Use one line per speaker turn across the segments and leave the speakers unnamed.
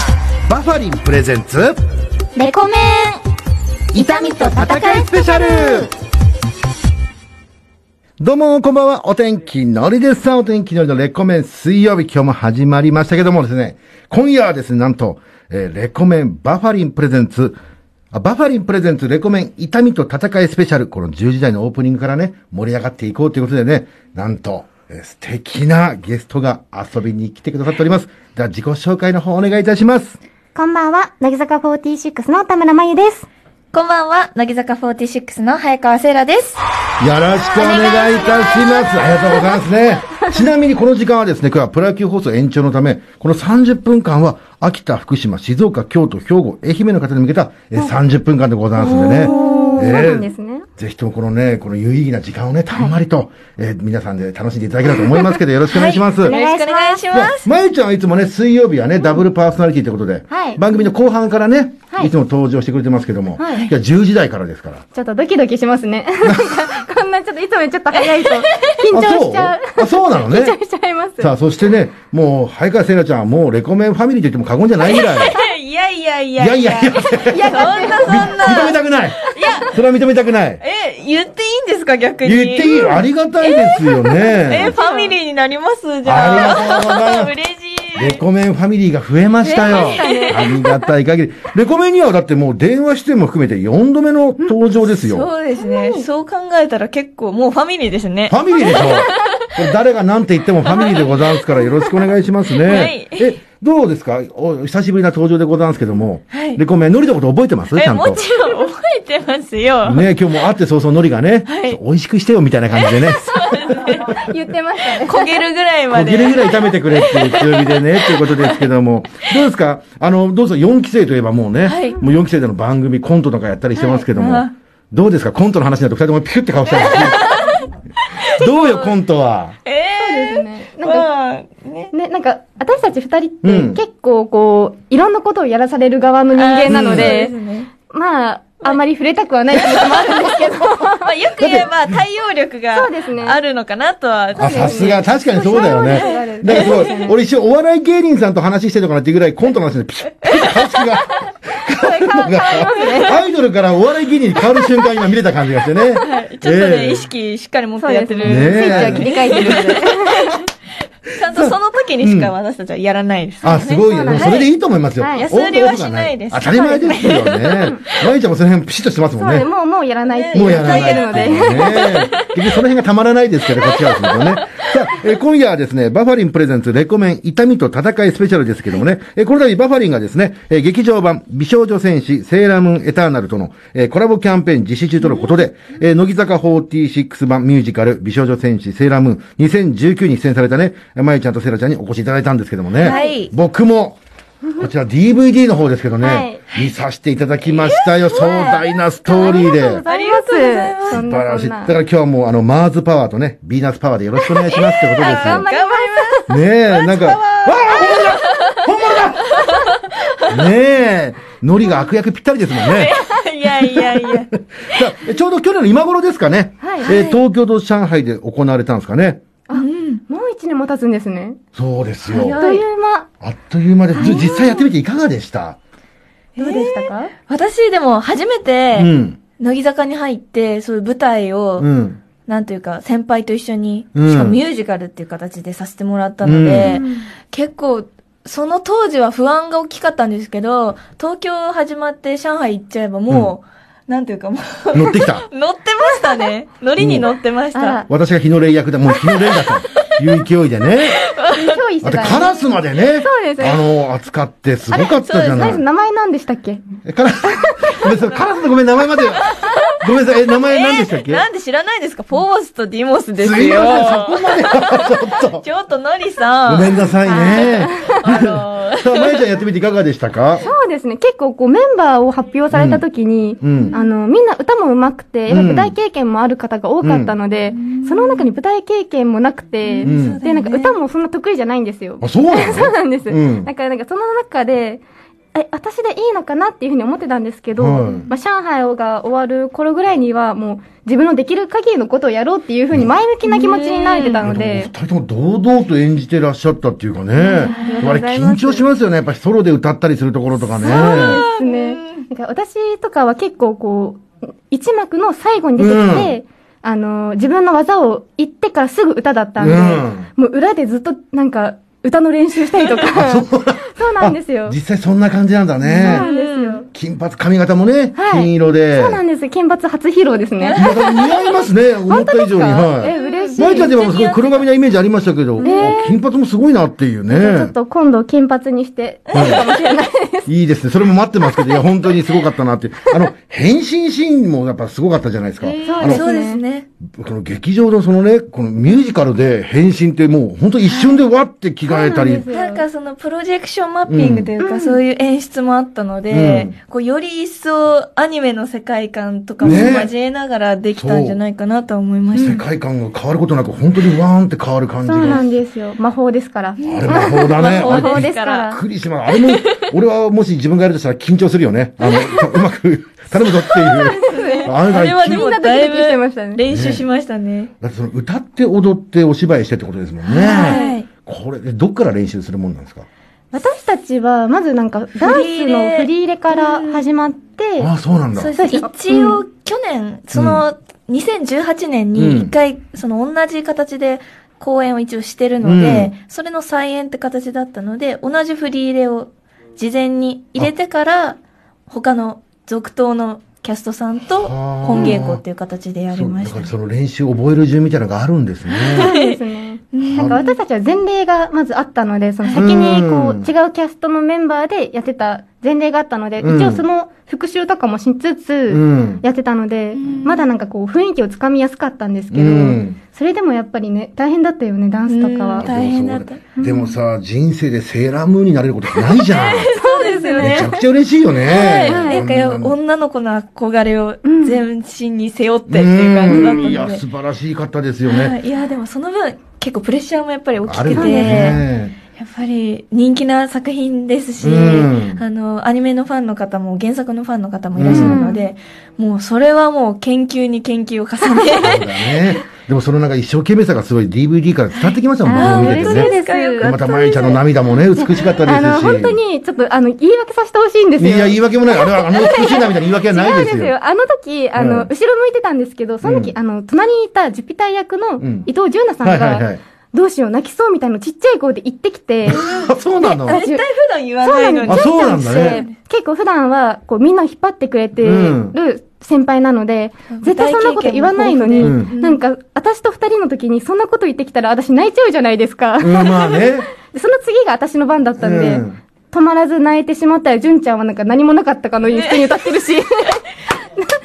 ファリンプレゼンツ
レコメン痛みと戦いスペシャル
どうも、こんばんは。お天気のりですさん。お天気のりのレコメン水曜日、今日も始まりましたけどもですね、今夜はですね、なんと、えーレコメンバファリンプレゼンツ、あバファリンプレゼンツレコメン痛みと戦いスペシャル、この10時台のオープニングからね、盛り上がっていこうということでね、なんと、えー素敵なゲストが遊びに来てくださっております。では、自己紹介の方お願いいたします。
こんばんは、乃木坂46の田村真由です。
こんばんは、乃木坂46の早川せいらです。
よろしくお願いいたします。ありがとうございますね。ちなみにこの時間はですね、今日はプロ野球放送延長のため、この30分間は、秋田、福島、静岡、京都、兵庫、愛媛の方に向けたえ30分間でございますんでね。え
そうなんですね
ぜひともこのね、この有意義な時間をね、たんまりと、えー皆さんで楽しんでいただけたらと思いますけど、よろしくお願いします。
願いしま
よ
す
ろしくお願いします。
まゆちゃんはいつもね、水曜日はね、ダブルパーソナリティということで、
はい
番組の後半からね、
はい
い、つも登場してくれてますけども、
はい
いや、10時台からですから。
ちょっとドキドキします ね。こんなちょっといつもよりちょっと早いと、緊張しちゃう。
あ、そうあそうなのね。
緊張しちゃいます。
さあ、そしてね、もう、早川せなちゃんはもう、レコメンファミリーと言っても過言じゃないぐらい。
いやいやい
い
や
やいやいや、
いや、そんなそんな。
認めたくない。いや、それは認めたくない。
え、言っていいんですか、逆に。
言っていいよ。ありがたいですよ
え、
ね。
ファミリーになりますじゃ
ありがとうござい
あ。
ま
嬉し
す。レコメンファミリーが増えましたよ。ありがたい限り。レコメンにはだってもう電話出演も含めて4度目の登場です
い。
よ。
そうですね。そう考えたら結構もうファミリーですね
フ。ァミリーでしょ。これ誰が何て言ってもファミリーでございますからよろしくお願いします
は
ね
い。
え、どうですかお久しぶりな登場でございますけども。
はい
レコメン、ノリのこと覚えてますち
え、
ゃんと。
もちろん覚えてますよ。
ね今日も会って早々のりがね、
はい
美味しくしてよみたいな感じで ね、
言ってましたね。
焦げるぐらいま
5切れ
で。
ぐらい炒めてくれっていう強火でね、ということですけども、どうですかあの、どうぞ4期生といえばもうね、
はい
もう4期生での番組、コントとかやったりしてますけども、
はいあ
どうですかコントの話になると2人ともピクって顔してるん ですねどうよ、コントは。
え
そうですね。
ー、
なんか、
まあ、ね。
ね、なんか、私たち二人っ
うん
て結構こう、いろんなことをやらされる側の人間なの
あー
で
そう、すね
まあ、あんまり触れたくはないっていうのもある んですけど、
まあ、よく言えば対応力が
そうですね
あるのかなとは。
あ、さすが、確かにそうだよ
そうそうそ
ね。
う
だからそう、俺一応お笑い芸人さんと話してるのかなっていうぐらいコントの話でピシッピシッ顔つきが変わる のが、アイドルからお笑い芸人に変わる瞬間今見れた感じがしてね。
ちょっとね、
ええ
意識しっかり持っ
そう
てやっ
で
て
す
る。
ね。
ねえ
スイッチは切り替えてるので。
ちゃんとその時にしか私たちはやらないです。
あ、すごいよ。
そ
で
うなん
も
です
それでいいと思いますよ。
はい
オンとオフが
安売りはしないです
当たり前ですよね。まゆちゃんもその辺ピシッとしてますも
そ
ん
うで
ね。
もう、もうやらないって
も
言
うや
っ
らな
て
い。
るので。
ねえ。結局その辺がたまらないですけど、こっちはです ね。さあ、えー今夜はですね、バファリンプレゼンツレコメン痛みと戦いスペシャルですけどもね、えーこの度バファリンがですね、えー劇場版美少女戦士セーラームーンエターナルとの、えーコラボキャンペーン実施中とのことで、えー乃木坂46版ミュージカル美少女戦士セーラームーン2019に出演されたね、まゆちゃんとセイラちゃんにお越しいただいたんですけどもね、
はい
僕も、こちら DVD の方ですけどね、
はい
見させていただきましたよ、壮大なストーリーで。
ありがとうございます。
素晴らしい。
そん
だ
な
か
こんな
ら今日はもうあの、マーズパワーとね、ビーナスパワーでよろしくお願いしますってこと ですよ
頑。張ります。
ねえ、なんか、わあ本物だ本物だ ねえ、ノリが悪役ぴったりですもんね。
いやいやいや。
さあちょうど去年の今頃ですかね。
はい
えー東京と上海で行われたんですかね。
もう一年も経つんですね。
そうです
あっ
よ。
という間。
あっという間です。実際やってみていかがでした
どうでしたか
私でも初め
う
て、
ん。
乃木坂に入って、そういう舞台を、
うん。
なんというか、先輩と一緒に、
うん
しかもミュージカルっていう形でさせてもらったので、結構、その当時は不安が大きかったんですけど、東京始まって上海行っちゃえばもう、なんというかもう、
乗ってきた。
乗ってました ね。乗りに乗ってまし
うんあ
た
ら。
私が日の霊役で、もう日の霊だ という勢いでね。
憑依し
あ
て
と
た。
カラスまでね。
そうですね
あの、扱ってすごかったじゃな
最
い
初。名前なんでしたっけ
えカラス、 ごめん なさい、カラスのごめん、名前まで。ごめんなさい、え、名前何でしたっけ、
えーなんで知らないですかフォースとディモスですす
い
よ。
ません、そこまで はちょっと。
ちょっとのりさん。
ごめんなさいね。
あのー
さあ、まゆちゃんやってみていかがでしたか
そうですね。結構こうメンバーを発表された時に、
うんうん
あの、みんな歌も上手くて、
う
やっぱ
ん
舞台経験もある方が多かったので、その中に舞台経験もなくて、
うん
で、なんか歌もそんな得意じゃないんですよ。
あ、そうなの
そうなんです。
うん
だからなんかその中で、え、私でいいのかなっていうふうに思ってたんですけど、
はい
まあ、上海が終わる頃ぐらいには、もう自分のできる限りのことをやろうっていうふうに前向きな気持ちになれてたの
でもお
で
二、人とも堂々と演じてらっしゃったっていうかね。
りがとう
あ
ご
れ
ざいます
緊張しますよね。やっぱりソロで歌ったりするところとかね。
ですね。なんか私とかは結構こう、一幕の最後に出てきて、あの、自分の技を言ってからすぐ歌だったんで、
う
もう裏でずっとなんか、歌の練習したり とか、 そうなんです
あ
よ。そ
実際そんな感じなんだ
う
ね
な。んですよ。
金髪、髪型もね、
はい
金色で。
そうなんです。金髪初披露ですね。
また似合いますね、思った以上に。は
え、
い。
嬉しい。
マイちゃん
ち
でもすごい黒髪なイメージありましたけど、
ね
金髪もすごいなっていう
ょっ
ね。
と今度金髪にして、かもしれない。
いいですね。それも待ってますけど、いや、本当にすごかったなっていう。あの、変身シーンもやっぱすごかったじゃないですか。あ
の
そうですね。
この劇場のそのね、このミュージカルで変身ってもう本当一瞬でわって着替えたり。
そう
なんかそのプロジェクションマッピングというか、そういう演出もあったので、こうより一層アニメの世界観とかも
ね
交えながらできたんじゃないかなとは思いました。
世界観が変わることなく本当にわーんって変わる感じ
そうな
が。
んですよ。魔法ですから。
あれ魔法だね。
魔法です
び
か
っ
ら。
くりします。あれも、俺はもし自分がやるとしたら緊張するよね。あの、うまく頼むぞっていう。あれ
あれ
が
はで
緊
も
みんなド
だ
キ
い
ドキしてました
ぶ
ね。
練習しましたね。
だってその歌って踊ってお芝居してってことですもんね。
はい
これ、どっから練習するもんなんですか
私たちは、まずなんか、ダンスの振り入れから始まって、
ああ、そうなんだ。
そううです
うん
一応、去年、その、2018年に一回、その同じ形で公演を一応してるので、それの再演って形だったので、同じ振り入れを事前に入れてから、他の続投のキャストさんと
はあ
本稽古っていう形でやりま
だ
し
か
た
ら。その練習覚える順みたいなのがあるんですね。
そうですね。なんか私たちは前例がまずあったので、その先にこう
うん
違うキャストのメンバーでやってた前例があったので、
うん
一応その復習とかもしつ
う
つ
ん。
やってたので、
ん
まだなんかこう雰囲気をつかみやすかったんですけ
う
ど、
ん。
それでもやっぱりね、大変だったよね、ダンスとか
う
は
ん。大変だった
でもそうでもさ、人生でセーラームーンになれることないじゃん。
そうですよ
めちゃ。くちゃ嬉しいよね。
はい。なんか
こ
や、
んなの
女の子の憧れを
ん
全身に背負ってっていう感じだった
うんい
の
や、
で
素晴らしい方ですよ
は
ね。
い。いや、でもその分、結構プレッシャーもやっぱり大き
あ
く
る
て、
よね。
やっぱり人気な作品ですし、
うん
あの、アニメのファンの方も原作のファンの方もいらっしゃるので、もうそれはもう研究に研究を重
そう
ね、
だね。でもそのなんか一生懸命さがすごい DVD から伝わってきましたもんね、
あー
見てて
嬉しい
ね。
ですよか
また、まゆちゃんの涙もね、美しかったですし。
あの、本当にちょっとあの、言い訳させてほしいんです
い
よ。
や、言い訳もない。あれは、あの、美しいなみたいな言い訳はないで
違う
す
ん
よ。
あの時、あの、
うん
後ろ向いてたんですけど、その時、
うん
あの、隣にいたジュピター役の
ん
伊藤純奈さ
は
ん
いはいは
が、
い。
どうしよう、泣きそうみたいなのちっちゃい声で言ってき て、
あ、そうなの
あ
絶対普段言わないのに。
あそうなん
ジ
だ
ュン
ね
ちゃんって結構普段は、こう、みんなを引っ張ってくれて
うん
る先輩なので、
うん
絶対そんなこと言わないのに、
うん
なんか、私と二人の時にそんなこと言ってきたら、私泣いちゃうじゃないですか。
うん、まあね。
でその次が私の番だったんで、
うん
止まらず泣いてしまったら、純ちゃんはなんか何もなかったかのように普通に歌って るし。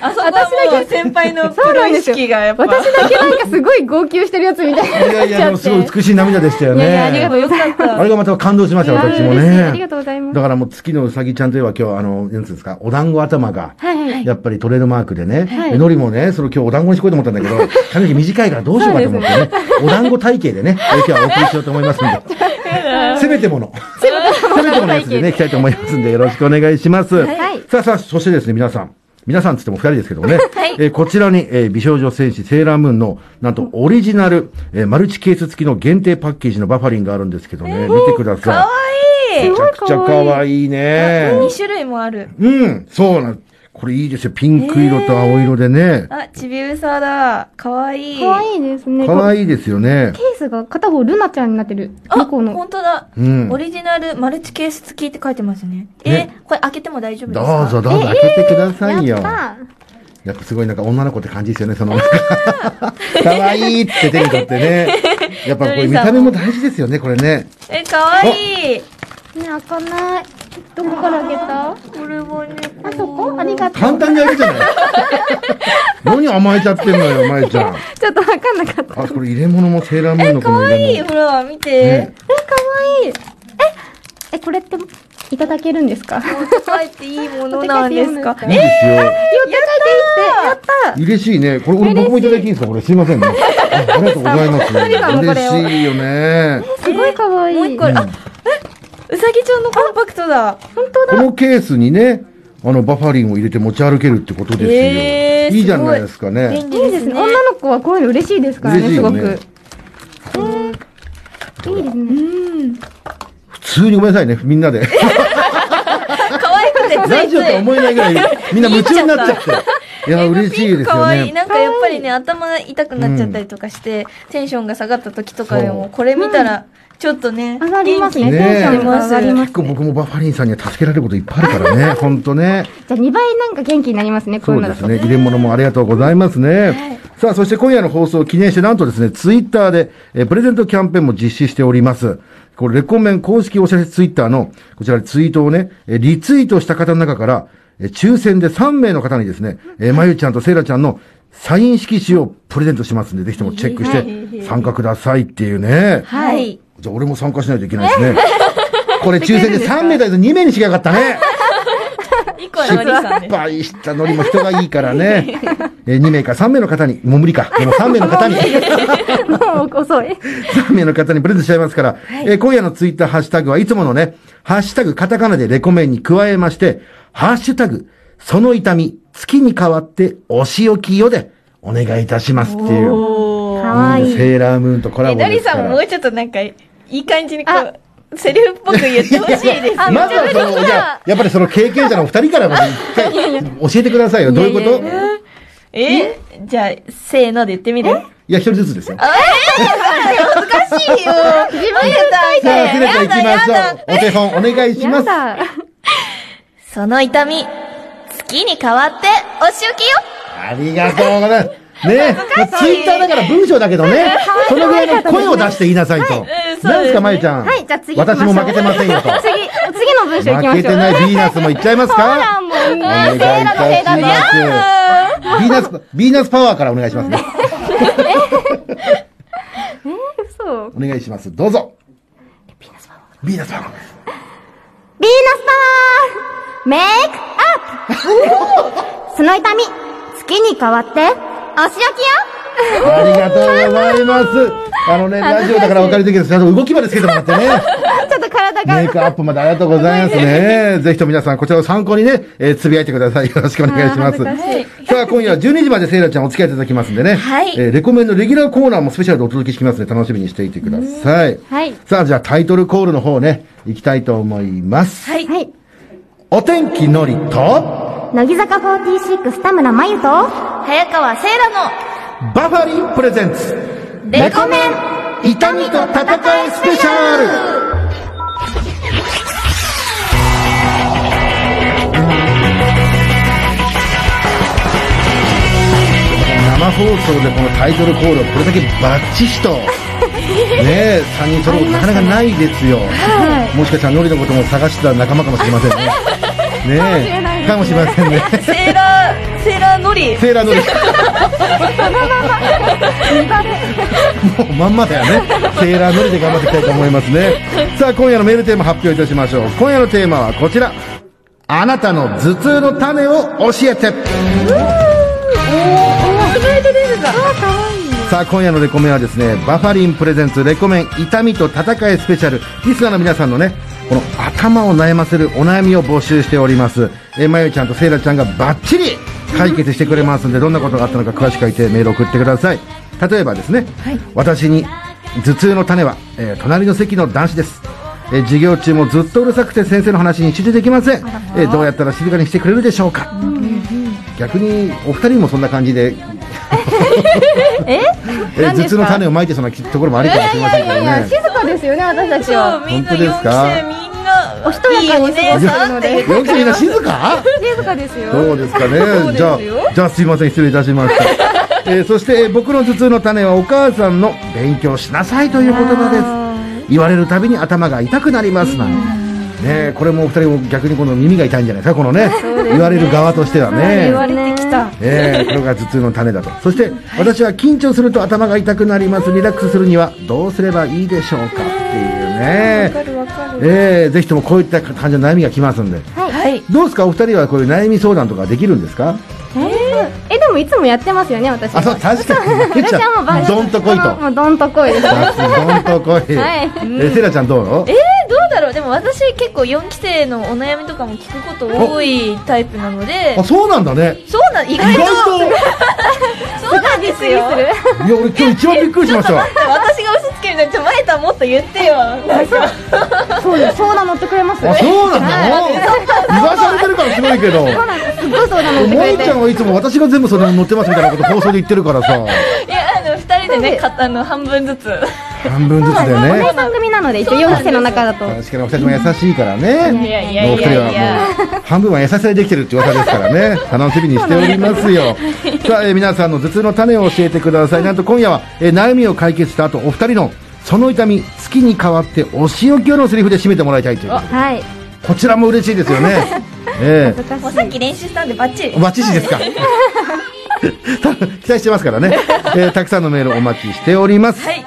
あそこはもう先輩のプ
そうな
ロ
んで
意
すよ
識がやっぱ。
私だけなんかすごい号泣してるやつみたいに
いや
なっ
い
ち
や、で
ゃ
も
っ
す
て。
ごい美しい涙でしたよね。
いやいやありがとう
よかった。
あれがまた感動しました、
あー
私も
嬉しいあ
ね
りが。とうございます。
だからもう月のうさぎちゃんといえば今日はあの、なんていうんですか、お団子頭が、
はいはい。
やっぱりトレードマークでね、
はい
でのりもね、その今日お団子にしこうと思ったんだけど、髪の毛短いからどうしようかと思ってね、お団子体型でね、えー今日はお送りしようと思いますんで、せめてもの、せめてものやつでね、いきたいと思いますんで、よろしくお願いします。
はい
さあさあ、そしてですね、皆さん。皆さんつっても二人ですけどもね。えーこちらに、えー美少女戦士セーラームーンの、なんとオリジナル、えーマルチケース付きの限定パッケージのバファリンがあるんですけどね。見てくだ
か
さ
わい
い。
い
めちゃくちゃ可愛いね。
!2 種類もある。
うん、そうなん。これいいですよ。ピンク色と青色でね。
あ、ちびうさだ。かわいい。
可愛いですね。
可愛いですよね
ケ。ースが片方ルナちゃんになってる。
あ、
猫の。
本当だ。
うん
オリジナルマルチケース付きって書いてますね。え
ね、
これ開けても大丈夫です
ど
か
うぞどうぞ開けてくださいよ。
やっ
やっぱすごいなんか女の子って感じですよね、その。 可愛いって手に取って ね。やっぱこれ見た目も大事ですよね、これね。
え、かわいい。
たね、開かない。どこから開けた
これはね、
あそこありがとう。
簡単に開けじゃない。何 甘えちゃってんのよ、まえちゃん。
ちょっとわかんなかった。
あ、これ入れ物もセーラームーンのこ
か
の
わい
入
い。
れ
ほら、見
物。
て
ね。、
え、可愛いい。え、え、これって、いただけるんですかやっ
高いっていいものなんですか。
高い
いいですよ。
た
嬉しいね。これ、俺、僕もいただいていいんですかこれ、すいませんね。ああり がとうございます。
さんもこれを
嬉しいよね。
すごい可愛い
もう一個ある。え、うさぎちゃんのコンパクトだ。
本当
こ
だ。
のケースにね、あのバファリンを入れて持ち歩けるってことですよ。
えー
いいじゃないですかね。
便利
い
で
いですすね。
ね。
女の子はこういうの嬉しいですからね、
嬉しい
す
よ
ご
ね
く。いいですね。
普通にごめんなさいね、みんなで。
可愛くてつ
ラ
いつ。
ジオとはい思えないぐらい、みんな夢中になっちゃって。いや、嬉しいです
可
よ
愛い。
ね。
なんかやっぱりね、頭痛くなっちゃったりとかして、テンションが下がった時とかで
そう
も、これ見たら、ちょっとね、
上がりますね。
ね
テンションが上がりま
結
す。
構僕もバファリンさんには助けられることいっぱいあるからね、ほんとね。
じゃあ2倍なんか元気になりますね、こ
そう
いう
う
のだ
です
と。
ね。入れ物もありがとうございますね。さあ、そして今夜の放送を記念して、なんとですね、ツイッターで、えープレゼントキャンペーンも実施しております。これ、レコメン公式お知らせツイッターの、こちらでツイートをね、えーリツイートした方の中から、えー抽選で3名の方にですね、えーまゆちゃんとせいらちゃんのサイン色紙をプレゼントしますんで、ぜひともチェックして参加くださいっていうね。
は
はいい。
じゃあ俺も参加しないといけないです ね。これ抽選で3名だけど2名にしかよかったね。
一個はのりさんで
失
す。
敗したのにも人がいいからね。 えー、2名か3名の方に、もう無理か。でも3名の方に、
もう遅い。
3名の方にプレゼントしちゃいますから、えー今夜のツイッターハッシュタグはいつものね、ハッシュタグカタカナでレコメンに加えまして、ハッシュタグ、その痛み、月に変わってお仕置きよでお願いいたしますっていう。
お
か
ー
わい
うん
い。
セーラームーンとコラ
え、
ボ
な
で
り
すか
さんも
ら
も。うちょっとなんか、いい感じにこ
あ
う、セリフっぽく言ってほしいです。
あ
まずはその、じゃあやっぱりその経験者のお二人からまず一 回教えてくださいよ。どういうこと
いやいやい
えじゃあ、せーので言ってみる
いや、一人ずつですよ。
難しいよ自分で書い
さあ、すべて行きましょう。お手本お願いしま
や
す。
だ。
その痛み、月に変わって、お仕置きよ
ありがとうございます。ねまあツイッターだから文章だけどね、そのぐらいの声を出して言いなさいと。
うんそ
何
うですね
ですか、まゆちゃん。
はい、じゃあ次行きまし
私
ょう。
も負けてません よと。
次、次の文章行きましょう。
負けてないヴィーナスも行っちゃいます
ほら、
か
もう、
お願いいたします。ヴィーナス、ヴィーナスパワーからお願いしますね。
そう。
お願いします。どうぞ。ヴィーナスパワー。ヴィーナス
ビーナスパワーメイクアップその痛み、月に変わって、お仕置きよ
パワー。ありがとうございます。あのね、ラジオだから分かりづらいですけど、動きまでつけてもらってね。
ちょっと体
メイク
が。
アップまでありがとうございますね。ぜひとも皆さん、こちらを参考にね、えーつぶやいてください。よろしくお願いします。
あー恥ず
さあ、今夜は12時までセイラちゃんお付き合いいただきますんでね。
はい
えーレコメンのレギュラーコーナーもスペシャルでお届けしてきますので、楽しみにしていてください。
はい
さあ、じゃあタイトルコールの方ね、行きたいと思います。
はい。
はい。
お天気のりと、
乃木坂46田村真由と、
早川せいらの、
バファリンプレゼンツ、
レコメン
痛みと戦いスペシャル生放送でこのタイトルコールをこれだけバッチ シとねえ3人揃うことなかなかないですよ、もしかしたらノリのことも探してた仲間かもしれません ねねえかもしれませんね
セーラー、セーラーのり。
セーラーノリもうまんまだよねセーラーノリで頑張っていきたいと思いますねさあ今夜のメールテーマ発表いたしましょう今夜のテーマはこちらあなたの頭痛の種を教えて
ストレートですが。
さあ今夜のレコメンはですねバファリンプレゼンツレコメン痛みと戦いスペシャルリスナーの皆さんのねこの頭を悩ませるお悩みを募集しておりますえーまゆちゃんとせいらちゃんがバッチリ解決してくれますんでどんなことがあったのか詳しく書いてメールを送ってください例えばですね、私に頭痛の種は、えー隣の席の男子ですえー授業中もずっとうるさくて先生の話に集中できません、えーどうやったら静かにしてくれるでしょうか、逆にお二人もそんな感じで え
何
頭
ですか
痛の種をまいてそうなきところもあるかもしれませんけどね。
かですよね、私たち
そう、みんな
本当です
4期
か
生みんな、おし
とやかに
お姉さんって。
よくみんな静か
静かですよ。
どうですか
そう
ね。
で
じ
す
ゃあ
よ、
じゃあすいません、失礼いたしました。えーそして、えー僕の頭痛の種はお母さんの勉強しなさいという言葉です。言われるたびに頭が痛くなりますなんてねえこれもお二人も逆にこの耳が痛いんじゃないですか、このね。言われる側としてはね。
れてきた。
ええこれが頭痛の種だと。そして、私は緊張すると頭が痛くなります。リラックスするにはどうすればいいでしょうかっていうね。ええぜひともこういった感じの悩みが来ますんで。
はい。
どうですかお二人はこういう悩み相談とかできるんですか
え、でもいつもやってますよね、私。
あ、そう、確かに。ゆき
私
ち
は
ゃ
もうバ
ん、
カ
どんとこいと。
もうどんとこいです。
さすどんとこい。
はい
え、セラちゃんどう
えー、どうだろうでも私結構4期生のお悩みとかも聞くこと多いタイプなので
あ、そうなんだね。
そうなん意
意
外と
外と、い
そうなんですよ
びっくり
や、俺今日一番びっくりしましたわ。
私が嘘つけるんじゃなくて前田もっと言ってよなんか
する。そうです。そうなのってくれます。
あ、そうなんだ。言わされてるからすごいけど。
そうなんです。すっごいそうなのってく
も
れ
え
て
ちゃ。んはいつも私が全部それに乗ってますみたいなこと放送で言ってるからさ、
いやあの2人でねかあの半分ずつ
半分ずつで
お姉
ね。
さん組なので、一応4期生の中だと。
確かにお二人とも優しいから
い
ね。
やい
もうお二人はもう半分は優しさでできてるって噂ですからね。楽しみにしておりますよ。さあ、えー皆さんの頭痛の種を教えてください。なんと今夜は、えー悩みを解決した後、お二人のその痛み、月に変わってお仕置きをのセリフで締めてもらいたいということで
はい。
こちらも嬉しいですよね。 ええ
難しい
もうさっき練習したんでバッチリ
バッチシですか。期待してますから ね、えーたくさんのメールお待ちしております。
はい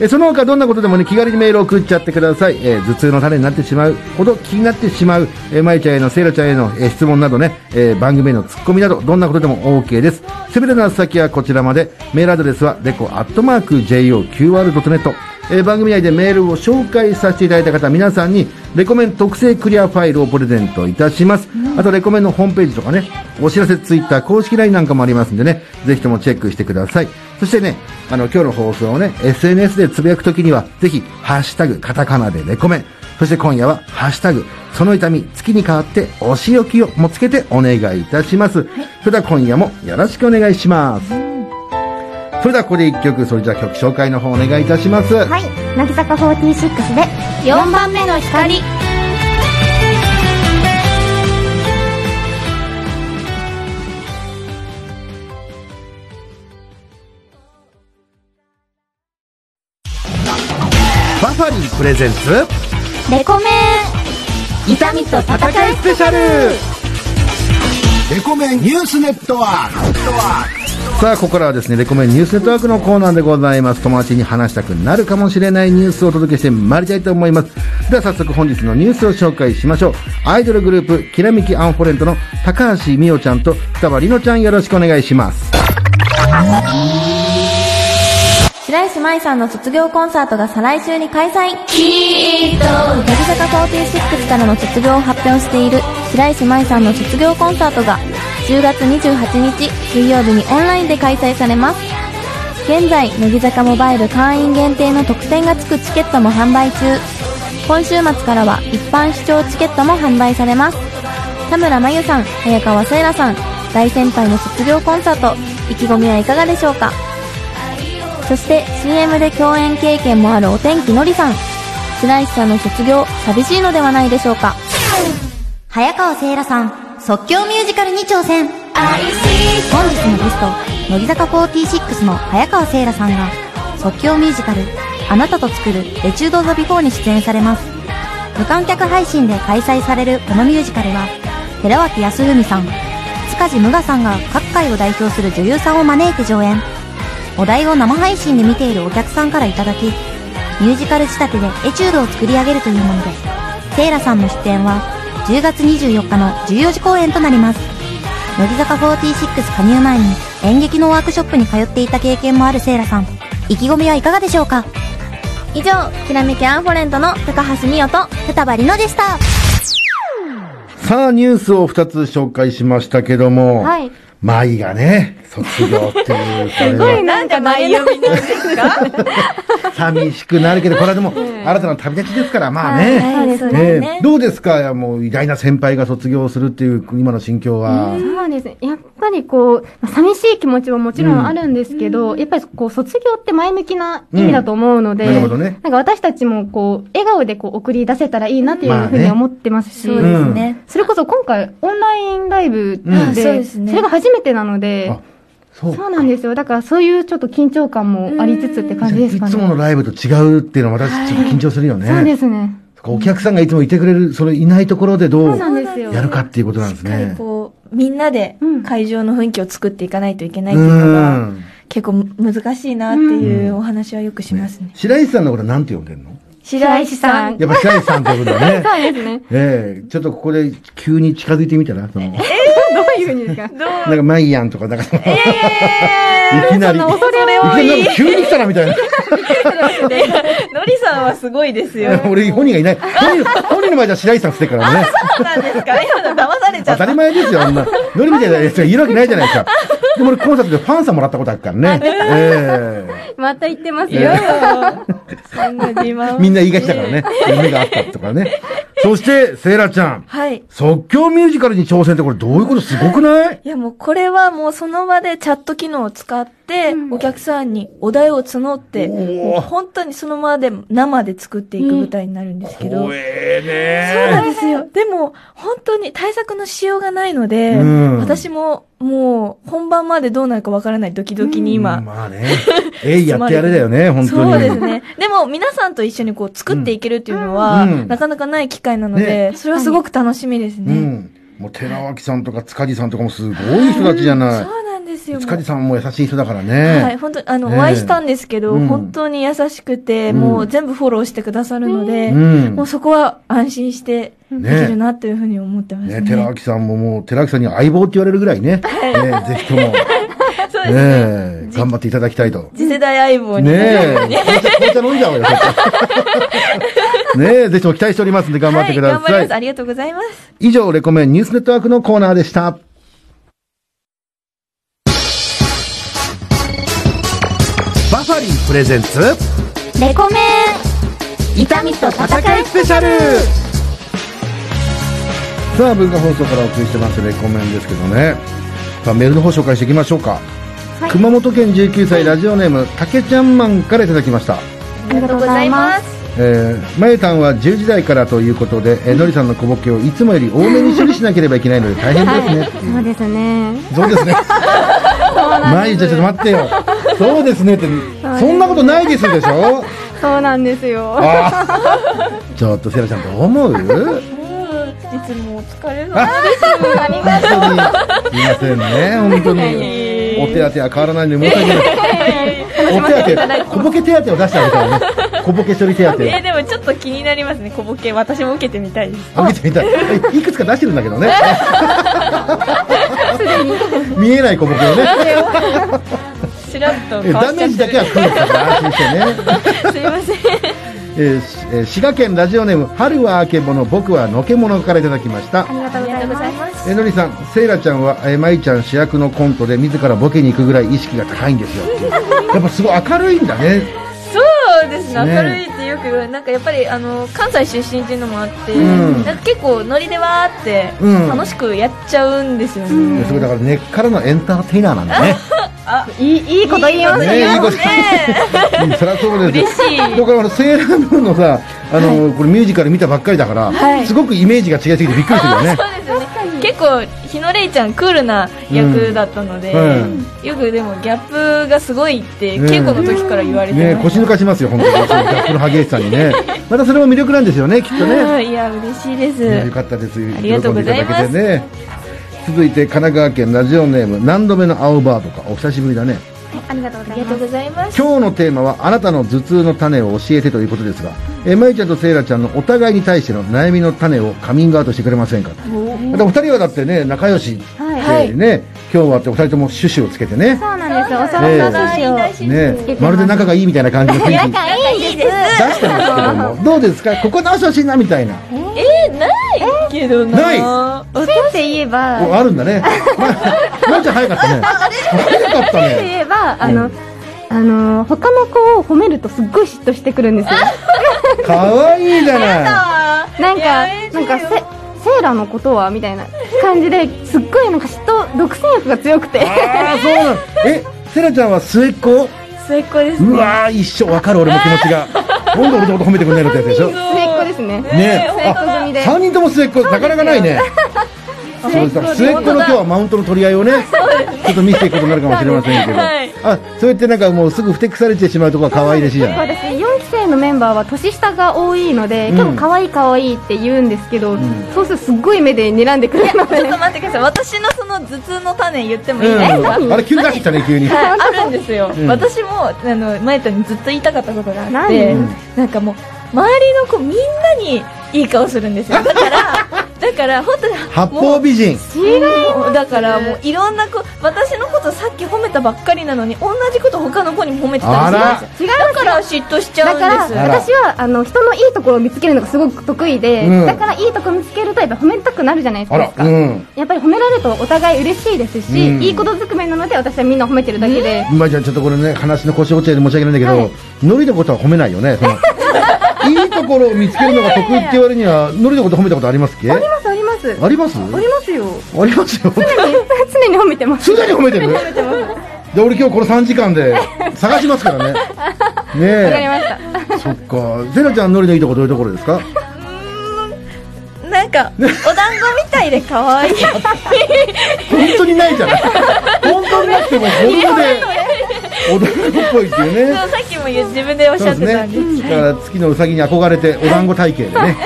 えーその他どんなことでもね、気軽にメールを送っちゃってください。えー頭痛の種になってしまうほど気になってしまう、えー、まゆちゃんへの、せいらちゃんへの、えー質問などね、えー番組へのツッコミなど、どんなことでも OK です。すべての先はこちらまで、メールアドレスは、レコアットマーク JOQR.net。えー番組内でメールを紹介させていただいた方、皆さんに、レコメン特製クリアファイルをプレゼントいたします。あと、レコメンのホームページとかね、お知らせツイッター公式 LINE なんかもありますんでね、ぜひともチェックしてください。そしてね、あの、今日の放送をね、SNS でつぶやくときには、ぜひ、ハッシュタグ、カタカナでレコメン。そして今夜は、ハッシュタグ、その痛み、月に変わって、お仕置きをもつけてお願いいたします。それでは今夜もよろしくお願いします。それではここで一曲、それじゃあ曲紹介の方お願いいたします。
はい、乃木坂46で4番目の光
バファリンプレゼンツ、
レコメン痛みと戦い
スペシャルレコメンニュースネットワークさあ、ここからはですね、レコメンニュースネットワークのコーナーでございます。友達に話したくなるかもしれないニュースをお届けしてまいりたいと思います。では早速本日のニュースを紹介しましょう。アイドルグループ、きらめきアンフォレントの高橋美桜ちゃんと双葉里乃ちゃんよろしくお願いします。
白石麻衣さんの卒業コンサートが再来週に開催きっと乃木坂46からの卒業を発表している白石麻衣さんの卒業コンサートが10月28日水曜日にオンラインで開催されます現在乃木坂モバイル会員限定の特典がつくチケットも販売中今週末からは一般視聴チケットも販売されます田村真由さん早川せいらさん大先輩の卒業コンサート意気込みはいかがでしょうかそして CM で共演経験もあるお天気のりさん。白石さんの卒業、寂しいのではないでしょうか。
早川せいらさん、即興ミュージカルに挑戦本日のゲスト、乃木坂46の早川せいらさんが、即興ミュージカル、あなたと作るエチュード・ザ・ビフォーに出演されます。無観客配信で開催されるこのミュージカルは、寺脇康文さん、塚地無我さんが各界を代表する女優さんを招いて上演。お題を生配信で見ているお客さんからいただき、ミュージカル仕立てでエチュードを作り上げるというもので、セイラさんの出演は10月24日の14時公演となります。乃木坂46加入前に演劇のワークショップに通っていた経験もあるセイラさん、意気込みはいかがでしょうか
以上、きらめきアンフォレントの高橋美代と、
双葉里乃でした
さあ、ニュースを2つ紹介しましたけども、
はい。
舞がね、卒業っていう、これは。
なんか投げ伸び
寂しくなるけど、これはでも、新たな旅立ちですから、まあね。
そうですね。
ええどうですかもう偉大な先輩が卒業するっていう今の心境は。
そうですね。やっぱりこう、まあ寂しい気持ちももちろんあるんですけど、やっぱりこう、卒業って前向きな意味だと思うので、
うんなるほどね
んか私たちもこう、笑顔でこう、送り出せたらいいなってい
まあ
うふう
ね
に思ってますし、
そうですね、
それこそ今回、オンラインライブで、
うん
あそうですね
それが初めめてなので、
あ、そう
そうなんですよ。だからそういうちょっと緊張感もありつつって感じですか
い
ね。
つものライブと違うっていうのは私ちょっと緊張するよね。
そうですね。
そっかお客さんがいつもいてくれる、それいないところでど
そう
う
なんですよ。
やるかっていうことなんで
し
す
っかり
ね。
こうみんなで
うん
会場の雰囲気を作っていかないといけないうっていうのが、
ん。
結構難しいなっていうお話はよくしますね。
白石さんのことなんて呼んでんの
白石さん。
やっぱ白石さんって呼ぶんだね。
そうですね。
ええちょっとここで急に近づいてみたら、その、
ういうふうにですか
どう
なんか、マイアンとか、なんか、い
え
き なり、いきなり
ー、恐れ多
なん
い。
か急に来たなみたいな。
のりさんはすごいですよ。
俺、本人がいない。本人本人の前では白石さんしてから ね。
そうなんですか今の騙されち
当
ゃったた。
り前ですよ、あんな。ノリみたいなやつがいるわけないじゃないですか。でも俺、コンサートでファンさんもらったことあるからね。え
また言ってます
い
よ。
やいやそんな自慢。
えみんな言いがちだからね。夢があったとかね。そして、セイラちゃん。
はい。
即興ミュージカルに挑戦ってこれどういうことすごくない
いやもうこれはもうその場でチャット機能を使って、お客さんにお題を募って、
おー
もう本当にその場で生で作っていく舞台になるんですけど。
怖え
そうなん
ね
ですよ。でも、本当に対策のしようがないので、
うん
私ももう本番までどうなるかわからないドキドキに今。
まあね。えい、やってやれだよね、本当に。
そうですね。でも皆さんと一緒にこう作っていけるっていうのは、
うんうん
なかなかない機会なので、それはすごく楽しみです
う
ね。
ん。もう、寺脇さんとか塚地さんとかもすごい人たちじゃ
そ
な
うなんですよ。
い。
もう
塚地さんも優しい人だから
はい、
ね。
本当に、あの、
ねえ
お会いしたんですけど、
うん
本当に優しくて、
うん
もう全部フォローしてくださるので、
うん
もうそこは安心してでき
ね
るなというふうに思ってますね。
ね、寺脇さんももう、寺脇さんには相棒って言われるぐらいね。ねぜひとも、ね
そうですね。
え、頑張っていただきたいと。
次世代相棒に。
ねえ、紅茶飲んじゃおうよ。ね え、ぜひとも期待しておりますんで頑張ってくだ
はい、頑張
さ
ります。あ
い。
りがとうございます。
以上、レコメンニュースネットワークのコーナーでした。バファリンプレゼンツ
レコメン痛みと戦い
スペシャルさあ、文化放送からお送りしてますレコメンですけどね。さあ、メールの方紹介していきましょうか。熊本県19歳ラジオネーム、たけちゃんマンからいただきました。
ありがとうございます
えー、まゆたんは10時台からということで、えーのりさんの小ボケをいつもより多めに処理しなければいけないので大変ですね。
そうですね。
そうですね。まゆちゃん、ちょっと待ってよ。そうですねって、そんなことないですでしょ
そうなんですよ。
あーちょっとセラちゃんどう思う本
いつもお疲れ様
当に。すいませんね、本当に。お手当ては変わらないので申し訳ない。お手当て、小ボケ手当を出してあげたいね。小ボケ処理手当。
え、でもちょっと気になりますね、小ボケ。私も受けてみたいです。
あ見てみたい。いくつか出してるんだけどね。見えない小ボケをね。
ちらっと
え
変わ
ダ
っち
メー
ゃっ
ジだ
て
けは来るから安心してね。
る。すいません。
えーしえー滋賀県ラジオネーム、春はあけぼの、僕はのけものからいただきました。
ありがとうございます。
えーのりさん、セイラちゃんは、えー、まいちゃん主役のコントで自らボケに行くぐらい意識が高いんですよ。 やっぱすごい明るいんだね。
そうですね
ね
明るいってよく言われなんかやっぱりあの関西出身っていうのもあって、
うん
なんか結構ノリでわーって
うん
楽しくやっちゃうんですよね、
えーすごいだから根っからのエンターテイナーなんだね。
いい、いいこと言います
ねいい
ね。
ことうんそりゃそうですよ
嬉しい
だから俺セーラームーンのさあの、これミュージカル見たばっかりだから、
はい
すごくイメージが違いすぎてびっくりするよね
そうですよね結構日野レイちゃんクールな役だったので、
うん
よくでもギャップがすごいって
うん
稽古の時から言われて
ね
まし
腰抜かしますよ本当にそのギャップの激しさに ねまたそれも魅力なんですよねきったとね、
いや嬉しいです、
ねよかったです
ありがとうございます
喜んでいただけてね続いて神奈川県ラジオネーム何度目の青バーとかお久しぶりだね
ありがとうご
あ
ざい
りがとう
ます
ございます
今日のテーマはあなたの頭痛の種を教えてということですが、えー、まゆちゃんとセイラちゃんのお互いに対しての悩みの種をカミングアウトしてくれませんかまたお二人はだってね仲良しでね、
はい
今日はってお二人ともシュシュをつけてね
そうなんですよ。お
う
皿
なん
の
です
お寿司を。
ね
ねまるで仲がいいみたいな感じの雰囲気出
いいです
してますけどもどうですかここ直してほしいなみたいな
えないけどな
ない
強いて言えば、
おあるんだねままゆちゃん早かったね早かった
強いて
ね
言えば、あ
う
の
ん、
あの、他の子を褒めるとすっごい嫉妬してくるんですよ。
かわいいじゃない
なんか
やめ、て
な
よ
んかセ、セーラのことはみたいな感じですっごいなんか嫉妬、独占欲が強くて。
ああそうなのえセイラちゃんは末っ子
最高です
うわー一生わかる俺の気持ちがなんで俺のこと褒めてくれないのってやつでしょね
末っ子ですね。
え
末っ子組で。
3人とも末っ子なかなかないねそうですだから末っ子の今日はマウントの取り合いをねちょっと見せていくことになるかもしれませんけど、
はい
あそうやってなんかもうすぐふてくされてしまうとこは可愛いですじゃ
そうんです4期生のメンバーは年下が多いので、
うん
結構可愛い可愛いって言うんですけど、そうするとすっごい目で睨んでくるの
ち
で
ょっと待ってください私のその頭痛の種言ってもいいですか、
うん、あれ急に出してきたね急に、
はい、あるんですよ、
うん
私もあの前田にずっと言いたかったことがあって
何
なん かもう周りの子みんなにいい顔するんですよだからだから本当に
八方美人。
違う
もうだからもういろんなこ私のことさっき褒めたばっかりなのに同じこと他の子にも褒めてたりするんですよ
あら
だから嫉妬しちゃ
だから
うんです
ら
私はあの人のいいところを見つけるのがすごく得意で、
うん
だからいいところ見つけるとやっぱ褒めたくなるじゃないで
あ
す
ら、
か、
うん。
やっぱり褒められるとお互い嬉しいですし、
うん
いいことずくめなので私はみんな褒めてるだけで、
まあじゃあちょっとこれね、話の腰落ちで申し訳ないんだけど、
はい
ノリのことは褒めないよね。そ のいいところを見つけるのが得意って言われには、ノリのこと褒めたことありますっけあ
ありますあります
ります
ありますよ
ありますよ。
常 に常に褒めて ます
すでに褒めてるで、俺今日この3時間で探します からね。ねえ。
わかりました
そっか。ゼロちゃん、ノリのいいとこどういうところですか
なんかお団子みたいで 可愛い
本当にないじゃない。本当になくても、子供で、お団子っぽいっていうね。
さっきも言う自分でおっし
そ
ゃ
う
ってたん
で
です
ね。だから月のうさぎに憧れて、お団子体型でね。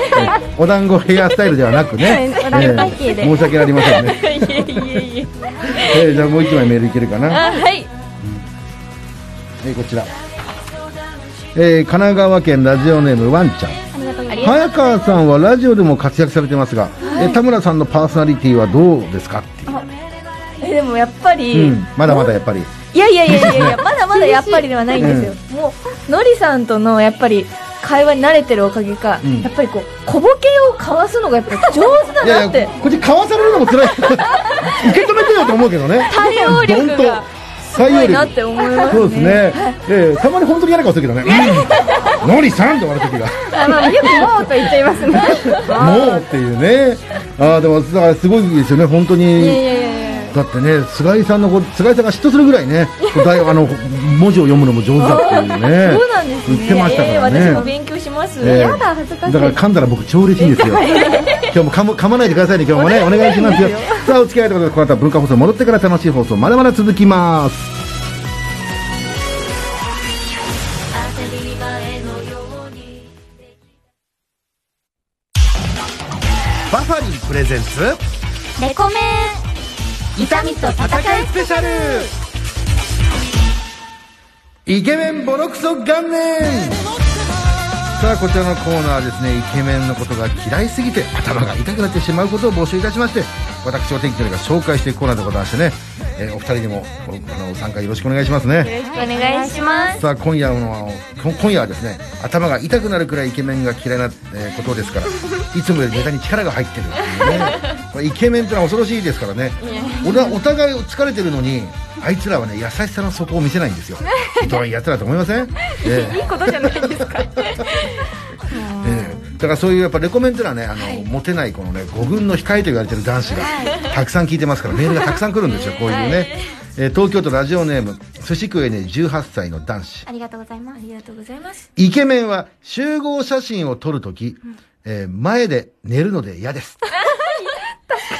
お団子ヘアスタイルではなくね。
はいお団子体型で
ええ申し訳ありませんね。
いえいえいえ
ええじゃあもう一枚メールいけるかな。
あは
え
い
えこちら。ええ神奈川県ラジオネームワンちゃん。早川さんはラジオでも活躍されてますが、え田村さんのパーソナリティはどうですかっていう
えでもやっぱり、
うん、まだまだやっぱり
いやいやいやいやいや、まだまだやっぱりではないんですよ。もう、のりさんとのやっぱり会話に慣れてるおかげか、
うん
やっぱりこう、小ボケをかわすのがやっぱ上手だ
いや
ないっ て。
やこっちかわされるのも辛い受け止めてよと思うけどね
対応力が
どんと対応
すごい
力
なって思いますね
そうですね、ええたまに本当に嫌な顔するけどね「うんのりさん!」って笑う時が
あのよく「もう」と言っちゃい ますね
もうっていうねああでもだからすごいですよね本当にだってね菅井さんのこ菅井さんが嫉妬するぐらいねだいあの文字を読むのも上手だっていうね
そうなんですね。
言ってましたからね、
えー私も勉強します。
ええ
やだ。
恥ずかしい
だから噛んだら僕超嬉しいんですよ今日も噛む噛まないでくださいね今日もねお願いしますよさあお付き合いということでこの後は文化放送戻ってから楽しい放送まだまだ続きますバファリンプレゼンツ
レコメン痛みと戦い
スペシャルイケメンボロクソ元年さあこちらのコーナーはですねイケメンのことが嫌いすぎて頭が痛くなってしまうことを募集いたしまして私お天気のりが紹介していくコーナーでございましてね、えーお二人にもおあの参加よろしくお願いしますね
お願いします。
さあ今夜のこ今夜はですね頭が痛くなるくらいイケメンが嫌いな、えーことです からいつもよりネタに力が入ってるっていうねこれイケメンってのは恐ろしいですからね俺はお互い疲れてるのにあいつらはね優しさの底を見せないん ですよひどいやつらと思いません、ええ
いいことじゃないですか
ええだからそういうやっぱレコメンっていうのはねあの、モテないこのね五軍の控えと言われてる男子がたくさん聞いてます からメールがたくさん来るんですよこういうね、えー東京都ラジオネーム寿司食えね18歳の男子
ありがとうございますありがとうございます
イケメンは集合写真を撮るとき、えー前で寝るので嫌です。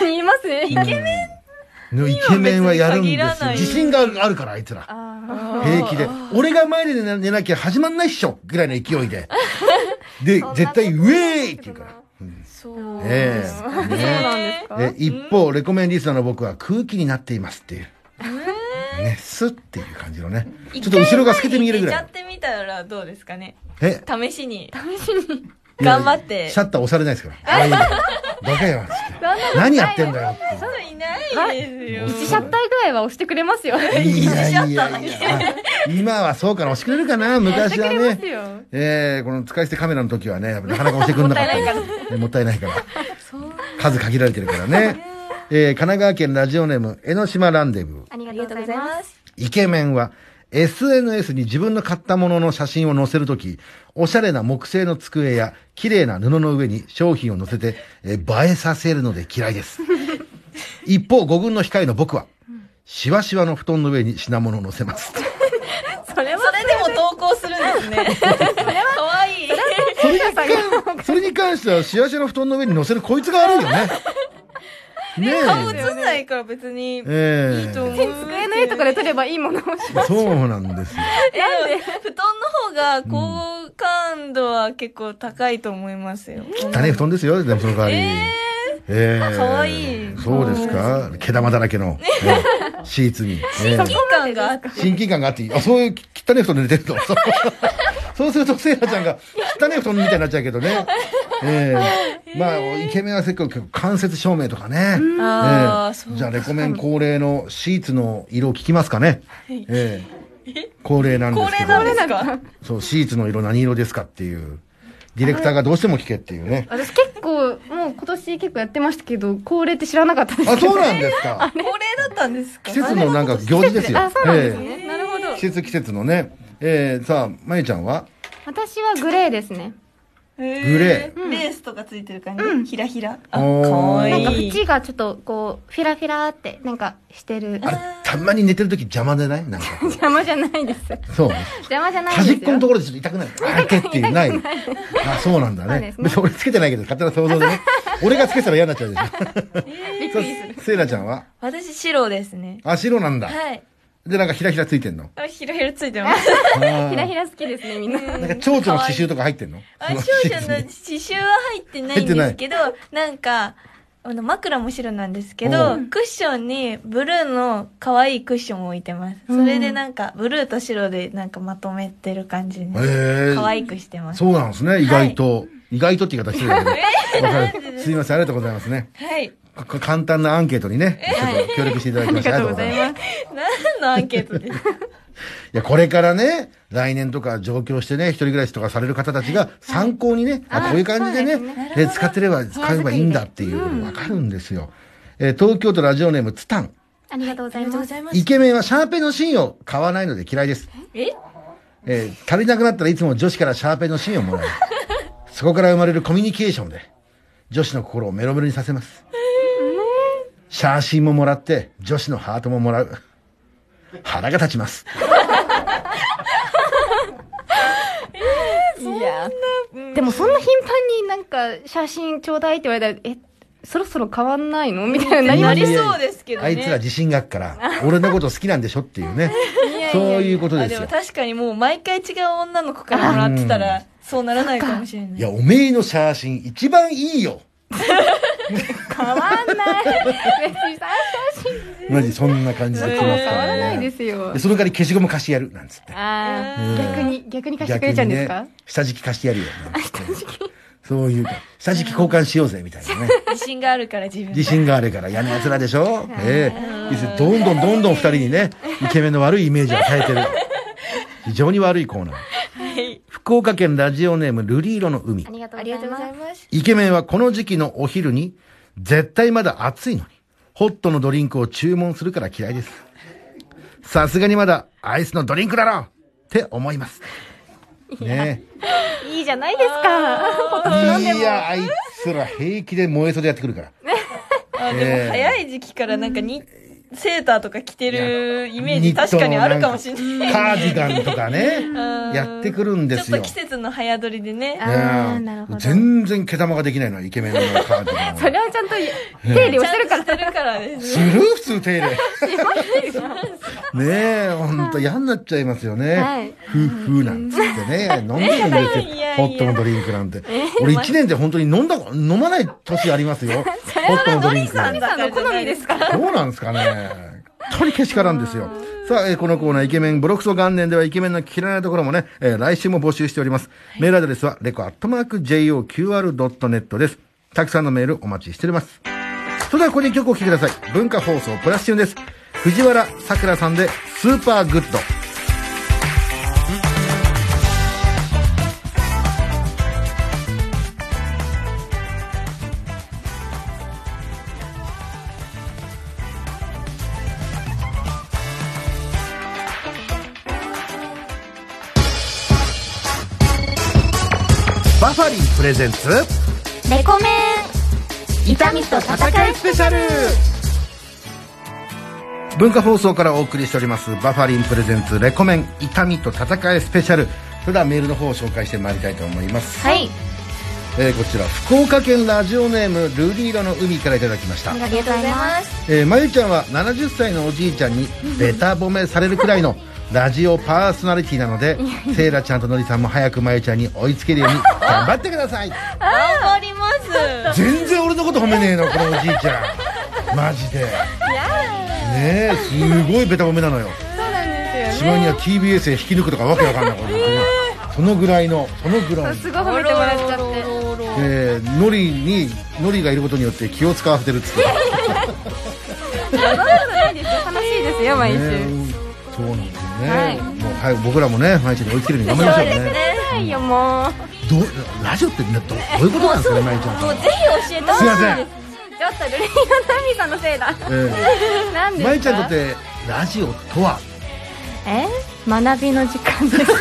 言いますね
イケメンのイケメンはやるんで
には別に限
す
ら
よ。
ない
自信があるあるから、あいつら。平気で。俺が前で寝な寝なきゃ始まんないっしょぐらいの勢い で。で、絶対、ウェーイって言うから。そう。ええねええ一方、レコメンリスナーの僕は空気になっていますっていう。ね、すっていう感じのね。ちょっと後ろが透けて見えるぐらい
一。回前に寝ちゃってみたらどうですかね。
え、
試しに。
いや
頑張って
シャッター押されないです から。ああいうのバカやんっつって。何やってんだよって
そういないですよ。
1シャッターぐらいは押してくれますよ
いやいやいやいや。今はそうかな、押してくれるかな、昔は
押してく
ね。
れますよ
えー、この使い捨てカメラの時はね、やっぱなかなか押してくんなかったり。ね もったいないから。数限られてるからね。えー、神奈川県ラジオネーム、江ノ島ランデブー。
ありがとうございます
イケメンは SNS に自分の買ったものの写真を載せるとき、おしゃれな木製の机や綺麗な布の上に商品を載せて、えー映えさせるので嫌い です。一方、五軍の控えの僕は、しわしわの布団の上に品物を載せます。
それでも投稿するんですね。可愛い。
それに関それに関しては、しわしわの布団の上に載せるこいつが悪いよ ね。ね
顔映
え。
んないから別にいい
え
と思う。
机の絵とかで撮ればいいものを
えそうなんですよ。
えでも布団の方が好感度は結構高いと思いますよ。
汚い布団ですよ、でもその代わり。ええ
可愛い
そうですか毛玉だらけ の、ええシーツに。ええ
危機感があって。
親近感があっていい。あ、そういう 汚い布団で寝てると。そうそうすると、セイラちゃんが汚い布団みたいになっちゃうけどね。ええまあ、イケメンは結構、結構間接照明とかね。
あー
ええ
そう
じゃあ、レコメン恒例のシーツの色聞きますかね。ええ恒例なんで
高
すけ
齢
ど。
なんです か
そう、シーツの色何色ですかっていう。ディレクターがどうしても聞けっていうね。
私結構、もう今年結構やってましたけど、恒例って知らなかったです
あ、
けど。
そうなんです か。
高齢だったんですか
季節のなんか行事ですよ。
あそうなんですね
え
なるほど
え季節季節のね。ええさあ、まゆちゃんは
私はグレーですね。
グ
グレ
ーレースとかついてる感じ、ひらひらあか
おー
わ
なんか
いい
縁がちょっとこう、フィラフィラーって、なんかしてる。
あれ、たまに寝てるとき邪魔でないなんか。
邪魔じゃないです。
そう。
邪魔じゃないで
端
すよ。
っこのところでちょっと痛くなる。あーけっていう、ない。あ、そうなんだ
そう
ね
で。すね
別に俺つけてないけど、勝手な想像でね。俺がつけてたら嫌になっちゃうでしょ。せいらちゃんは
私白ですね
あ、白なんだ。
はい
で、なんかひらひらついてんの。
あひらひらついてます
あー
ひらひら好きですね、みんな。
なんか蝶々の刺繍とか入ってんの
あ、 少女の刺繍は入ってないんですけど、なんか、あの、枕も白なんですけ
う
ど、クッションにブルーの可愛いクッションを置いてます。それでなんか、ブルーと白でなんかまとめてる感じに、
へえ
可愛くしてます。
そうなんですね、意外と。意外とって言い方してるけど。わかるすいません、ありがとうございますね。
はい。
かか簡単なアンケートにね、ちょっと協力していただきましてありがとうございます。
何のアンケートですか
いや、これからね、来年とか上京してね、一人暮らしとかされる方たちが参考にね、あこういう感じでね、で使ってれば、使えばいいんだっていうことがわかるんですよ。えー東京都ラジオネームツタン。
ありがとうございます。
イケメンはシャーペンの芯を買わないので嫌いです。
え
えー足りなくなったらいつも女子からシャーペンの芯をもらう。そこから生まれるコミュニケーションで、女子の心をメロメロにさせます。写真ももらって、女子のハートももらう。腹が立ちます。
いや。でもそんな頻繁になんか、写真ちょうだいって言われたら、え、そろそろ変わんないのみたいな、なり
な
ま
りそうですけどね
あいつら自信があっから、俺のこと好きなんでしょっていうね。そういうこと
あ、
です
でも
よ。
確かにもう毎回違う女の子からもらってたら、そうならないかもしれない
い。や、おめえの写真一番いいよ。
変わんない。別にさ、
マジ、そんな感じで来
変
ま
わ
すから
らないで
ね。
すよ
で。その代わり消しゴム貸してやる、なんつって。
あ
うん
あ、逆に、逆に貸してくれちゃうんですか
逆にね、下敷き貸してやるよ。なんつってそういうか、下敷き交換しようぜ、みたいなね。
自信があるから自分
自
で。
信があるから嫌な奴らでしょええいつどんどんどんどん二人にね、イケメンの悪いイメージを与えてる。非常に悪いコーナー。福岡県ラジオネーム、ルリ色の海
あ。りがと
あ
うご
り
ざ
がと
いう
ござ
ま
います。
イケメンはこの時期のお昼に、絶対まだ暑いのに、ホットのドリンクを注文するから嫌いです。さすがにまだアイスのドリンクだろうって思います。ね
す。いいじゃないですか。
え。いや、あいつら平気で燃え袖やってくるから。
あでも
ええ
早い時期からなんかに、セーターとか着てるイメージ確かにあるかもしれない。
カーディガンとかね、やってくるんで
ちょっ
す
と
よ。
季節の早撮りでね。
あ
ね
あ、なるほど。そ
全然毛玉ができないのはイケメンのカーディガンは。
れはちゃんと手入れを
ち
し
ゃ
て
ん
る
と
か
し。て
ら
るからです。
する普通手入れ。ねえ、ほんと嫌になっちゃいますよ
は
ね
い。
ふうふうなんつってね。飲んでるんですよ
いやいや。
ホットのドリンクなんて。俺一年で本当に飲んだ、飲まない年ありますよ。ホットのドリンク。
さん
ど
だから好みですか
うなんですかね。本当にけしからんですよ。さあ、えーこのコーナー、イケメン、ボロクソ元年ではイケメンの嫌いなところもね、えー来週も募集しております。メールアドレスは、レコアットマーク JOQR.net です。たくさんのメールお待ちしております。それではここで曲を聴きください。文化放送プラスチューンです。藤原さくらさんでスーパーグッド。バファリンプレゼンツ
レコメン痛みと戦い
スペシャル文化放送からお送りしておりますバファリンプレゼンツレコメン痛みと戦いスペシャルそれではメールの方を紹介してまいりたいと思います
はい
えーこちら福岡県ラジオネームルリーロの海からいただきました、
ありがとうございます
えーまゆちゃんは70歳のおじいちゃんにベタ褒めされるくらいのラジオパーソナリティなの でセイラちゃんとのりさんも早くまゆちゃんに追いつけるように頑張ってください
頑張ります。
全然俺のこと褒めねえのこのおじいちゃんマジでねえすごいベタ褒めなのよしまいには TBS へ引き抜くとかわけわかんないことそのぐらいのそのぐらいの
すごい褒めてもらっちゃって。
おろおろおろ
えー、ノリにノリがいることによって気を使わせてるっつって、
楽しいですよ、毎週。
ねそうなんですよね、
はい
もう早く僕らもね毎日に追いつけるように頑張りましょうね
ないよ、もう。
どうラジオってねどどういうことなんですかね毎日
もう
ゃん
ぜひ教えてほし
すい
い
ません、
ちょっと、グレイオナミさんのせいだ。
え
なん
ー、
で
ま
す
ゆちゃんに
か
とってラジオとは
え学びの時間です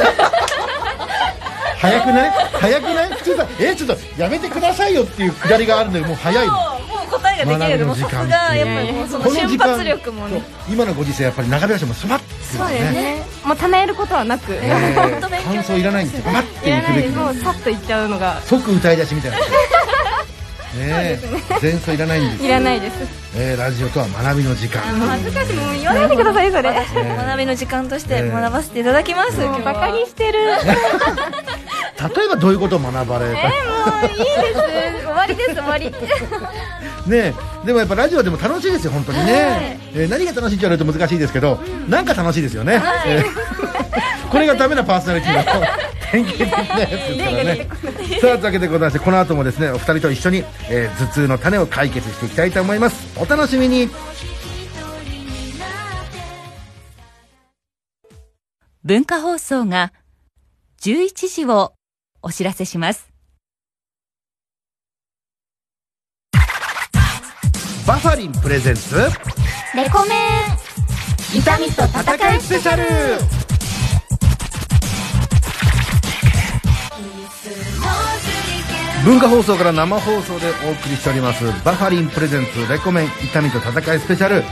早くない早くない普通さえー、ちょっとやめてくださいよっていうくだりがあるのにもう早いの
もう答えができるでもさすがやっぱりもうその瞬発力もね
そう今のご時世やっぱり長引かしてもスパッて
そうだよね。
もうためることはなく
えー感想いらないんですよバッ
い
てい
や
く
ない
べき
で
な
も
ん
う
です
さっと行っちゃうの が
即歌い出しみたいなねえ前奏いらないんです
い
よ
らないです。
えーラジオとは学びの時間
もう恥ずかしい、もう言わないでください、それ。
私も学びの時間として学ばせていただきます、今
も
日
う
は
バカに してる。え
例えばどういうことを学ばれた
もういいです。終わりです、終 わり。
ねえでもやっぱラジオでも楽しいですよ本当にね、えー何が楽しいって言われると難しいですけど、なんか楽しいですよね、えーこれがダメなパーソナリティの典型的なやつですからねさあというわけでございましてこの後もですねお二人と一緒に、えー頭痛の種を解決していきたいと思いますお楽しみに
文化放送が11時をお知らせします。
バファリンプレゼンツ
レコメン痛みと
戦いスペシャル文化放送から生放送でお送りしておりますバファリンプレゼンツレコメン痛みと戦いスペシャル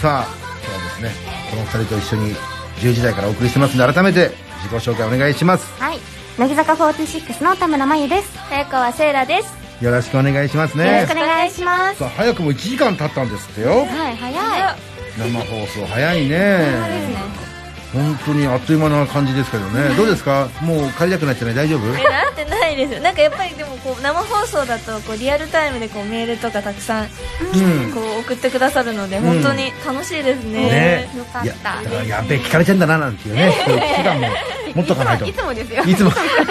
さあ今日はですねこの二人と一緒に10時台からお送りしてますので改めて自己紹介お願いします
はい乃木坂46の田村真由です
早川セイラです
よろしくお願いします
よろ
ね
しくお願いします
さあ早くも1時間経ったんですってよ
はい早い
生放送早いね本当にあっという間な感じですけどねどうですかもう帰りたくなっちゃない大丈夫
えなってないですよなんかやっぱりでもこう生放送だとこうリアルタイムでこうメールとかたくさんこ
うん
う送ってくださるので
ん
本当に楽しいです
ね
ね、
よか
いや
った
だからやっべえ聞かれてんだななんていうねそういう危機感も持っとかないと
いつもですよ。
いつも
聞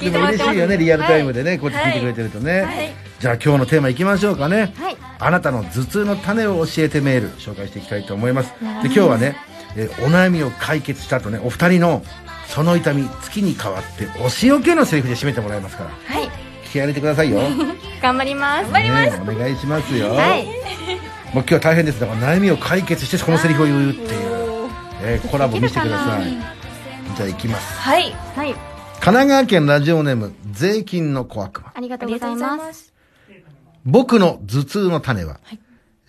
で
いて
も
もらってま
嬉しい
す
よねリアルタイムでねこうやって聞いてくれてると
はい
ねじゃあ今日のテーマいきましょうかね
はい
あなたの頭痛の種を教えてメール紹介していきたいと思いますで今日はねえーお悩みを解決したとねお二人のその痛み月に変わってお仕置けのセリフで締めてもらいますから
はい
気合い入れてくださいよ
頑張りま
ね
す
お願いしますよ、
はい
もう今日は大変ですだから悩みを解決してこのセリフを言うっていう、えーコラボ見せてくださいじゃあ行きます
はい
はい
神奈川県ラジオネーム税金の小悪魔
ありがとうございます
す
僕の頭痛の種は、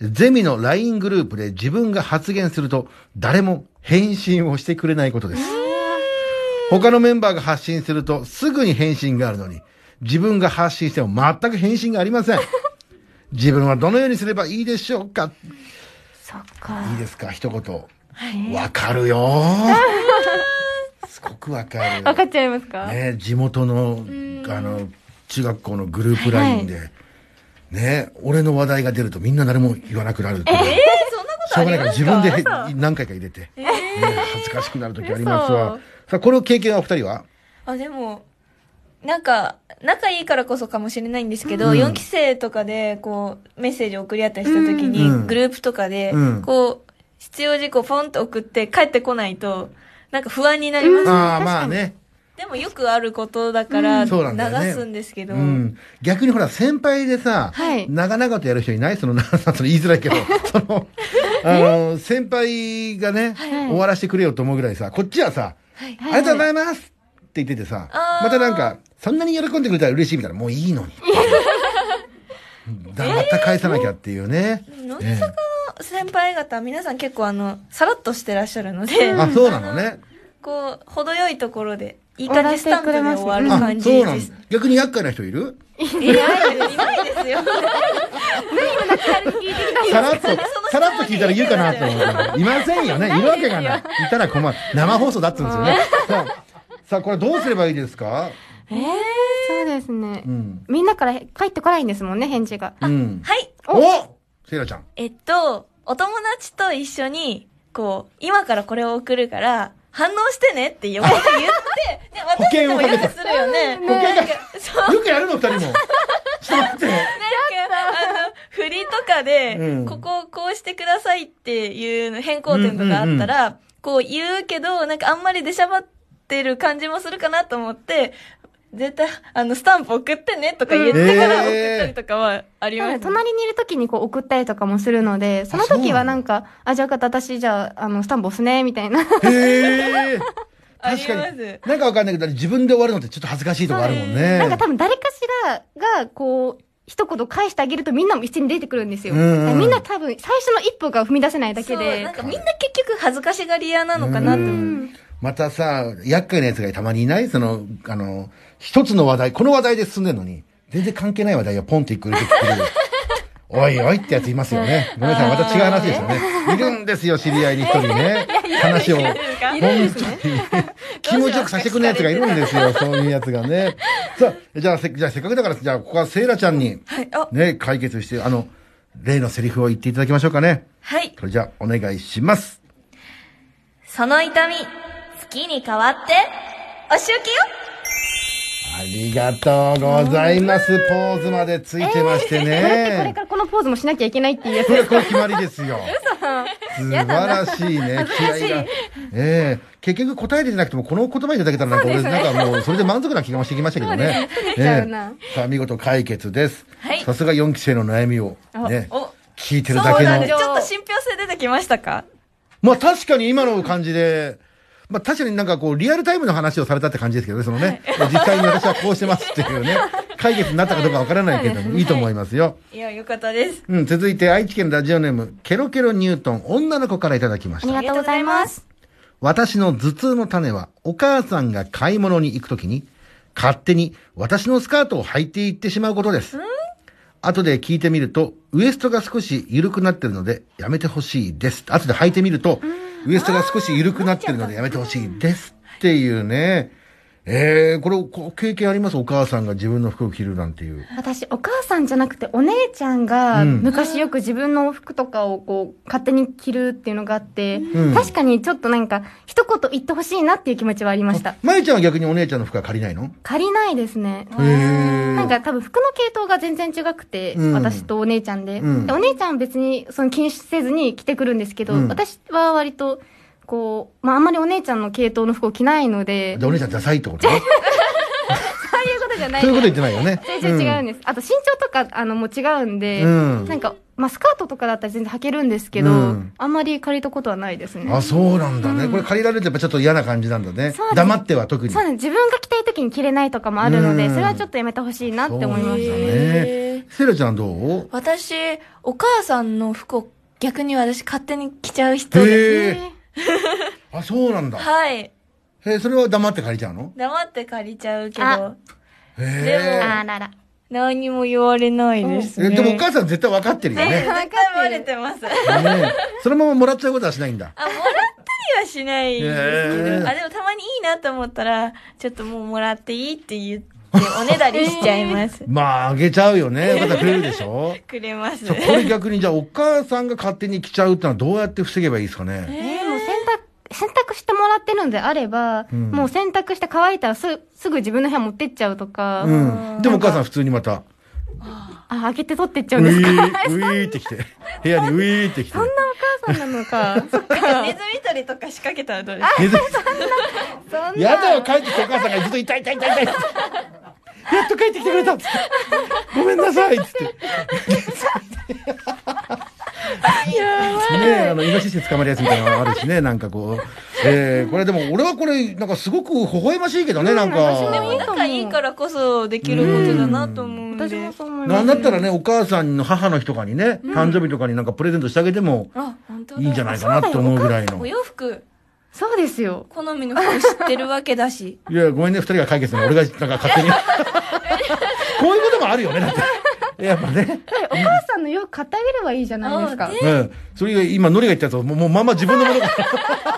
ゼミの LINE グループで自分が発言すると誰も返信をしてくれないことです。他のメンバーが発信するとすぐに返信があるのに、自分が発信しても全く返信がありませ ん。自分はどのようにすればいいでしょうか
そっか
いいですか一言。わかるよ ーすごくわかる。
分かっちゃいますか
ね、地元のあの中学校のグループラインで、ね、俺の話題が出るとみんな誰も言わなくなるっていうしょうがないから自分で何回か入れて、ね恥ずかしくなる時ありますわさあこれを経験はお二人は
あでもなんか仲いいからこそかもしれないんですけど、
うん
4期生とかでこうメッセージを送り合ったりした時に、
うん
グループとかで、
うん
こう必要事項ポンと送って帰ってこないとなんか不安になります、
ああまあね、
でもよくあることだから
うん
流
そうなんだよね
すんですけ
う
ど、
ん、逆にほら先輩でさ、
はい
長々とやる人いないそのな その言いづらいけどそのあの先輩がね、終わらせてくれよと思うぐらいさこっちはさ、ありがとうございますって言っててさ、
あー
またなんか、そんなに喜んでくれたら嬉しいみたいな、もういいのに。だまた返さなきゃっていうね。
乃木
え
坂の先輩方、皆さん結構あの、さらっとしてらっしゃるので
え、あ、そうなのね。
こう、程よいところで、いい感じスタンプで終わる
あ
感、じ
そうな
で
の
す。。
逆に厄介な人いる
いないいないですよ。
さらっと、さらっと聞いたら言うかなと思って。いませんよね。いるわけがない。いたら困る。生放送だって言うんですよね。さあ、さあこれどうすればいいですか
そうですね
うん。
みんなから帰ってこないんですもんね返事が
うん。
はい。
おセイラちゃん。
えっと、お友達と一緒に、こう、今からこれを送るから、反応してねってよく言って、ね、
保険
私
を
も
かけ
よ
た
くするよね。
保険が、
そう、なんか、
よくやるの、二人も。ちょっと待って。
あの、振りとかで、
うん
ここをこうしてくださいっていうの変更点とかあったら、こう言うけど、なんかあんまり出しゃばってる感じもするかなと思って、絶対、あの、スタンプ送ってねとか言ってから送ったりとかはあり
な
ま
ん
す、
か隣にいる時にこう送ったりとかもするので、その時はなんか、あ、じゃあ分かった、私じゃあ、あの、スタンプ押すね、みたいな。
へえ。
あり
確か
ます
に。なんかわかんないけど、自分で終わるのってちょっと恥ずかしいとこあるもんね。
なんか多分誰かしらが、こう、一言返してあげるとみんなも一緒に出てくるんですよ。
うんうん
みんな多分最初の一歩が踏み出せないだけ
そう、なん
で。
かみんな結局恥ずかしがり屋なのかなって思う。
またさ、厄介な奴がたまにいないその、あの、一つの話題、この話題で進んでるのに、全然関係ない話題がポンってくる。 おいおいってやついますよね。ごめんなさい、また違う話ですよね。いるんですよ、知り合いに一人ね。話を。本当に気持ちよくさせてくれない奴がいるんですよ、そういう奴がね。さあ、じゃあ、せじゃあせっかくだから、じゃあ、ここはセイラちゃんに、
はい、あ、
ね、解決して、あの、例のセリフを言っていただきましょうかね。
はい。
それじゃあ、お願いします。
その痛み、好きに変わって、お仕置きよ
ありがとうございます。ポーズまでついてまして
これってこれ
ね
か。らこのポーズもしなきゃいけないっていうやつ
こ。れ、これ決まりですよ。素晴らしいね。気合が。ええ結局答え出てなくても、この言葉いただけたらなんか、俺、なんかもう、それで満足な気がしてきましたけどね。
すねそうですね
ええさあ、見事解決です
はい。
さすが4期生の悩みを、ね、
お、
聞いて
そ
る
う
だけ
なんです。ち
の。
ょっと信憑性出てきましたか
まあ、確かに今の感じで、まあ、確かになんかこう、リアルタイムの話をされたって感じですけどね、そのね。実際に私はこうしてますっていう ね。解決になったかどうかわからないけれども、いいと思いますよ。
いや、よかったです。
うん、続いて愛知県ラジオネーム、ケロケロニュートン、女の子からいただきました。
ありがとうございます。
私の頭痛の種は、お母さんが買い物に行くときに、勝手に私のスカートを履いていってしまうことです。後で聞いてみると、ウエストが少し緩くなってるので、やめてほしいです。後で履いてみると、ウエストが少し緩くなってるので、やめてほしいです。っていうね。えー、これ、こ経験ありますお母さんが自分の服を着るなんていう。
私、お母さんじゃなくて、お姉ちゃんが、
うん
昔よく自分の服とかをこう、勝手に着るっていうのがあって、
うん
確かにちょっとなんか、一言言ってほしいなっていう気持ちはありました。
まゆちゃんは逆にお姉ちゃんの服は借りないの
借りないですね。
へー
なんか多分服の系統が全然違くて、
うん
私とお姉ちゃんで,で、
うん
お姉ちゃんは別にその気にせずに着てくるんですけど、
うん
私は割と、こう、まああんまりお姉ちゃんの系統の服を着ないので、
じゃあお姉ちゃんダサいってことね。
そういうことじゃない
そういうこと言ってないよね。
全然違うんです。あと身長とか、あの、もう違うんで、
うん
なんか、まあ、スカートとかだったら全然履けるんですけど、
うん
あんまり借りたことはないです
うん
ね。
あ、そうなんだね。これ借りられるとやっぱちょっと嫌な感じなんだね
そう。です
黙っては特に。
そうなんです。自分が着たい時に着れないとかもあるので、
うん
それはちょっとやめてほしいなって思いました
そう
ね。
ね。セラちゃんどう
私、お母さんの服を逆に私勝手に着ちゃう人です。
へえ。あ、そうなんだ。
はい。
えそれは黙って借りちゃうの
黙って借りちゃうけ
あ
ど、
へ
あらら。
何にも言われないです
え。え
ね。
でもお母さん絶対分かってるよね。
絶対バレてます。 あ、もらっ
ねそのままもらっちゃうことはしないんだ。
たりはしないですけ
へー
ど、あ、でもたまにいいなと思ったら、ちょっともうもらっていいって言って、おねだりしちゃい ます。
まあ、あげちゃうよね。また増えるでしょ
くれます。
そうこれ逆にじゃあお母さんが勝手に着ちゃうってのはどうやって防げばいいですかね。
えーもう洗濯、洗濯してもらってるのであれば、
ん
もう洗濯して乾いたらすすぐ自分の部屋持ってっちゃうとか、
うん。でもお母さん普通にまた。
あ、開けて取ってっちゃ
ウ
うんです
ィ
か。
ー、ウィーってきて。部屋にウィーってきて。
そんなお母さんなのか。 そっか
ネズミ取りとか仕掛けたらどうですか
ネズミ
そんな。
やだよ、帰ってきたお母さんがずっと痛い痛い痛い痛いっつってやっと帰ってきてくれたっつってごめんなさいっつって。ねえ、あの、イノシシ捕まるやつみたいなのもあるしね、なんかこう。えー、これでも俺はこれ、なんかすごく微笑ましいけどね、なん
私もいい
か。
かも
仲いいからこそできることだなと思うんで。
私もそう思いま
な
す。
んだったらね、お母さんの母の日とかにね、誕生日とかになんかプレゼントしてあげても
あ、本当だ。
いいんじゃないかなって思うぐらいの
お。洋服、
そうですよ。
好みの服知ってるわけ だし。
いや、ごめんね、二人が解決するの。俺が、なんか勝手 に。こういうこともあるよね、だって。やっぱね。
お母さんの洋服買ってあげればいいじゃないですか。い
うん。それが今、ノリが言ったやつを、もう、もうまんま自分のも のが。
ただきま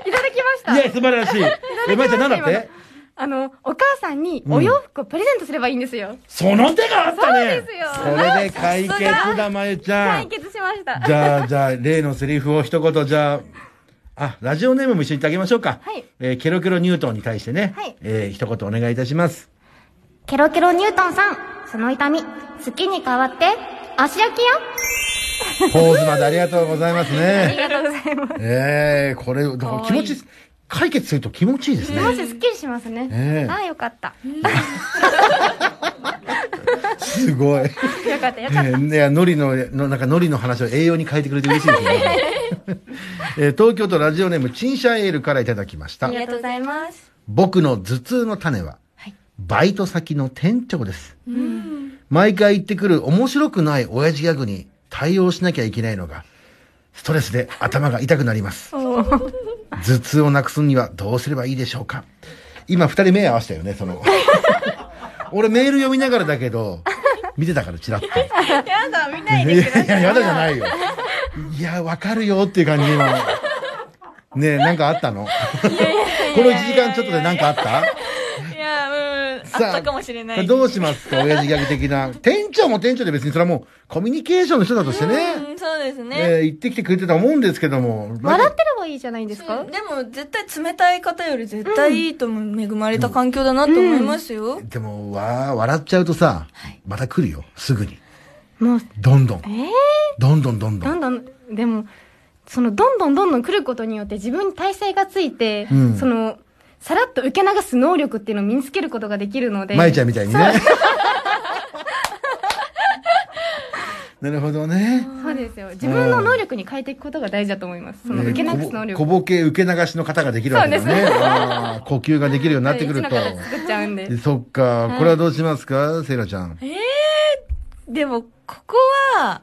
した。
いや、素晴らしい。え、まいちゃん、なんだって
あの、お母さんにお洋服をプレゼントすればいいんですよ。
その手があったね
そうですよ
それで解決だ、まゆちゃん
解。決しました。
じゃあ、じゃあ、例のセリフを一言、じゃあ、あ、ラジオネームも一緒に言ってあげましょうか。
はい
えーケロケロニュートンに対してね。
はい
えー一言お願いいたします。
ケロケロニュートンさん、その痛み、好きに変わって、足焼きよ
ポーズまでありがとうございますね。
ありがとうございます。
ええこれ、でも気持ち、解決すると気持ちいいですね。
マジすっきりしますね。
ええ
ああ、よかった。
すごい。
よかった、よかった。
えーいや、海苔の、のなんか海苔の話を栄養に変えてくれて嬉しいです ね。えー東京都ラジオネーム、チンシャエールからいただきました。
りがとうございます。
僕の頭痛の種は、バイト先の店長です。毎回言ってくる面白くない親父ギャグに対応しなきゃいけないのが、ストレスで頭が痛くなります。頭痛をなくすにはどうすればいいでしょうか今二人目合わせたよね、その。俺メール読みながらだけど、見てたからチラッと。
やだ、見ない
い
でくださ
や
い。
いや、やだじゃないよ。いや、わかるよっていう感じで今の。ねえ、なんかあったのこの1時間ちょっとでなんかあ った
いや、うん、あったかもしれない。
どうしますか親父ギャグ的な。 店長も店長で別にそれはもうコミュニケーションの人だとしてね。
うん、そうです
え
ね。
ー言ってきてくれてたと思うんですけども。
笑ってればいいじゃないですか
うんでも、絶対冷たい方より絶対いいと思う、恵まれた環境だなと思いますよ。
でも、わー、笑っちゃうとさ、また来るよ。すぐに。
もう、
どんどん。
ええ
どんどんどんど
どん
ん。
どん、でも、その、どんどんどんどん来ることによって自分に体勢がついて、
うん
その、さらっと受け流す能力っていうのを身につけることができるので。
舞ちゃんみたいにね。 なるほどね。
そうですよ。自分の能力に変えていくことが大事だと思います。その、
えー
受け流す能
こ
力。
ぼこぼけ受け流しの方ができるわけだよね。あー呼吸ができるようになってくる
は
と
い。一の形作っちゃうんで。
そっか、これはどうしますかセイラちゃん。
でも、ここは、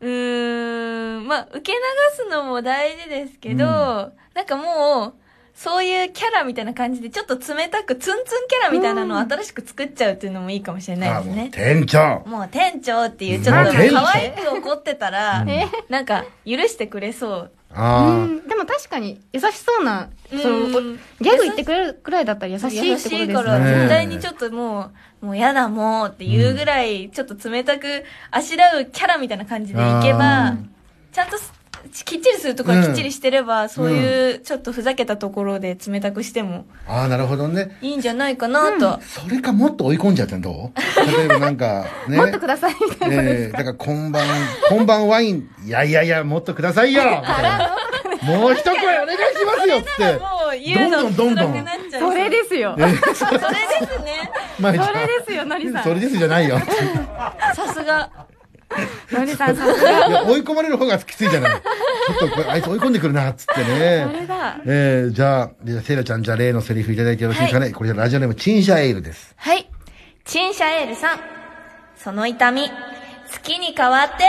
うーん、まあ、受け流すのも大事ですけど、
うん
なんかもう、そういうキャラみたいな感じで、ちょっと冷たく、ツンツンキャラみたいなのを新しく作っちゃうっていうのもいいかもしれない
あー
です
もう
ね。
店長
もう店長っていう、ちょっと
まあ店長
可愛く怒ってたら、なんか許してくれそう。
ああ、
うんでも確かに優しそうな、その、
うん
おギャグ言ってくれるくらいだったら優しい
優
っ
して
こと
い
です
から、
よ
ね
ね。
絶対にちょっともう、もうやだもうっていうぐらい、ちょっと冷たく、あしらうキャラみたいな感じでいけ
う
ば
ん、
ちゃんとすきっちりするところはきっちりしてれば、そういうちょっとふざけたところで冷たくしても
ああ、なるほどね。
いいんじゃないかなと。
それかもっと追い込んじゃってんどう例えばなん か、ね。
もっとくださいみたいな。
ええだから、こんばん、こんばんワイン、いやいやいや、もっとくださいよみたい なもう一声お願いしますよっつって
も。う言うの
どんどんどん
辛く
どん
なっちゃう。
それですよ。
それですね。
まあ
それですよ、のりさん。
それですじゃないよ。
さすが。
のりさん、さすが。
いや追い込まれる方がきついじゃない。ちょっとこれ、あいつ追い込んでくるな、っつってね。えー、じゃあ、じゃあセイラちゃん、じゃあ例のセリフいただいてよろしいですかね。これ、ラジオネーム、チンシャエールです。
はい。チンシャエールさん。その痛み、月に変わって、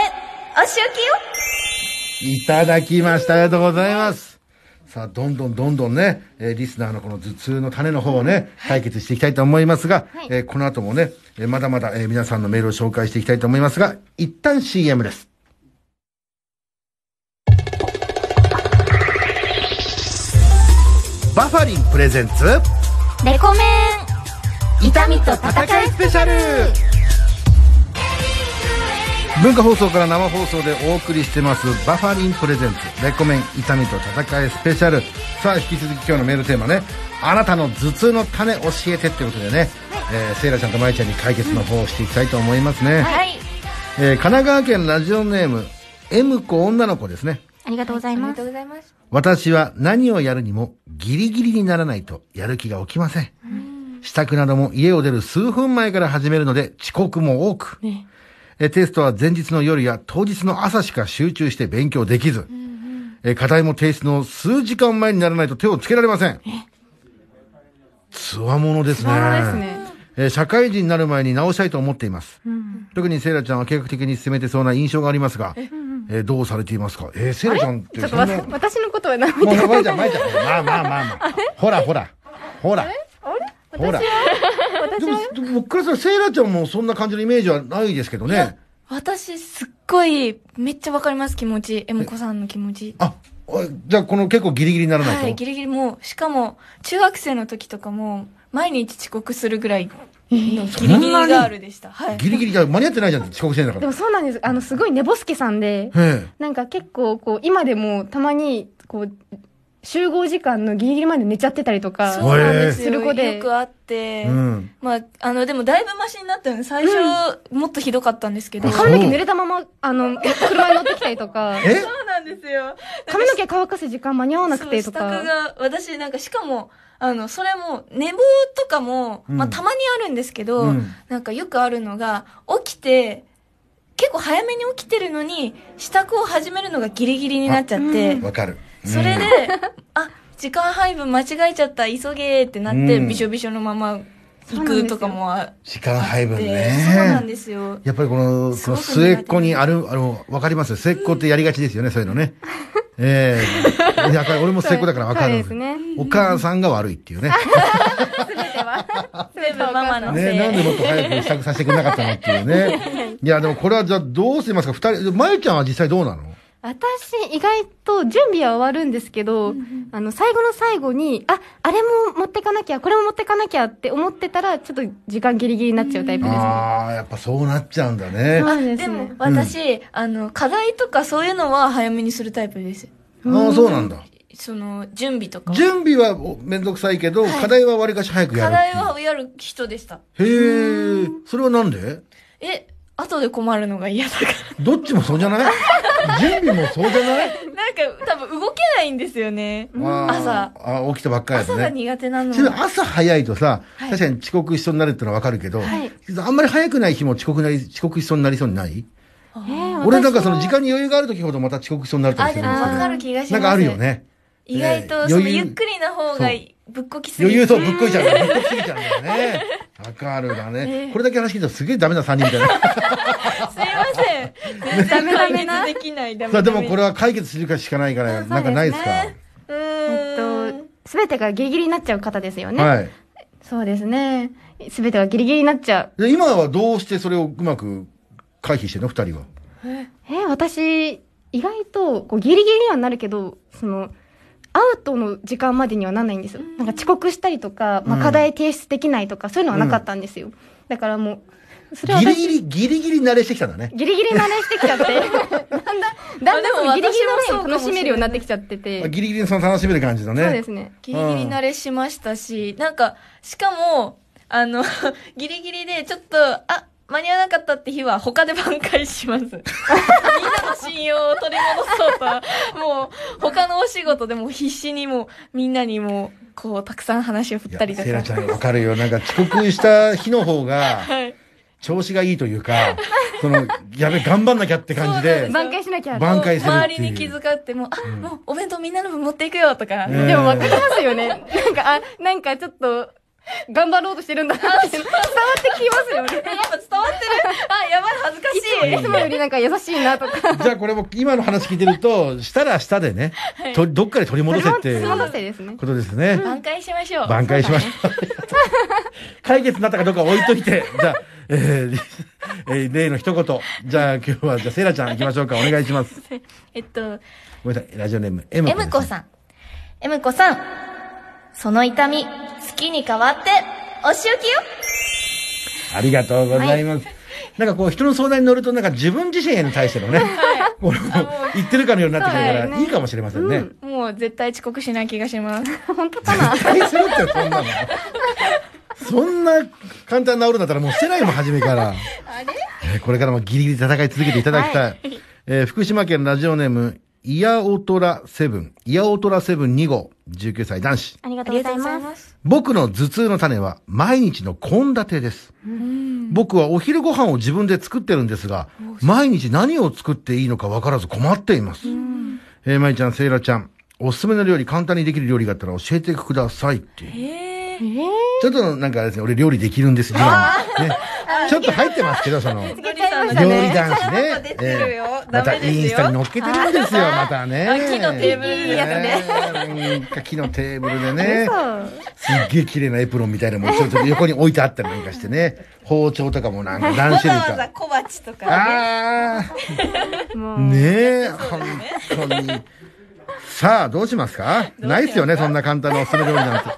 お仕置きよ
いただきました。ありがとうございます。さあ、どんどんどんどんね、えーリスナーのこの頭痛の種の方をね、解決していきたいと思いますが、えーこの後もね、えーまだまだ、えー皆さんのメールを紹介していきたいと思いますが、一旦 CM です。バファリンプレゼンツ
レコメン痛みと
戦いスペシャル文化放送から生放送でお送りしてますバファリンプレゼンツレコメン痛みと戦いスペシャルさあ引き続き今日のメールテーマねあなたの頭痛の種教えてってことでね、えーセイラちゃんとマイちゃんに解決の方をしていきたいと思いますね、
はい。
えー神奈川県ラジオネーム M 子女の子ですね
ありがとうございます。
ございます。
私は何をやるにもギリギリにならないとやる気が起きません。支度なども家を出る数分前から始めるので遅刻も多く。えテストは前日の夜や当日の朝しか集中して勉強できず、え課題も提出の数時間前にならないと手をつけられません。つわものですね。
そうですね。
えー社会人になる前に直したいと思っています。特にセイラちゃんは計画的に進めてそうな印象がありますが、えーどうされていますかえーセイラちゃんって
ちょっ
そ
と
んな
わた、私のことは何
もう、まいちゃん、まいちゃん。まあまあまあまあ。ほらほら。ほら。ほら。でも、でも僕からしたら、セイラちゃんもそんな感じのイメージはないですけどね。
私、すっごい、めっちゃわかります、気持ち。えもこさんの気持ち。
あ、おいじゃあ、この結構ギリギリにならないと。
はい、ギリギリもう、しかも、中学生の時とかも、毎日遅刻するぐらいのギリギリガールでした。はい。
ギリギリじゃ間に合ってないじゃん、遅刻してんだか
で
ら。
もそうなんです。あの、すごい寝ぼすけさんで、
へえ。
なんか結構こう、今でもたまに、こう、集合時間のギリギリまで寝ちゃってたりとか。
うなんです
よ
よ。よくあって。
うん。
まあ、あの、でもだいぶマシになったよね。最初、もっとひどかったんですけど。
あ
そ
そう
髪の毛濡れたまま、あの、車に乗ってきたりとか。
え
なんですよ。
髪の毛乾かす時間間に合わなくて
そ
と
う支度
か。
が、私なんかしかも、あの、それも、寝坊とかも、
うん
まあたまにあるんですけど、
うん
なんかよくあるのが、起きて、結構早めに起きてるのに、支度を始めるのがギリギリになっちゃって、
わかる。うん
それで、あ、時間配分間違えちゃった、急げーってなって、
うん
びしょびしょのまま行くとかもあっ
時間配分
て、そうなん
ね。
ですよ。
やっぱりこの、
す
この
ごく苦手
末っ子にある、あの、わかります末っ子ってやりがちですよね、そういうの ね。ええ。いや、これ俺も末っ子だからわか
そう
る
です。ね。
お母さんが悪いっていうね。
全部ママのせい。
ね、なんでもっと早く支度させてくれなかったのっていう ね。いや、でもこれはじゃあどうしますか二人、まゆちゃんは実際どうなの
私、意外と準備は終わるんですけど、あの、最後の最後に、あ、あれも持ってかなきゃ、これも持ってかなきゃって思ってたら、ちょっと時間ギリギリになっちゃうタイプですね。
ああ、やっぱそうなっちゃうんだね。あ
そうです
で
ね
も。私、あの課題とかそういうのは早めにするタイプです
あ、そうなんだ。
その準備とかは
準備はおめんどくさいけど、課題はわりかし早くやるっ
課
てい
題
う。
はやる人でした
へえ、それはなんで
え後で困るのが嫌だか
どっちもそうじゃ ない準備もそうじゃない
ら なんか多分動けないんですよね
あ
朝
ーあ、起きたばっかり
朝が
だね。
苦手なの
ちなみに朝早いとさ、確かに遅刻しそうになるってのはわかるけど、あんまり早くない日も遅刻なり、遅刻しそうになりそうにない
えー
俺なんかその時間に余裕がある時ほどまた遅刻しそうになるとか
あ
す
で
るん
も
ですけ
分
ど
か。る気がします
なんかあるよね。
意外
ね
とその
余裕
ゆっくりな方がぶっこきすぎ
余
て
裕そう、ぶっこいちゃうから。ぶっこきすぎちゃうんだよね。わかるだね。これだけ話聞いたらすげえダメな3人みたい な。
すいませ ん全然解決できないダメ
さあ、
ダメ
でもこれは解決するかしかないから、なんかないですか
うー
えっ
ん
と、すべてがギリギリになっちゃう方ですよね。
はい。
そうですね。すべてがギリギリになっちゃう。
で今はどうしてそれをうまく回避してんの二人は。
えー私、意外と、こう、ギリギリにはなるけど、その、アウトの時間までにはなんないんですよ。なんか遅刻したりとか、ま
う
あ、
ん
課題提出できないとか、そういうのはなかったんですよ。だからもう、それは
ギリ
私、
ギリ、ギリギリ慣れしてきたんだね。
ギリギリ慣れしてきちゃ って、だんだん、だんだんそのギリギリのラインを楽しめるようになってきちゃってて、
ギリギリその楽しめる感じのね。
そうですね。
ギリギリ慣れしましたし、なんか、しかも、あの、 ギリギリでちょっと、あ、間に合わなかったって日は他で挽回します。みんなの信用を取り戻そうとは、もう、他のお仕事でも必死にもう、みんなにもう、こう、たくさん話を振
い
ったり
や、
と
セイラち
か。
ゃんわかるよ。なんか遅刻した日の方が、
はい。
調子がいいというか、その、やべ、頑張んなきゃって感じで、
挽回しなきゃ。で
挽回するってい
周
う。
りに気遣っても、あ、もう、お弁当みんなの分持っていくよとか。
ね
も分かりますよね。なんか、あ、なんかちょっと、頑張ろうとしてるんだなって、伝わってきますよね。
やっぱ伝わってる。あ、やばい、恥ずかしい。
いつもよりなんか優しいなとか。
じゃあこれも今の話聞いてると、したら下でね、とどっかで取り戻せってい
戻
う
せですね。
ことですね。
挽回しましょう。
挽回しました。解決になったかどうか置いといて、じゃあ、えー、えー例の一言。じゃあ今日は、じゃあセイラちゃん行きましょうか。お願いします。
えっと、
ごめんなさい、ラジオネーム、M
エムコ
ん。
さん。エムコさん、その痛み、好きに変わって、お仕置きよ
ありがとうございます。なんかこう人の相談に乗るとなんか自分自身への対してのね、この言ってるかのようになってくるから、いいかもしれませんね。
もう絶対遅刻しない気がします。
本当かな
対するってそんなの。そんな簡単に治るんだったらもうしてないもん、初めから。えーこれからもギリギリ戦い続けていただきたい。えー福島県ラジオネーム、イヤオトラセブン、イヤオトラセブン2号、19歳男子。
ありがとうございます。
す。
僕の頭痛の種は毎日の献立です。僕はお昼ご飯を自分で作ってるんですが、毎日何を作っていいのかわからず困っています。えー、まいちゃん、せいらちゃん、おすすめの料理、簡単にできる料理があったら教えてくださいっていう。ちょっとなんかあれですね、俺料理できるんです、自慢。ね。ちょっと入ってますけど、その、料理
つけちゃいましたね。
男子
そんなの
ね
出。てるよ
ええま
ダ
た
メですよ
インスタに載っけてるんですよ、またね。
あ木のテーブル
いいやつね。なんか木のテーブルでね。すっげえ綺麗なエプロンみたいなのもちょっと横に置いてあったりなんかしてね。包丁とかもなんか何
わざ
種類
わざ
か。
小鉢とか。
ああ。ねえ、本当に。さあ、どうしますかないっすよね、そんな簡単なおすすめ料理なんて。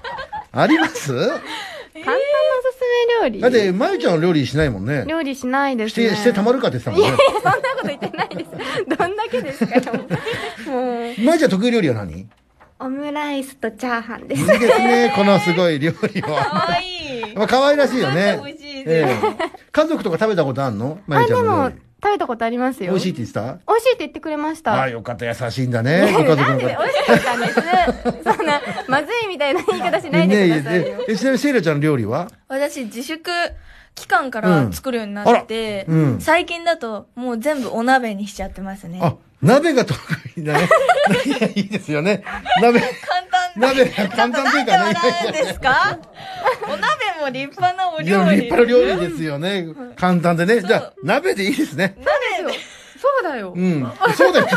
あります
簡単なおすすめ料理
だって、まゆちゃんは料理しないもんね。
料理しないで
し
すね。
て、してたまるかって言ってたもんね。
そんなこと言ってないです。どんだけですかもう。
まゆちゃん得意料理は何
オムライスとチャーハンです。
いいですね、このすごい料理 は。
可愛い。
まあ、可愛らしいよね。
美味しい
え
です。
え家族とか食べたことあんのま
あ、
ゆち
で
ゃんの
も
料理。、
食べたことあります
美
よ。
味しいっ
い。
て言ってた
美味しいって言ってくれました。
ああ、よかった。優しいんだね。ご家族の方。
美味しかったんです。そんな、まずいみたいな言い方しないでくださいよ。
ええちなみに、セイラちゃんの料理は
私、自粛期間か
う
ら
ん
作るようになって、
あらうん
最近だともう全部お鍋にしちゃってますね。
あ、鍋が得意だね。いやいいですよね。鍋、
簡単で。
鍋が簡単とい
なん
うかね
で。笑うんです かお鍋も立派なお
いや
料理。
立派な料理ですよね。簡単でね。じゃあ、鍋でいいですね。
そうだよ。
うん。そうだよ、ね。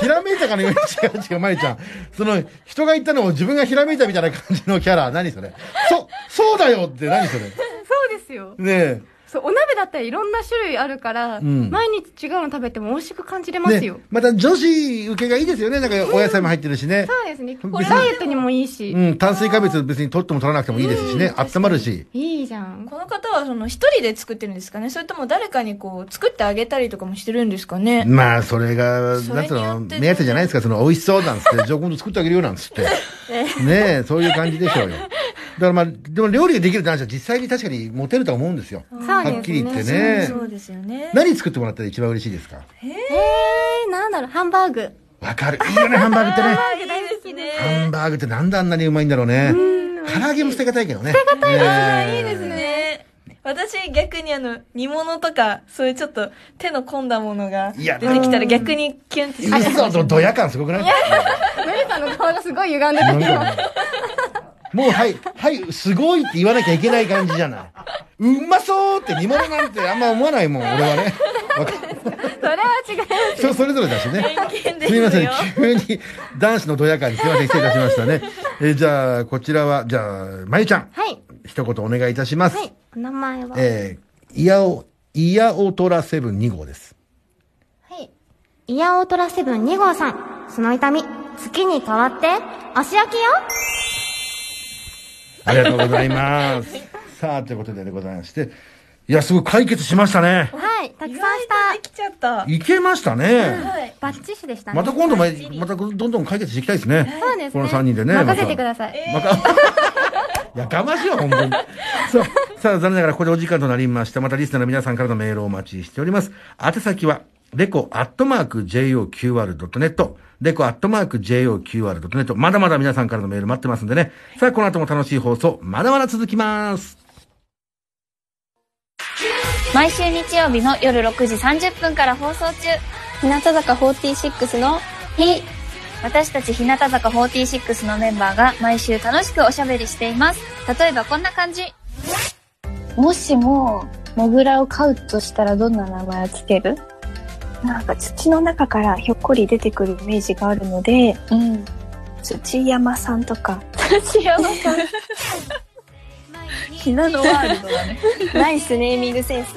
ひらめいたかのように、違う違う、まゆちゃん。その、人が言ったのを自分がひらめいたみたいな感じのキャラ。何それ。そ、そうだよって何それ。ね
そうですよ。
え。
そう、お鍋だったらいろんな種類あるから、
ん
毎日違うの食べても美味しく感じれます
ね
よ。、
また女子受けがいいですよね。なんかお野菜も入ってるしね。
そうです ね。
これ
ダイエットにもいいし。
うん、炭水化物別に取っても取らなくてもいいですしね。温まるし。
いいじゃん。
この方はその一人で作ってるんですかねそれとも誰かにこう作ってあげたりとかもしてるんですかね、
まあ、それが、
そ
な
れに
んつうの、
よってね
目当てじゃないですか。その、美味しそうなんつって、じゃあ今度作ってあげるよなんつって。ねえ、そういう感じでしょうよ。だからまあ、でも料理ができるって話は実際に確かにモテるとは思うんですよ。
そうですね。
はっきり言ってね
そうですよね。
何作ってもらったら一番嬉しいですか
えー、なんだろう、ハンバーグ。
わかる。いいよね、ハンバーグってね。
いいですね。
ハンバーグってなんであんなにうまいんだろうね。唐揚げも捨てがたいけどね。捨てがたい。いいですね
ね私逆にあの煮物とかそういうちょっと手の込んだものが
いや
出てきたら逆にキュンってし
え。嘘とドヤ感すごくない
のりさんの顔がすごい歪んでたけど。
もう、はい、はい、すごいって言わなきゃいけない感じじゃない。うまそうって煮物なんてあんま思わないもん、俺はね。わか
それは違う。
人それぞれだしね。
見です
み
よ
ません、急に男子のどやかにすみません、失礼いたしましたね。えーじゃあ、こちらは、じゃあ、まゆちゃん、
はい。
一言お願いいたします。
はい。お名前は、
えー、イヤオ、イヤオトラセブン2号です。
はい。イヤオートラセブン2号さん。その痛み、月に変わって、お仕置きよ
ありがとうございます。 さあ、ということででございまして、いや、すごい解決しましたね。
はい。たく
意外
さんし
と
た
できちゃった。
いけましたね。
バッチシでしたね。
また今度も、またどんどん解決していきたいですね。
そうですね。
この三人でね
任せてください。
まか、い や、がましいわ、本当に。そう。さあ、残念ながらここでお時間となりました。またリスナーの皆さんからのメールをお待ちしております。宛先は、レコアットマーク JOQR.net。レコアットマーク JOQR.net。まだまだ皆さんからのメール待ってますんでね。さあ、この後も楽しい放送、まだまだ続きます。
毎週日曜日の夜6時30分から放送中日向坂46の「日」私たち日向坂46のメンバーが毎週楽しくおしゃべりしています例えばこんな感じ
もしも、モグラを飼うとしたらどんな名前をつけるなんか土の中からひょっこり出てくるイメージがあるので、
うん
土山さんとか、
土屋のさん
ひなのワールドだね。 ナイスネーミングセンス。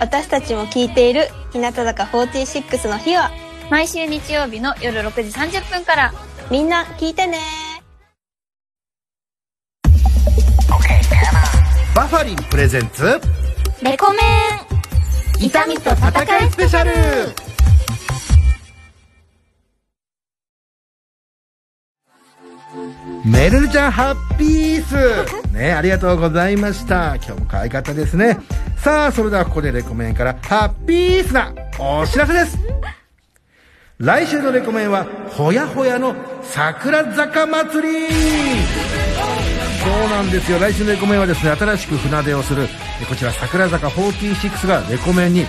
私たちも聞いている、日向坂46の日は、
毎週日曜日の夜6時30分から
みんな聞いてね
バファリンプレゼンツ、
レコメン痛みと戦い
スペシャルめるるちゃんハッピースねありがとうございました今日も可愛かったですねさあそれではここでレコメンからハッピースなお知らせです来週のレコメンはほやほやの桜坂祭りそうなんですよ来週のレコメンはですね新しく船出をするえこちら桜坂46がレコメンに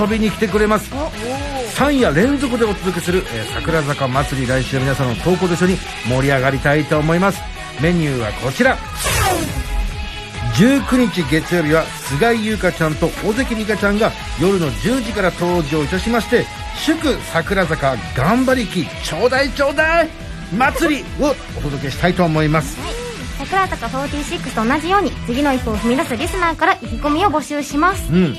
遊びに来てくれます3夜連続でお届けする、えー桜坂祭り来週は皆さんの投稿と一緒に盛り上がりたいと思いますメニューはこちら19日月曜日は菅井優香ちゃんと尾関美香ちゃんが夜の10時から登場いたしまして祝桜坂頑張り期ちょうだいちょうだい祭りをお届けしたいと思います
桜坂46と同じように次の一歩を踏み出すリスナーから意気込みを募集します、
うん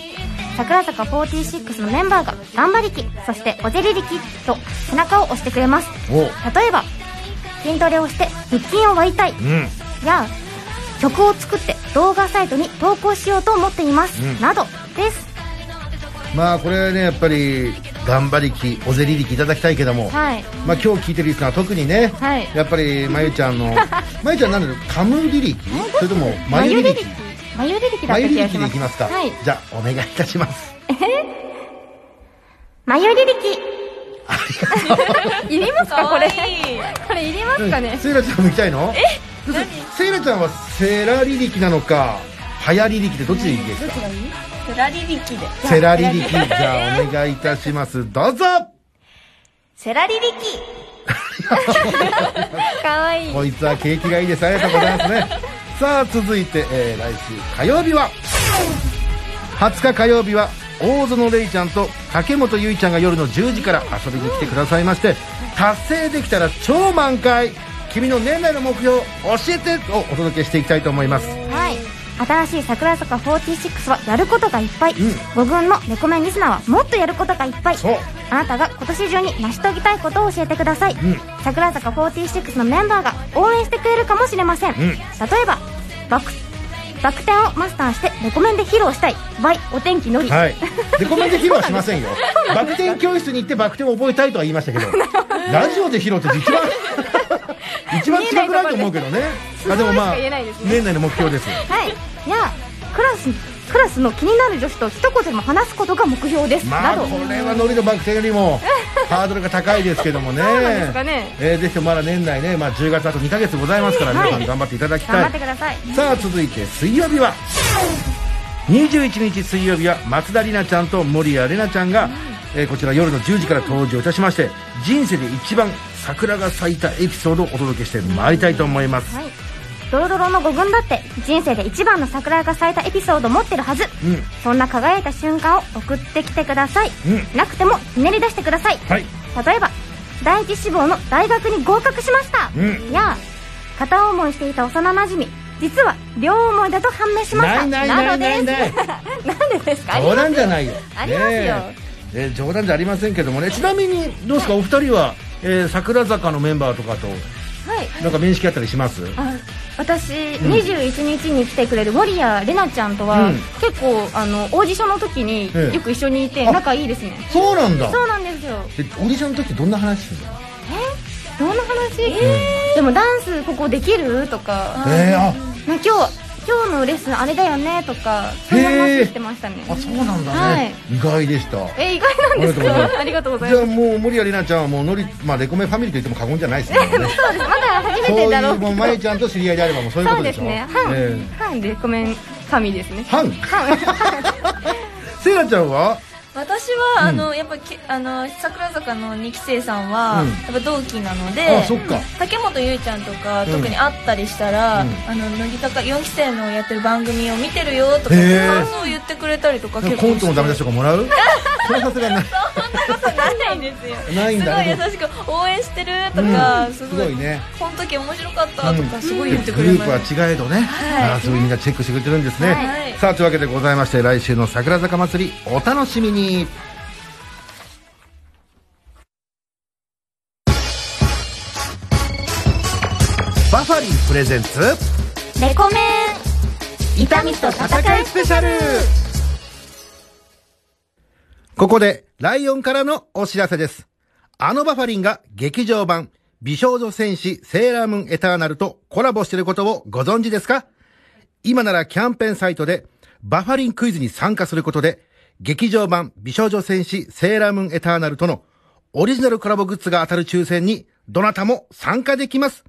桜坂46のメンバーが頑張りきそしておぜりりきと背中を押してくれます
お
例えば筋トレをして腹筋を割りたい
うん
や曲を作って動画サイトに投稿しようと思っています、
うん
などです
まあこれねやっぱり頑張りきおぜり力いただきたいけども、
はい
まあ、今日聞いてるリスナーは特にね、
はい
やっぱりまゆちゃ んのまゆちゃんなんだろうカム履歴それともまゆ履歴
眉履歴だっ
まゆ
た
履歴
気がし
で
ま
い
す
きますか、
はい
じゃあお願いいたします
眉履歴 いりますかこれこれいりますかね
セイラちゃんも行きたいのえセイラちゃんはセラ履歴なのかはや履歴でどっちでいいですか
セラリリキで。
セラ履歴じゃあお願いいたしますどうぞ
セラリリ
かわいい
こいつは景気がいいですありがとうございますねさあ続いて、えー来週火曜日は20日火曜日は大園レイちゃんと竹本結衣ちゃんが夜の10時から遊びに来てくださいまして達成できたら超満開君の年内の目標教えてをお届けしていきたいと思います
はい新しい桜坂46はやることがいっぱい、
うん
五軍のレコメンリスナーはもっとやることがいっぱい
そう
あなたが今年中に成し遂げたいことを教えてくださ
ん
い、桜坂46のメンバーが応援してくれるかもしれません、
ん
例えばバクバク転をマスターしてレコメンで披露したい Y お天気のり、
はいでコメント披露はしません よバク転教室に行ってバク転を覚えたいとは言いましたけどラジオで披露って一番一番違くないと思うけど ねあでもまあ
言えないですね
年内の目標です
はい、じゃあクラスクラスの気になる女子と一言でも話すことが目標です、
まあ
など
これはノリのバク転より もハードルが高いですけどもね
そうなんですかね
えーぜひともまだ年内ね、まあ、10月あと2ヶ月ございますから、
はい
皆さん頑張っていただき
頑
た
張
い
ってください
さあ続いて水曜日は21日水曜日は松田里奈ちゃんと守谷玲奈ちゃんが、えーこちら夜の10時から登場いたしまして人生で一番桜が咲いたエピソードをお届けしてまいりたいと思います、
はいドロドロの五軍だって人生で一番の桜が咲いたエピソード持ってるはず、
うん
そんな輝いた瞬間を送ってきてください、
う
なくてもひねり出してください
はい
例えば第一志望の大学に合格しました、
うん
やあ片思いしていた幼なじみ実は両思いだと判明しました
ないないないないない
なのですなんでですか
冗談じゃないよあ
りますよ
ええ冗談じゃありませんけどもねちなみにどうですか、お二人は、えー桜坂のメンバーとかと
はい
なんか面識あったりします
あ私、21日に来てくれるウォリアーレナちゃんとは、
うん
結構あのオーディションの時に
ええ
よく一緒にいて
あ
仲いいですね
そうなんだ
そうなんですよ
でオーディションの時どんな話するの
どんな話、でもダンスここできるとか
えー、あ
なんか今日今日のレッスンあれだよねとかそんな
へえ
話してましたね
あそうなんだね、
はい
意外でした
え意外なんですかありがとうござい
じゃ
ま
あもう森谷里奈ちゃんはもうのり、まあ、レコメファミリーと言っても過言じゃないですね そうです
まだ初め
そう
てだ
い
ろ
う
う
もうまゆちゃんと知り合いであればもうそういうこ
そ
と
うで
でし
す
ょ
ね半、
え
半レコメン神ですね
ー、半
半
せいらちゃんは
私は、
うん
あのやっぱけあの桜坂の2期生さんは、
うん
やっぱ同期なので
あそっか
竹本結衣ちゃんとか、
うん
特に会ったりしたら、
うん
あの乃木坂4期生のやってる番組を見てるよとか
へー
感想を言ってくれたりとか
でも
結
コ
構
ントのダメ出 し
し
とかもらうそれはさすがにない
てないんですよ
ないん
すご
だ
い優
ね
しく応援してるとか、
うん
す
す
ご
ご
い
いね
この時面白かったと
うん
かすご
グ
い言って
ル
くれ
ー
ま
プは
す、
違えどね、
はい
あーすごいみんなチェックしてくれてるんですね、
はい
さあというわけでございまして来週の桜坂祭りお楽しみにバファリンプレゼンツ
レコメン痛みと戦い
スペシャルここでライオンからのお知らせです。あのバファリンが劇場版美少女戦士セーラームーンエターナルとコラボしていることをご存知ですか今ならキャンペーンサイトでバファリンクイズに参加することで劇場版美少女戦士セーラームーンエターナルとのオリジナルコラボグッズが当たる抽選にどなたも参加できます。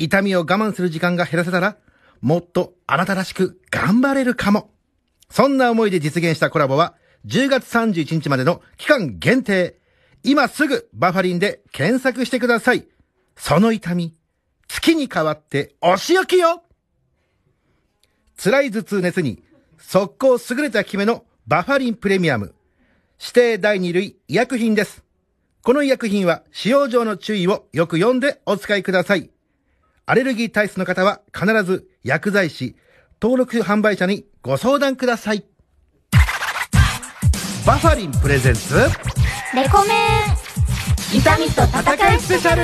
痛みを我慢する時間が減らせたら、もっとあなたらしく頑張れるかも。そんな思いで実現したコラボは、10月31日までの期間限定。今すぐバファリンで検索してください。その痛み、月に変わってお仕置きよ辛い頭痛熱に、速攻優れた決めのバファリンプレミアム。指定第2類医薬品です。この医薬品は使用上の注意をよく読んでお使いください。アレルギー体質の方は必ず薬剤師、登録販売者にご相談ください。バファリンプレゼンツ
レコメン痛みと戦い
スペシャル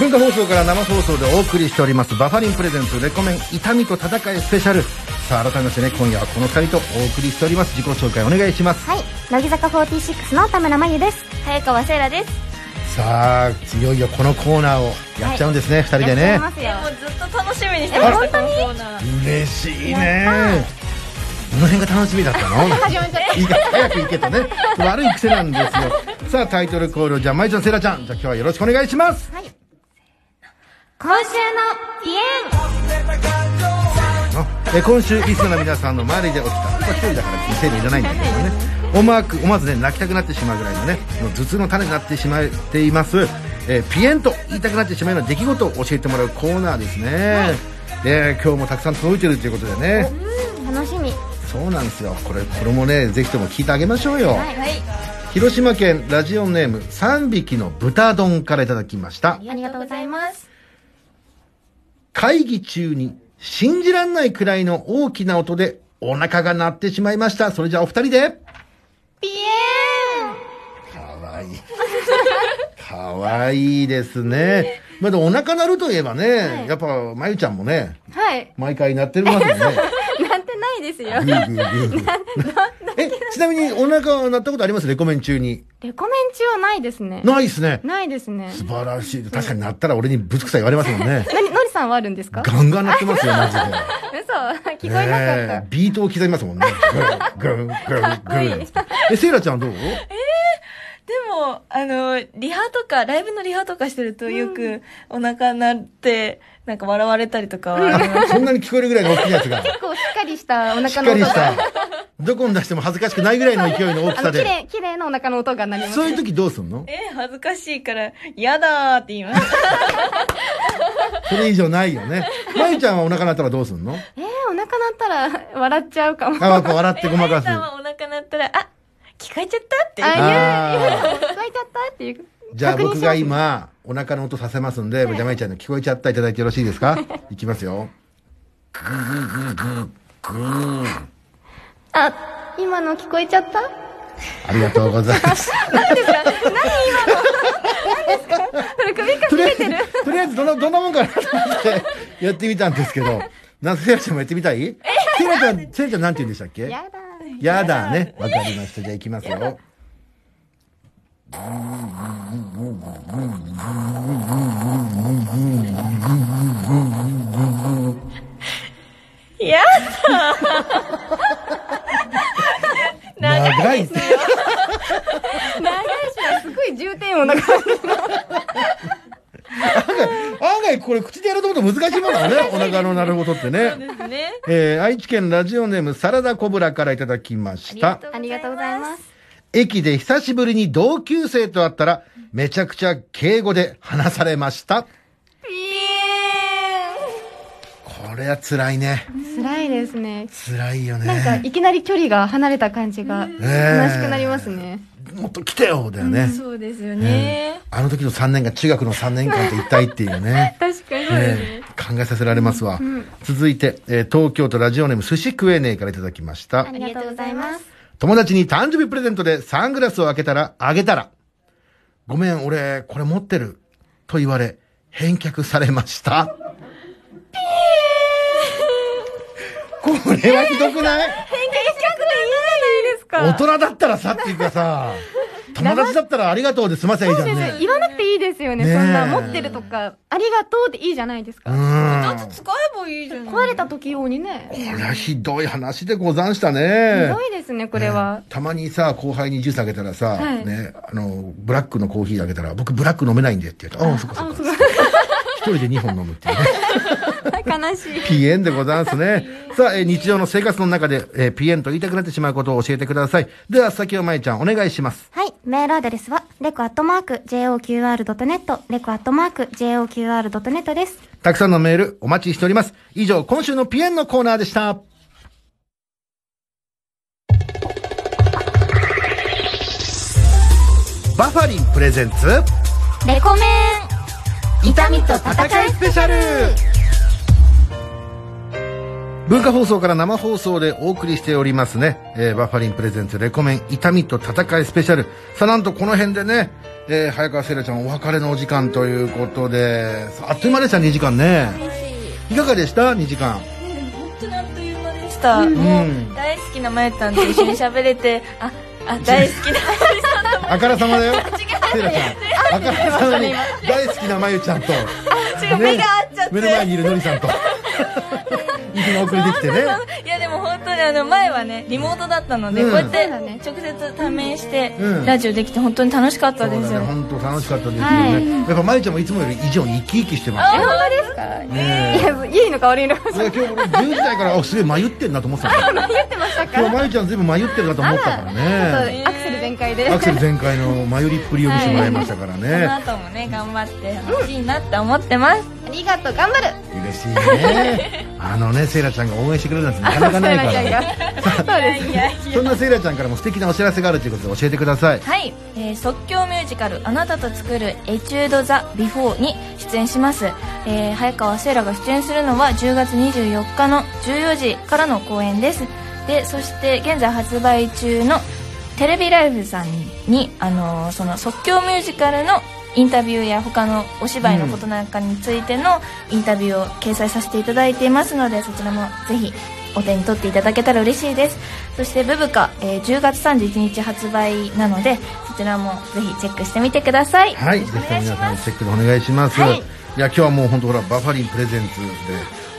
文化放送から生放送でお送りしておりますバファリンプレゼンツレコメン痛みと戦いスペシャルさあ改めましてね今夜はこの2人とお送りしております自己紹介お願いします
はい乃木坂46の田村真由です
早川せいらです。
さあいよいよこのコーナーをやっちゃうんですね、二2人で
やって
ね
みますよ
もうずっと楽しみにしてましたこのコーナー
嬉しいねどの辺が楽しみだ ったのいいから早く行けとね悪い癖なんですよさあタイトルコールをじゃあ舞ちゃんセラちゃんじゃあ今日はよろしくお願いします
今週のピエ
あえー今週リスナーの皆さんの周りで起きたまあ一人だから整理いらないんだけどね思わく思わずね泣きたくなってしまうぐらいのねもう頭痛の種になってしまっています、えーピエンと言いたくなってしまうような出来事を教えてもらうコーナーですね、で今日もたくさん届いてるということでね
ン楽しみ
そうなんですよこれこれもねぜひとも聞いてあげましょうよ、広島県ラジオネーム3匹の豚丼からいただきました
ありがとうございます
会議中に信じらんないくらいの大きな音でお腹が鳴ってしまいました。それじゃあお二人で。
ピエン
かわいい。かわいいですね。まあでもお腹鳴るといえばね、やっぱまゆちゃんもね、
はい。
毎回鳴ってますよね。
なんてないですよ。
グーグーグーグー え、ちなみにお腹は鳴ったことありますレコメン中に。
レコメン中はないですね。
ないですね。
ないですね。
素晴らしい。確かに鳴ったら俺にぶつくさ言われますもん
。
ね
なに、のりさんはあるんですか
ガンガン鳴ってますよ、マジで。
嘘 聞こえなかった。
ねえビートを刻みますもんね。グーグーグーグ ーグー。え、セイラちゃんどう
でも、あの、リハとか、ライブのリハとかしてるとよくお腹鳴って、なんか笑われたりとかは、あの
そんなに聞こえるぐらいの大きいやつ が。し
結構しっかりしたお腹
っ
の
か
音
り
が。
した。どこに出しても恥ずかしくないぐらいの勢いの大き
あ
さ
の、綺
で。
麗、綺麗なお腹の音が鳴ります。
そういう時どうすんの
え、恥ずかしいから、やだーって言います。
それ以上ないよね。まゆちゃんはお腹鳴ったらどうすんの
えー、お腹鳴ったら笑っちゃう かも。
あ、こう笑ってごまかす
さん。はお腹鳴ったら、あ、聞こえちゃったって。
あ、
あ
聞こえちゃったっていう。
ーじゃあ
確認し
僕
ます
が今、お腹の音させますんで、ジャマイちゃんの聞こえちゃったいただいてよろしいです かいきますよ。
あ、今の聞こえちゃった
ありがとうございます。とりあえず、とりあえずどの、どんなもんかなと思ってやってみたんですけど、な、せいらちゃんもやってみたいせいらちゃん、せいらちゃんなんて言うんでしたっけ
やだ
やだね。わかりました。じゃあ行きますよ。
や
長いって。
ー。すごい重点お腹。
案外これ口でやると思うと難しいもんだ ね。お腹の鳴る音ってね。
だね。
えー、愛知県ラジオネームサラダコブラからいただきました。
ありがとうございます
駅で久しぶりに同級生と会ったら、めちゃくちゃ敬語で話されました。これは辛いね。
辛いですね。
辛いよね。
なんか、いきなり距離が離れた感じが、悲しくなりますね。
もっと来てよだよね。
そうですよね。
あの時の3年が中学の3年間と一体っていうね。
確かに。
ええ考えさせられますわ。続いて、えー東京都ラジオネーム寿司食えねえからいただきました。
ありがとうございます
友達に誕生日プレゼントでサングラスを開けたら、あげたら、ごめん、俺、これ持ってる。と言われ、返却されました。ピーこれはひどくない大人だったらさっていうかさ、友達だったらありがとうで済ませばいいじゃんね。
言わなくていいですよね、
ねえ
そんな。持ってるとか、ありがとうっていいじゃないです
う
か。
ーん。
使えばいいじゃない。
壊れた時用にね。
こりゃひどい話でござんした
ひ
ね。
どいですね、これは。
たまにさ、後輩にジュースあげたらさ、
はい
ね、あの、ブラックのコーヒーあげたら、僕ブラック飲めないんでって言うと、ああ、そっかそっか。一人で二本飲むっていうね。
悲しい。
ピエンでござんすね。さあ、えー日常の生活の中で、えーピエンと言いたくなってしまうことを教えてください。では、先をまいちゃん、お願いします。
はい。メールアドレスは、レコアットマーク、JOQR.net、レコアットマーク、JOQR.net です。
たくさんのメール、お待ちしております。以上、今週のピエンのコーナーでした。バファリンプレゼンツ
レコメン痛みと
戦いスペシャル文化放送から生放送でお送りしておりますね、えーバッファリンプレゼンツレコメン痛みと戦いスペシャルさあなんとこの辺でね、えー早川せいらちゃんお別れのお時間ということでさああっという間でした2時間ねいかがでした2時間
当にあっという間でした。
ん
もう大好きなまゆたんと一緒に喋れて、あ、あ、大好きなまゆさんとも。
あからさまだよ。セイラちゃん。あからさまに大好きなまゆちゃんと。目が合っちゃって。目の前にいるのりさ んと。息の送りできてね。
いやでも本当にあの前はねリモートだったので、
うん
こうやって直接対面して
うん
ラジオできて本当に楽しかったですよ、
本当楽しかったですよね。やっぱまゆちゃんもいつもより以上に生き生きしてます。
本当です
ねえ
い やいいのか悪いのか
いや今日俺10時台からあすげえ迷ってんなと思ってたんだよ
言ってました
今日
か
まゆちゃんずいぶん迷ってるなと思ったからね
アクセル全開で
アクセル全開の迷いっぷりを見せてもらいましたから
この
ね
後もね頑張ってほしいなって思ってます、
ありがとう頑張る
嬉しいね あのねセイラちゃんが応援してくれるなんてなかなかないから ね
いやいや
そんなセイラちゃんからも素敵なお知らせがあるということで教えてください
はい、えー即興ミュージカル「あなたと作るエチュード・ザ・ビフォー」に出演します、えー早川聖羅が出演するのは10月24日の14時からの公演ですでそして現在発売中のテレビライフさんに、あのーその即興ミュージカルのインタビューや他のお芝居のことなんかについてのインタビューを掲載させていただいていますので、そちらもぜひお手に取っていただけたら嬉しいですそして「ブブカ」えー10月31日発売なのでそちらもぜひチェックしてみてください
はい、ぜひ
よ
と
ろ
も皆さん
しくお願いします
チェックでお願いします。
はい
い、や、今日はもう本当ほら、バファリンプレゼンツで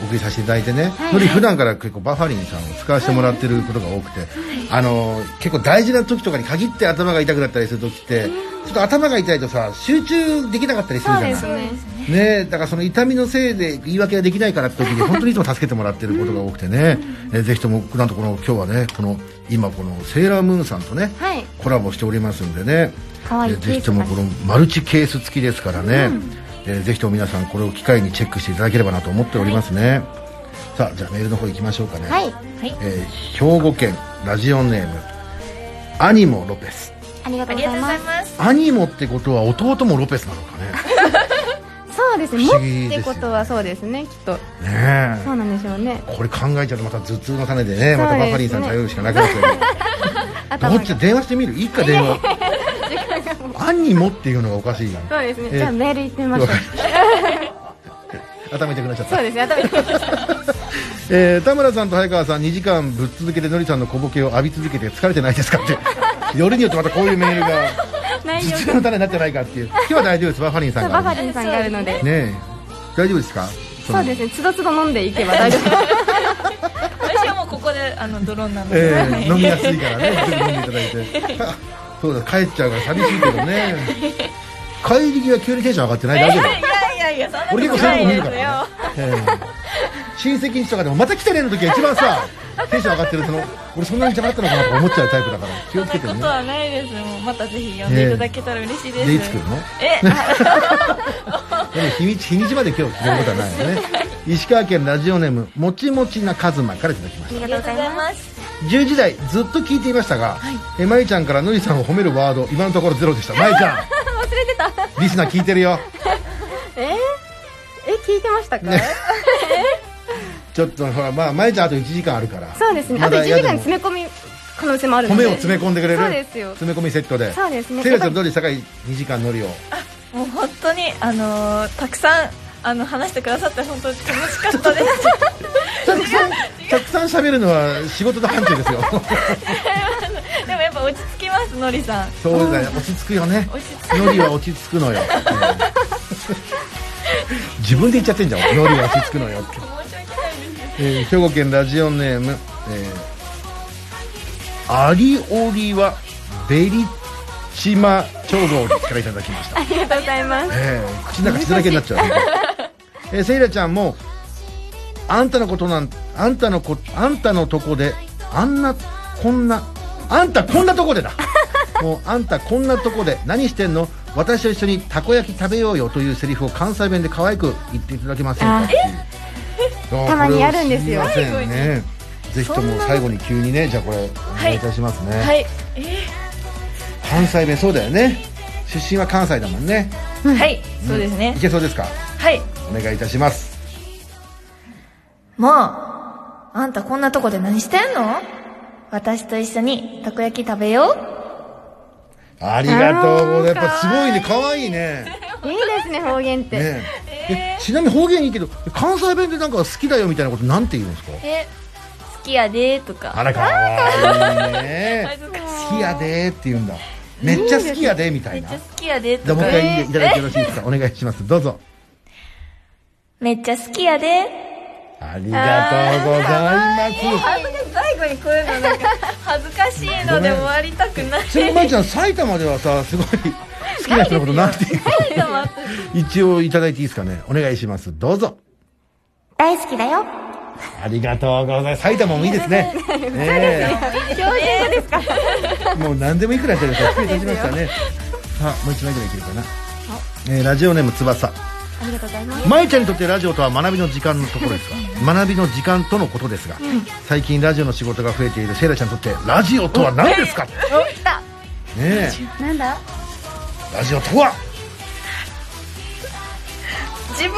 お送りさせていただいてね、のり普段から結構バファリンさんを使わせてもらってることが多くて、あの、結構大事な時とかに限って頭が痛くなったりする時って、ちょっと頭が痛いとさ、集中できなかったりするじゃないですか。ねえだからその痛みのせいで言い訳ができないからって時に本当にいつも助けてもらってることが多くてね、えーぜひともなんとこの今日はねこの今このセーラームーンさんとね、
はい
コラボしておりますんでね
可愛い
えーぜひともこのマルチケース付きですからね、えーぜひとも皆さんこれを機会にチェックしていただければなと思っておりますね、さあじゃあメールの方行きましょうかね、
はい
えー兵庫県ラジオネームアニモ・ロペス
ありがと
あ
う
り
ご
が
ざ
とう
い
ござ
ま
います
アニモってことは弟もロペスなのか ね
すそうですね
不
も
思議
っ
です
て
よ
ことはそうですねきっと
ねえ
そうなんでしょうね
これ考えちゃうとまた頭痛の種でねまたバファリンさん頼るしかなくなっちゃうど
頭
っち電話してみるいいか電 話アニモっていうのがおかしいな
そうですね
えー
じゃあメール行ってみましょう
わかりました頭痛くなっちゃった
そうですね頭
えー田村さんと早川さん2時間ぶっ続けてのりさんの小ボケを浴び続けて疲れてないですかって よりによってまたこういうメールが頭
内容
痛の種になってないかっていう今日は大丈夫ですバファリンさん
バフ
が
ァリンさんがあるので
ねえ大丈夫ですかそ
そう
の
ですねつどつど飲んでいけば大丈夫
私はもうここであのドローンなので、
ええ飲みやすいからね、ぜひ飲んでいただいて。 そうだ、帰っちゃうから寂しいけど ね。帰り際急にテンション上がってない大丈夫。
いやいやそんな
俺結構そういうの見るから、ね。ええ親戚んちとかでもまた来てねの時は一番 さ、テンション上がってるその、俺そんなに邪魔だったのかなとか思っちゃうタイプだから、気をつけて
こ
ね
と。はないですもうまたぜひ呼んでいただけたら嬉しいです、
で、いつ来るの
え
でも日にち、日にちまで今日決めることはないよね。石川県ラジオネーム、もちもちなカズマからいただきました。
ありがとうございます
10時台ずっと聞いていましたが、えまゆちゃんからのりさんを褒めるワード今のところゼロでしたまゆち ゃん忘れてたリスナー聞いてるよ
え聞いてましたか、
ちょっとほらまあまゆちゃんあと1時間あるから
そうですね
ま
あと
だ
1時
宿も
間詰め込み可能性もあるの
褒
で
めを詰め込んでくれる
そうですよ
詰め込みセットで
そうですね
セレスのり酒井2時間のりを
もう本当にあのーたくさんあの話してくださって本当に楽しかった です
たくさんたくさん喋るのは仕事の範疇ですよ
でもやっぱ落ち着きますのりさん
そうだね落ち着くよね
落ち着
のりは落ち着くのようん自分で言っちゃってんじゃんのりは落ち着くのよって
申し訳ないですけど
えー兵庫県ラジオネーム、えーアリオリはベリチマ調合にからいただきました、
ありがとうございます
えー口の中血だらけになっ ちゃうね、えーセイラちゃんもあんたのことなんあんたのこあんたのとこであんなこんなあんたこんなとこで だもうあんたこんなとこで何してんの私と一緒にたこ焼き食べようよというセリフを関西弁で可愛く言っていただけませんかっていうあー
たまにやるんですよ
これを知りませんねぜひとも最後に急にねじゃあこれお願いいたしますね、
はい
関西弁そうだよね出身は関西だもんね
はいそうですね
いけそうですか
はい
お願いいたします
もう、あんたこんなとこで何してんの私と一緒にたこ焼き食べよ
ありがとうございます。やっぱすごいね、可愛いね。
いいですね方言って、
ねえちなみに方言いいけど関西弁でなんか好きだよみたいなことなんて言うんですか
え好きやでーとか
あらかわいいね
恥ずかしい
好きやでーって言うんだめっちゃ好きやでみた
め
い
っ
な
ちゃ好きやでー
じゃ
と
あもう
か
一回いただいてよろしいですかお願いしますどうぞ
めっちゃ好きやで
ありがとうございます
最後にこういうのなんか恥ずかしいので終わりたくない
ちなみにまいちゃん埼玉ではさすごい好きな人のことなんて言う一応いただいていいですかねお願いしますどうぞ
大好きだよ。
ありがとうございます埼玉もいいです ねねえもう何でもいくらやってるから失礼いたしましたねさあもう一枚ぐらいいけるかな、えーラジオネーム翼
ありがとうございます。
まゆちゃんにとってラジオとは学びの時間のところですが学びの時間とのことですが、最近ラジオの仕事が増えているセイラちゃんにとってラジオとは何ですかねえ
なんだ
ラジオとは
自分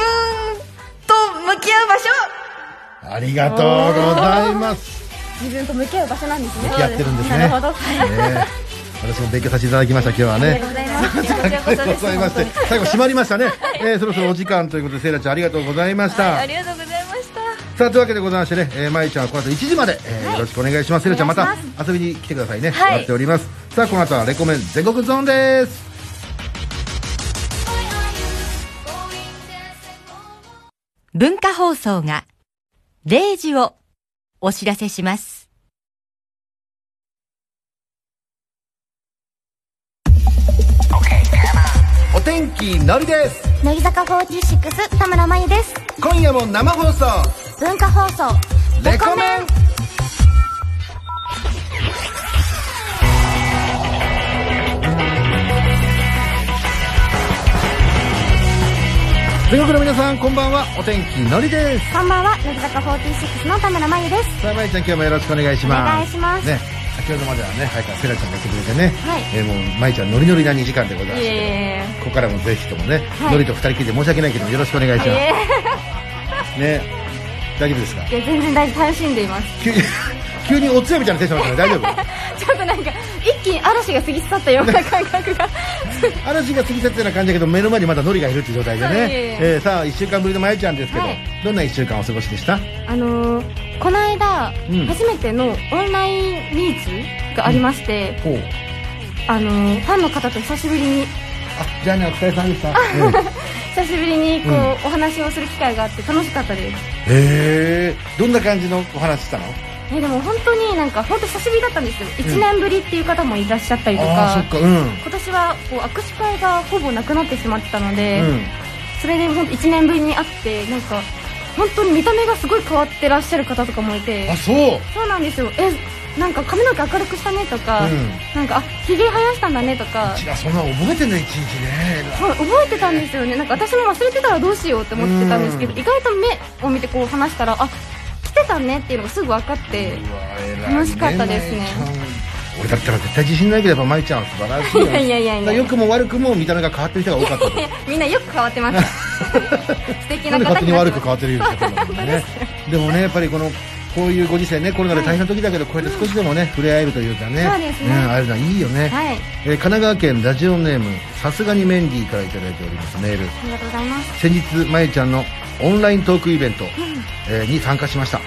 と向き合う場所
ありがとうございます
自分と向き合う場所なんですね
向き合ってるんですね
なるほど
ねえ私も勉強させていただきました今日はねありがとうございまして最後閉まりましたね、えーそろそろお時間ということでセイラちゃんありがとうございました、
ありがとうございました
さあというわけでございましてね、えー、まゆちゃんはこの後1時まで、えーよろしくお願いしますセイラちゃんまた遊びに来てくださいね、
はい
待っておりますさあこの後はレコメン全国ゾーンです
文化放送が0時をお知らせします。
お天気のりです
乃木坂46田村真由です。
今夜も生放送
文化放送。
レコメン全国の皆さんこんばんはお天気のりです
こんばんは、乃木坂46の田村真由です。
さあまゆちゃん今日もよろしくお願いします
お願いします
ね先ほどまではね早川せらちゃんが来てくれてね、
はい
えーもうまゆちゃんノリノリな2時間でございま
い
す
え
ここからもぜひともね、ノリと二人きりで申し訳ないけどよろしくお願いします、ね大丈夫ですか
いや全然大丈夫楽しんでいます
急に 急にお通夜みたいなテンションになったね大丈夫
ちょっとなんか一気に嵐が過ぎ去ったような感覚が
嵐が過ぎ去ったような感じだけど目の前にまだノリがいるっていう状態でね、
はい
えーさあ1週間ぶりのまゆちゃんですけど、
はい
どんな1週間お過ごしでした
あのー、この間、
うん
初めてのオンラインミーツがありまして、
ほう
あのー、ファンの方と久しぶりに
あじゃあねお疲れさんでした、うん、へ
久しぶりにこう、
うん
お話をする機会があって楽しかったです
えどんな感じのお話したの
えでも本当になんか本当久しぶりだったんですよ1年ぶりっていう方もいらっしゃったりと
あ
か、
あそっかうん
今年はこう握手会がほぼなくなってしまってたので、
うん、
それで本当1年ぶりに会ってなんか本当に見た目がすごい変わってらっしゃる方とかもいて
あそう、
そうなんですよえなんか髪の毛明るくしたねとか、
うん、
なんかあひげ生やしたんだねとか
ちらそんな覚えてんだ一日ね
そう覚えてたんですよねなんか私も忘れてたらどうしようって思ってたんですけど、
うん
意外と目を見てこう話したらあ来てたねっていうのがすぐ分かって
うわ偉いね
楽しかったですね
まゆちゃん俺だったら絶対自信ないけどやっぱまゆちゃんは素晴らしいよ
いやいやいやいや
だから良くも悪くも見た目が変 わってる人が多かったと
みんなよく変わってます 素敵
な
なん
で勝手に
方になっ
悪
て
く
ます
変わってるような方なんだねでもねやっぱりこのこういうご時世ねコロナで大変な時だけど、こうやって少しでもね、触れ合えるというかね
そうですね
ん会えるのはいいよね、
はい
えー神奈川県ラジオネームさすがにメンディーからいただいておりますメール
ありがとうございます。
先日まゆちゃんのオンライントークイベント、えーに参加しました、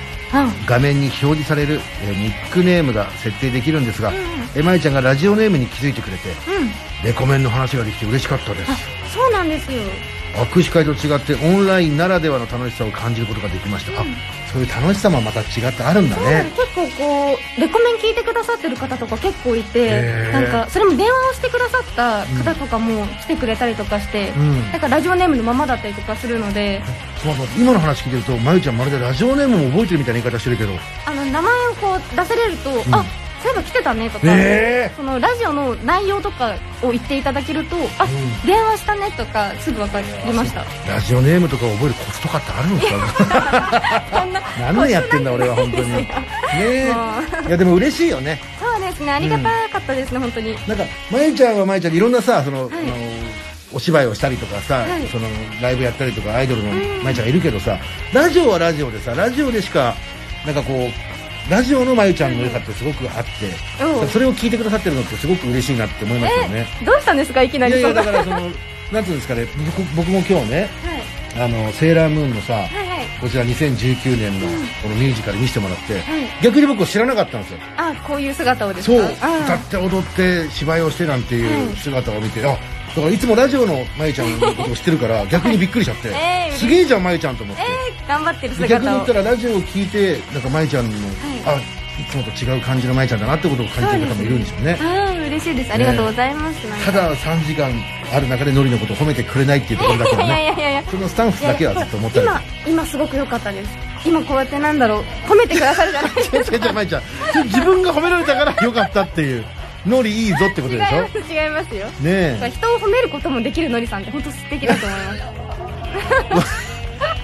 画面に表示される、えーニックネームが設定できるんですが、えーまゆちゃんがラジオネームに気づいてくれて、レコメンの話ができて嬉しかったです
そうなんですよ
握手会と違ってオンラインならではの楽しさを感じることができました、あそういう楽しさもまた違ってあるんだね
結構こうレコメン聞いてくださってる方とか結構い
へ
て
ー
なんかそれも電話をしてくださった方とかも来てくれたりとかして、
うん
なんかラジオネームのままだったりとかするので
そうそう今の話聞いてるとまゆちゃんまるでラジオネームも覚えてるみたいな言い方してるけど
あの名前をこう出せれると、あそういえば来てたねとか、
へ
そのラジオの内容とかを言っていただけるとあ、電話したねとかすぐ分かりました
ラジオネームとか覚えるコツとかってあるのかな何年やってんだ俺は本当にねえいやでも嬉しいよね
そうですねありがたかったですね、本当に
なんかまゆちゃんはまゆちゃんでいろんなさその、
い
あのお芝居をしたりとかさ、
はい
そのライブやったりとかアイドルのまゆちゃんがいるけどさ、ラジオはラジオでさラジオでしかなんかこうラジオのまゆちゃんの良さってすごくあって、
うん
それを聞いてくださってるのってすごく嬉しいなって思いますよね。
どうしたんですかいきないり
やい
そ
や
んな
だからそのなんていうんですかね僕僕も今日ね、
はい
あのセーラームーンのさ、
はいはい
こちら2019年のこのミュージカル見せてもらって、
はい
逆に僕は知らなかったんですよ
あこういう姿をです
そう
か
歌
あ
って踊って芝居をしてなんていう姿を見て、あだからいつもラジオのまゆちゃんのことを知ってるから 逆にびっくりしちゃって、
えー
すげえじゃんまゆちゃんと思って、
頑張ってる
で逆に
姿
言
を
ったらラジオを聞いてなんかまゆちゃんの、あいつもと違う感じのまゆちゃんだなってことを感じてる方もいるんでしょうね
うん嬉しいですありがとうございます、なんか
ただ3時間ある中でノリのことを褒めてくれないっていうところだけはい
やいやいやいや
ねそのスタンスだけはずっと思ってる
今今すごく良かったです今こうやってなんだろう褒めてくださるじゃない ですか
違う違う違うまゆちゃんそれ自分が褒められたからよかったっていうノリいいぞってこと
違い
でしょ
ます違いますよ
ねえ
人を褒めることもできるのりさんって本当素敵だと思い ます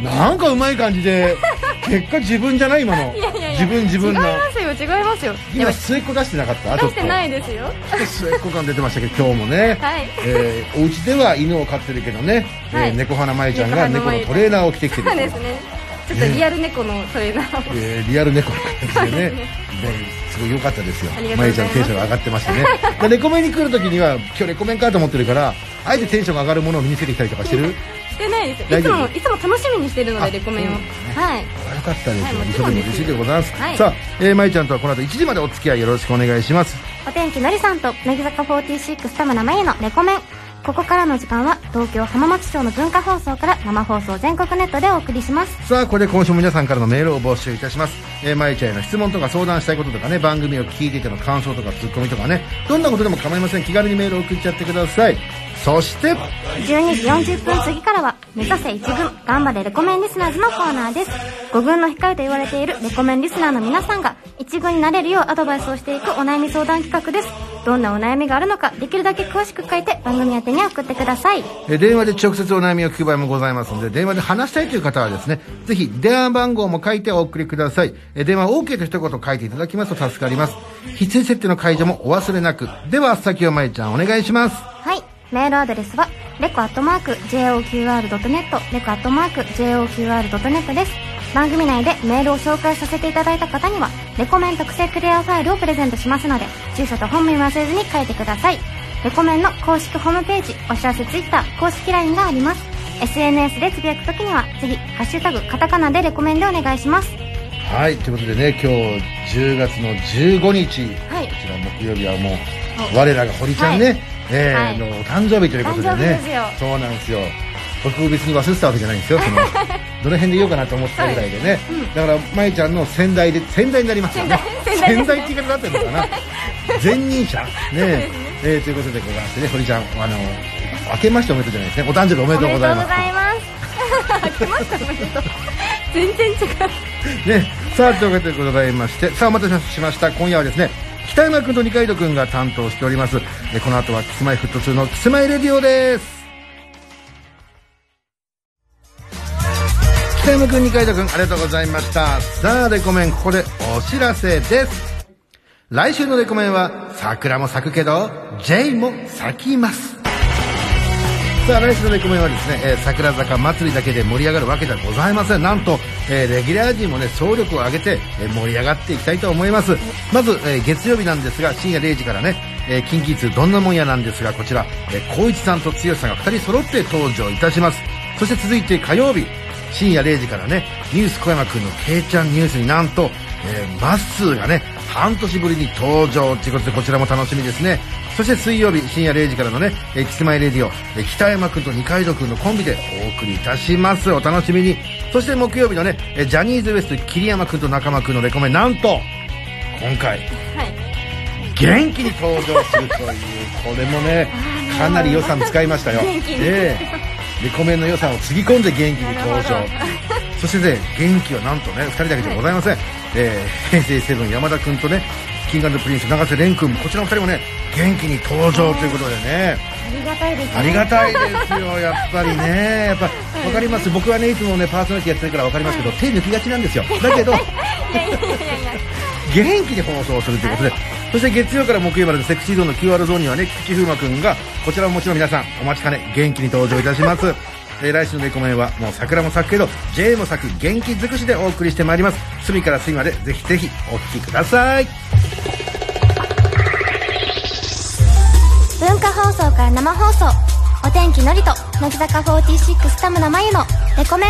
なんかうまい感じで結果自分じゃない今の自分自分の
違いますよ違いますよや
今
ばい
末っ子出してなかった
出してない
で
ですよ
末っ子感出てましたけど今日もね、
はい
えーお家では犬を飼ってるけどね、
は
えー
い
猫花まゆちゃんが
猫
猫
花ま
の
ゆ
トレーナーを着てきてる
そうですねちょっとリアル猫のトレーナーを
えーリアル猫の感じでねねすごい良かったですよ
ありがと
ま
う
ゆち
ござ
ゃ
い
ん
ます
テンションが上がってました ねでレコメンに来るときには今日レコメンかと思ってるからあえてテンションが上がるものを見せてきたりとかしてる
してないですよ
大
いつ
丈夫
もいつも楽しみにしてるの
あ
でレコメンを、
そうですね
はい
よかったです
はいも
一
ちろ
緒
ん
でも
ですよ
嬉しいでございます、
はい
さあ、えー、まゆちゃんとはこの後1時までお付き合いよろしくお願いします
お天気のりさんと乃木坂46田村真由のレコメンここからの時間は東京浜松町の文化放送から生放送全国ネットでお送りします
さあこれで今週も皆さんからのメールを募集いたします、えー、まゆちゃんへの質問とか相談したいこととかね番組を聞いていての感想とかツッコミとかねどんなことでも構いません気軽にメールを送っちゃってくださいそして
12時40分過ぎからは「目指せ1軍頑張れレコメンリスナーズ」のコーナーです5軍の控えと言われているレコメンリスナーの皆さんが1軍になれるようアドバイスをしていくお悩み相談企画ですどんなお悩みがあるのかできるだけ詳しく書いて番組宛てに送ってください
えー電話で直接お悩みを聞く場合もございますので、電話で話したいという方はですね、ぜひ電話番号も書いてお送りください。えー電話 OK と一言書いていただきますと助かります。必須設定の解除もお忘れなく。では、先をまゆちゃんお願いします。
はい。メールアドレスは、レコアットマーク、JOQR.net、レコアットマーク、JOQR.net です。番組内でメールを紹介させていただいた方には、レコメン特製クリアファイルをプレゼントしますので、住所と本名忘れずに書いてください。レコメンの公式ホームページ、お知らせツイッター、公式 LINE があります。SNS でつぶやくときには、ぜひ、ハッシュタグ、カタカナでレコメンでお願いします。
はい、ということでね、今日10月の15日、
はい
こちら木曜日はもう、我らが堀ちゃんね、えー
はい
のお誕生日ということで
誕生日
ね
ですよ、
そうなんですよ。僕別に忘れてたわけじゃないん ですよ、そのどの辺で言おうかなと思ってたぐらいでね、だから、まゆちゃんの先代で、先代になりますよね、先代って言い方だってるの かな、前任者、ねえーということでございましてね、堀ちゃん、あの明けましておめでとうじゃないですね、お誕生日おめでとうございます。
全然違う
ね、さあというわけでございましてさあお待たせしました今夜はですね北山君と二階堂君が担当しておりますえこの後はキスマイフット2のキスマイレディオです北山君二階堂君ありがとうございましたさあレコメンここでお知らせです来週のレコメンは桜も咲くけど J も咲きますさあ来週のレコメンはですね、えー桜坂祭りだけで盛り上がるわけではございませんなんと、えーレギュラー陣もね総力を挙げて、えー盛り上がっていきたいと思いますまず、えー月曜日なんですが深夜0時からね、えー、近畿通どんなもんやなんですがこちら、えー、光一さんと剛さんが2人揃って登場いたしますそして続いて火曜日深夜0時からねニュース小山くんのけいちゃんニュースになんと、えーまっすーがね半年ぶりに登場ということでこちらも楽しみですねそして水曜日深夜0時からのね、えーキスマイレディオ、えー北山くんと二階堂くんのコンビでお送りいたしますお楽しみにそして木曜日のね、えージャニーズ WEST 桐山くんと中間くんのレコメンなんと今回、元気に登場するというこれも ねかなり予算使いましたよ
元気に
ええレコメンの予算をつぎ込んで元気に登場そしてね元気はなんとね2人だけじゃございません、えー平成セブン山田君とね Ｋｉｎｇ&Ｐｒｉｎｃｅ 永瀬廉君もこちらの2人もね元気に登場ということでねありがたいですよやっぱりねやっぱ分かります僕はねいつもねパーソナリティやってるから分かりますけど手抜きがちなんですよだ けど元気に放送するということでそして月曜から木曜までのセクシーゾーンの QR ゾーンにはね菊池風磨くんがこちらももちろん皆さんお待ちかね元気に登場いたしますえー来週のレコメンはもう桜も咲くけど J も咲く元気尽くしでお送りしてまいります隅から隅までぜひぜひお聴きください
文化放送から生放送お天気のりと乃木坂46田村真由のレコメン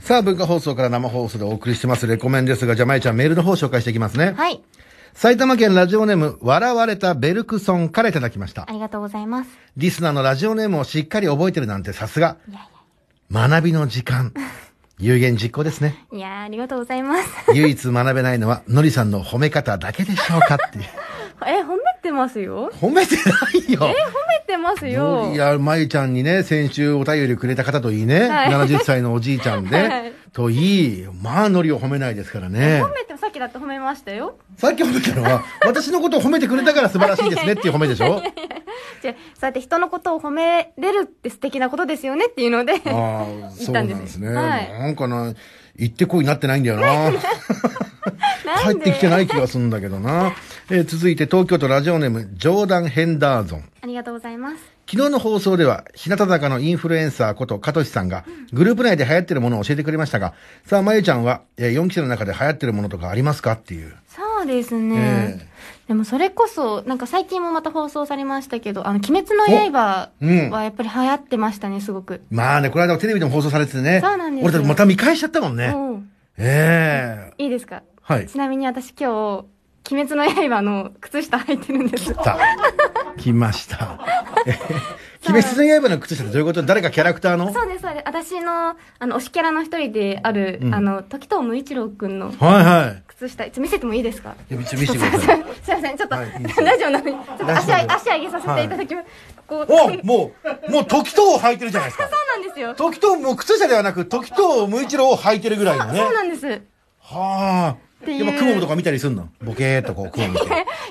さあ、文化放送から生放送でお送りしてます、レコメンですが、じゃあ、まゆちゃんメールの方紹介していきますね。
はい。
埼玉県ラジオネーム、笑われたベルクソンからいただきました
あ。りがとうございます。
リスナーのラジオネームをしっかり覚えてるなんてさすが。学びの時間。有言実行です ね。
いやー、ありがとうございます。
唯一学べないのは、のりさんの褒め方だけでしょうかって いう。
え、褒めてますよ
褒めてないよ。
褒めてますよ
いや、まゆちゃんにね、先週お便りくれた方といいね、
はい
70歳のおじいちゃんで、
はい
といい、まあ、ノリを褒めないですからね
褒。めて、さっきだって褒めましたよ。
さっき褒めたのは、私のことを褒めてくれたから素晴らしいですねっていう褒めでしょ
じゃあそうやって人のことを褒めれるって素敵なことですよね っていうので。
ああ、
言
そう
った
なんん
です
ですね。
はい
なんかな、行ってこいになってないんだよな。
なん
帰っ
で
てきてない気がするんだけど な。えー続いて東京都ラジオネーム、ジョーダン・ヘンダーゾン。
ありがとうございます。
昨日の放送では、日向坂のインフルエンサーこと、かとしさんが、グループ内で流行ってるものを教えてくれましたが、さあ、まゆちゃんは、え4期生の中で流行ってるものとかありますかっていう。
そうですね。
え
でもそれこそ、なんか最近もまた放送されましたけど、あの、鬼滅の刃
おうん
はやっぱり流行ってましたね、すごく。
まあね、この間テレビでも放送されててね。
そうなんですよ
俺たちまた見返しちゃったもんね。
おう
ええ
いいですか
はい。
ちなみに私今日、鬼滅の刃の靴下履いてるんです。
さあ、来ました。え 鬼滅の刃の靴下ってどういうこと誰かキャラクターの
そうです、そうです。私の、あの、推しキャラの一人である、
うん
あの、時藤無一郎くんの
はいはい。
靴下、ちょっと見せてもいいですか
いや見せ見せてください。
すいません、ちょっと、
はいいいですよ
ラジオなのに、ちょっと足
ラジオで
足上げさせていただきます。こう、
お
そう
もう、もう時藤を履いてるじゃないですか。
なんですよ。
時藤、もう靴下ではなく、時藤無一郎を履いてるぐらいのね。
そうなんです。
はあ。
てい
や
う
っぱ雲とか見たりすんのボケーっとこう雲見て。
い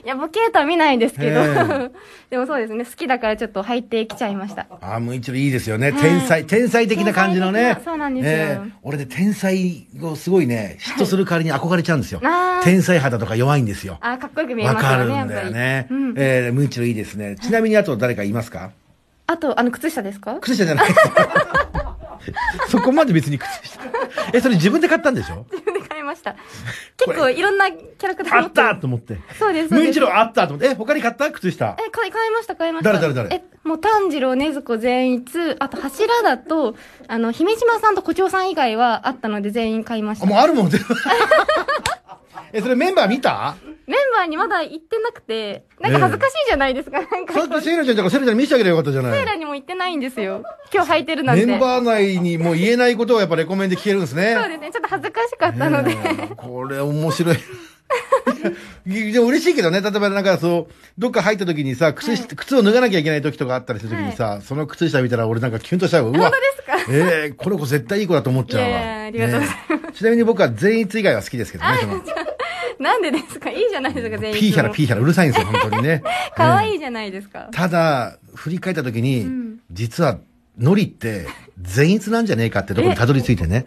や、ボケーとは見ないですけど
へえ、
でもそうですね、好きだからちょっと履いてきちゃいました。
ああ、もう一度いいですよね。天才、天才的な感じの
天才
ね
的。なそうなんですよ
俺で天才をすごいね、嫉妬する代わりに憧れちゃうんですよ。
あー
天才肌とか弱いんですよ。
あー、かっこよく見え
わ
ます
か
よ
る
ね、
ん
やっ
だ
ぱ
よ
り。
ね。
うん。
えー、無一郎いいですね。ちなみにあと誰かいますか
あと、あの、靴下ですか
靴下じゃない。 そこまで別に靴下。え、それ自分で買ったんでしょ
自分で買いました。
こ
結
れ
構いろんなキャラクター
あ
持
って
る
たと思って。
そうです、そう
無
です
一。郎あったと思って。え、他に買った靴下。
え、買い、買いました、買いました。
誰誰誰
え、もう炭治郎、禰豆子全員、あと柱だと、あの、姫島さんと胡蝶さん以外はあったので全員買いました。
あもうあるもん全 部。え、それメンバー見た
メンバーにまだ行ってなくて、なんか恥ずかしいじゃないですか、なんか
さっ。きセイラちゃんとかセイラちゃんに見せてあげればよかったじゃな
セイ
い。
ラにも行ってないんですよ。今日履いてるなん
メ
て。
ンバー内にもう言えないことをやっぱレコメンで聞けるんですね。
そうですね、ちょっと恥ずかしかったので。
ええこれ面白い。でも嬉しいけどね、例えばなんかそう、どっか入った時にさ、靴下、靴を脱がなきゃいけない時とかあったりする時にさ、その靴下見たら俺なんかキュンとしちゃうわ。うわ
本当ですか
ええこの子絶対いい子だと思っちゃうわ。
いやいやありがとうござい
ねえちなみに僕は全員以外は好きですけどね、その、
なんでですかいいじゃないですか、全員。
ピーヒャラピーヒャラうるさいんですよ、本 当にね。
かわ
ええ
いいじゃないですか。
ただ、振り返った時に、実は、ノリって、善逸なんじゃねえかってところにたどり着いてね。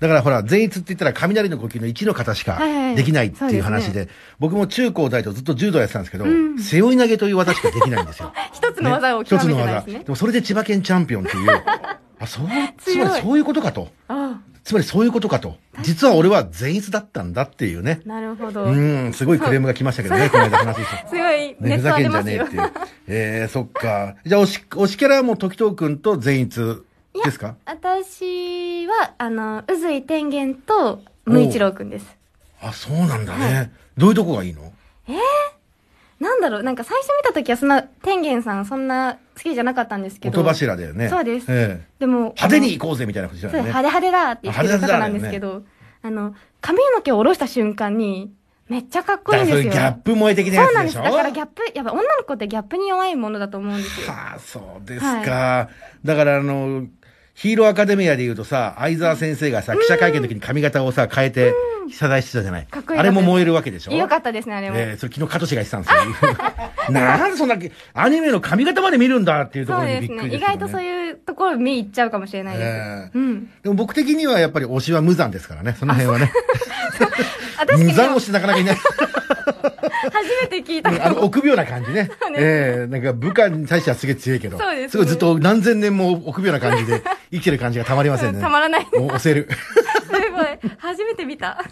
だからほら、善逸って言ったら雷の呼吸の1の方しか
はいはい
できないって
そう
い
で
う
すね
話で、僕も中高大とずっと柔道やってたんですけど、背負い投げという技しかできないんです よ。
一つの技を
ね
極
一つ
め
の
てない
技。
ですね
で。もそれで千葉県チャンピオンって いう、あ、そう、つまりそういうことかと。
あ
つまりそういうことかと。実は俺は善逸だったんだっていうね
あ、。なるほど。
うん、すごいクレームが来ましたけどね、この間話して。
すごい、
ね、
ネ
ふ
ット
ざ
上
け
げ
んじゃ
ま
ね
す
え
よ
って。いう。えー、そっか。じゃあ、推し、推しキャラはもう時藤くんと善逸ですか
私は、あの、宇髄天元と、無一郎くんです。
あ、そうなんだね。どういうとこがいいの
なんだろう、なんか最初見た時はそんな、天元さんそんな好きじゃなかったんですけど。
音柱だよね。
そうです
ええ
でも、
派手に行こうぜみたいなことじゃ
あの、そう、
ない
派
ね。
手派手だって言ってる方なんですけど、あの、髪の毛を下ろした瞬間に、めっちゃかっこいいん
だからそう
ですよ。
うギャップ萌え的な
そうな
や
ん
つ
で。
ですし
だ
ょ
からギャップ、やっぱ女の子ってギャップに弱いものだと思うんですよ。
はあ、そうですか。だから、あの、ヒーローアカデミアで言うとさ、相沢先生がさ、記者会見の時に髪型をさ、変えて、謝罪してたじゃない。
かっこいい
あれも燃えるわけでしょ
よかったですね、あれも。
ええそれ昨日、加藤氏が言ってたんですよ。 なんでそんな、アニメの髪型まで見るんだっていうとこ
そう
ろにび
です
っく
ね
り
意
ですけどね
外とそういうところ目いっちゃうかもしれないです。
ええ
うん。
でも僕的にはやっぱり推しは無残ですからね、その辺はね。
私
無
的に
残
は
推しなかなかい ない。
初めて聞いた
あ
か
の、
も。
臆病な感じね。ええなんか部下に対してはすげえ強いけど。
そうですね
ごいずっと何千年も臆病な感じで生きてる感じがたまりませんね。
たまらない。す
もう押せる。
ごい。初めて見た。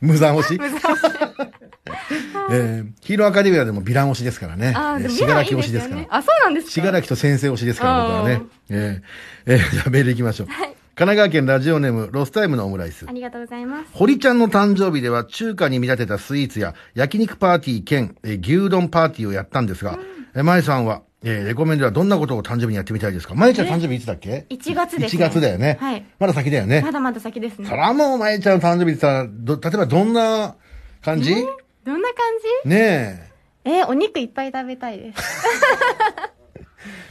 無残推し。 えーヒーローアカデミアでもヴィラン推しですからね。
ああ、でも、
し
ヴィ
が
ラン
ら
い
き
い
推
で
し
す
で
よ
すから
ね。。あ、そうなんですか
しがらきと先生推しですから、僕はね。えーえーじゃあメール行きましょう。神奈川県ラジオネーム、ロスタイムのオムライス
あ。りがとうございます。
堀ちゃんの誕生日では中華に見立てたスイーツや焼肉パーティー兼えー牛丼パーティーをやったんですが、えまえさんは、えーレコメンではどんなことを誕生日にやってみたいですかまえちゃん誕生日いつだっけ
1月です
?1 月だよね。
はい
まだ先だよね。
まだまだ先です
そ
ね。
らもうまえちゃんの誕生日ってさ、ど例えばどんな感じ、
どんな感
ねえ。
じえーお肉いっぱい食べた いです。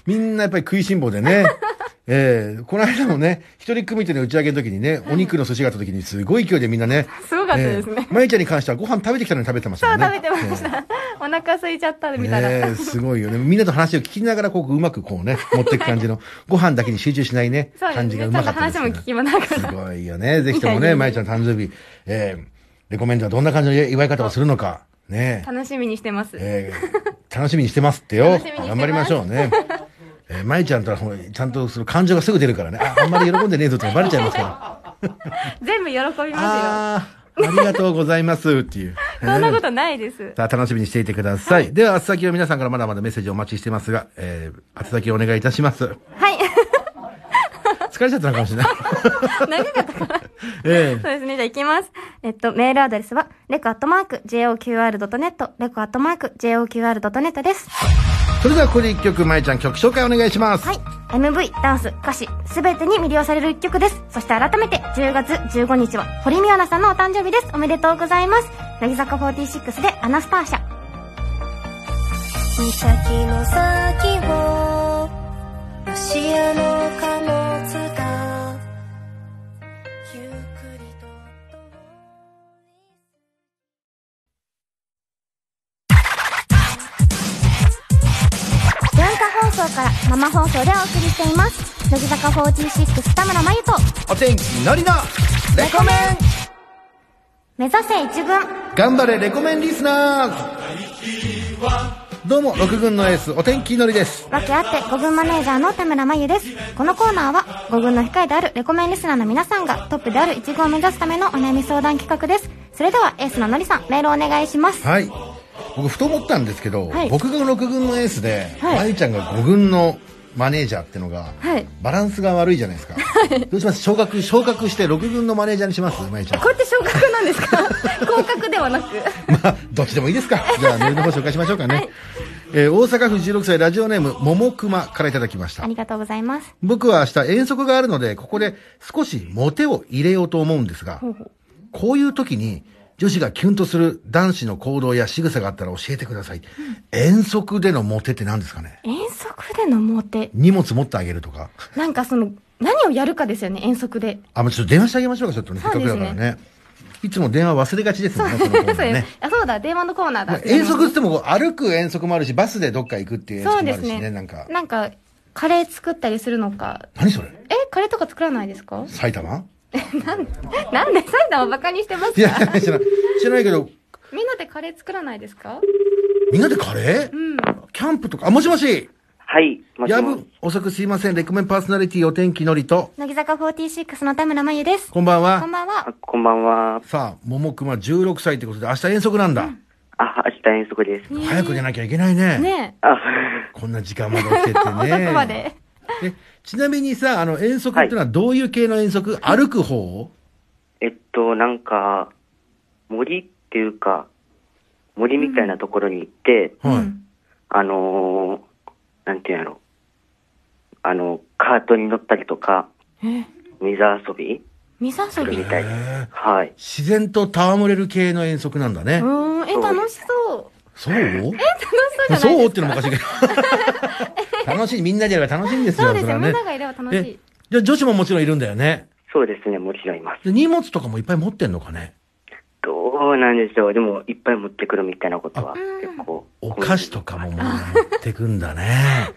みんなやっぱり食いしん坊でね。 ええこの間もね、一人組手の打ち上げの時にね、お肉の寿司があった時にすごい勢いでみんなね。
すごかったですね
ええまゆちゃんに関してはご飯食べてきたのに食べてましたよね。
食べてました。お腹空いちゃったみたいな。
ええすごいよね。みんなと話を聞きながら、こう、うまくこうね、持っていく感じの、ご飯だけに集中しないね、
そうです
感
ね。
じ
ち
が
ょ
う
っと
まかったです
話
よ
も
ね、
聞きまなが
す
ら。
ごいよね。ぜひとも
いやい
ね、
や
まゆちゃんの誕生日、ええレコメンドはどんな感じの祝い方をするのか、ね。
楽しみにしてます。
えー楽しみにしてますってよ
楽しみにして。ます
頑張りましょうね。えー、まゆちゃんとはほらちゃんとその感情がすぐ出るからね。ああんまり喜んでねえぞってバレちゃいますから。
全部喜びま
ああー、ありがとうございますっていう。
す よ。そんなことないです。
さあ、楽しみにしていてください。では、あつ先は皆さんからまだまだメッセージをお待ちしてますが、えー、あつ先をお願いいたします。
はい。
疲れちゃったのかもしれない。
長かったから。
え
そうですね。じゃあ行きます。えっと、メールアドレスは、レコアットマーク、joqr.net、レコアットマーク、joqr.net です。
えそれでは、ここで一曲、まゆちゃん曲紹介お願いします。
はい。MV、ダンス、歌詞、すべてに魅了される一曲です。そして改めて、10月15日は、堀美央奈さんのお誕生日です。おめでとうございます。乃木坂46で、アナスターシャ。
岬の先をロシアの貨物がゆっくりと
文化放送から生放送でお送りしています。乃木坂46田村真由と、
お天気のりの、レコメン
目指せ一軍。
頑張れレコメンリスナーズどうも6軍のエースお天気のりです
わけあって5軍マネージャーの田村真由ですこのコーナーは5軍の控えであるレコメンリスナーの皆さんがトップである1軍を目指すためのお悩み相談企画ですそれではエースののりさんメールお願いします
はい僕ふと思ったんですけど、
はい
僕が6軍のエースで、
はい
まゆちゃんが5軍のマネージャーってのが、
はい
バランスが悪いじゃないですか、どうします昇格昇格して6軍のマネージャーにしますまゆちゃん
これって昇格なんですか 降格ではなく
まあどっちでもいいですかじゃあメールの方紹介しましょうかね、えー大阪府16歳ラジオネームももくまからいただきました
ありがとうございます
僕は明日遠足があるので、ここで少しモテを入れようと思うんですが、こういう時に女子がキュンとする男子の行動や仕草があったら教えてください。遠足でのモテって何ですかね
遠足でのモテ
荷物持ってあげるとか。
なんかその何をやるかですよね遠足で
あ、もうちょっと電話してあげましょうか、ちょっとね。せっ
そう
か
で
く
すね
だからね。いつも電話忘れがちですもんね、このコーナ
そう
ー
よ
ね。
あそうだ電話のコーナー
まあ
だ
遠足っつってもこう歩く遠足もあるし、バスでどっか行くっていう遠足
そう
も
で
あ
す
るしね、
ね
なんか。
なんかカレー作ったりするのか
何それ
えカレーとか作らないですか
埼玉
なんで埼玉バカにしてます
いや
か、
知らない。知らないけど、
みんなでカレー作らないですか
みんなでカレー
うん。
キャンプとか、あ、もしもし
はい。もし
や
も
ぶ、遅くすいません。レコメンパーソナリティお天気のりと、
乃木坂46の田村真由です。
こんばん
こん
は。
ばん
あ
は。
こんばんは。
さあ、ももくま16歳ってことで、明日遠足なんだ。
あ、明日遠足です。
早く出なきゃいけないね。
ね
あ、
こんな時間まで 起きてってね。
え、遅くまで。
えちなみにさ、あの、遠足ってのはどういう系の遠足、歩く方
えっと、なんか、森っていうか、森みたいなところに行って、
はい。
あのーなんていうんやろ。あの、カートに乗ったりとか、水遊び
水遊
する
び。
み
う
たいです。はい。
自然と戯れる系の遠足なんだね。
ーん、え、楽しそう。
そう
楽しそうじゃ
そ
な
う
い
っ
で
て
す
のもお
か。
かしい けど。楽しい。みんなでやれば楽しいんですよ、
そうです
れ
よ。
は
みん
ね。
ながいれば楽しい
え。、じゃあ女子ももちろんいるんだよね。
そうですね、もちろんいます。
で荷物とかもいっぱい持ってんのかね。
どうなんでしょう。でも、いっぱい持ってくるみたいなことは、結構。
お菓子とかももう持ってくんだ ね。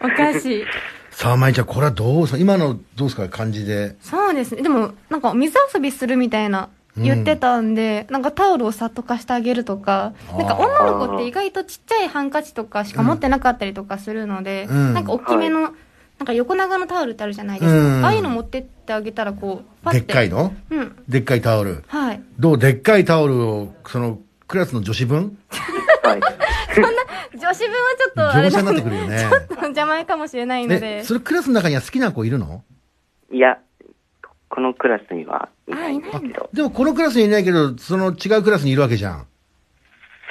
おかしい。
さあ、まいちゃん、これはどうさ、今のどうですか、感じで。
そうですね。でも、なんか水遊びするみたいな。
うん
言ってたんで、なんかタオルをさっと貸してあげるとか、
あー
なんか女の子って意外とちっちゃいハンカチとかしか持ってなかったりとかするので、
うん
なんか大きめの、なんか横長のタオルってあるじゃないですか。
うん
ああいうの持ってってあげたらこう、パ
で
ッ。
ってかいの
うん。
でっかいタオル。
はい。
どうでっかいタオルを、その、クラスの女子分
はい。
女子分はちょっとあれ
乗車
だ
になってくるよね。
邪魔かもしれないの
え
で、
それクラスの中には好きな子いるの
いや、このクラスにはいないんですけど、
でもこのクラスにいないけど、その違うクラスにいるわけじゃん。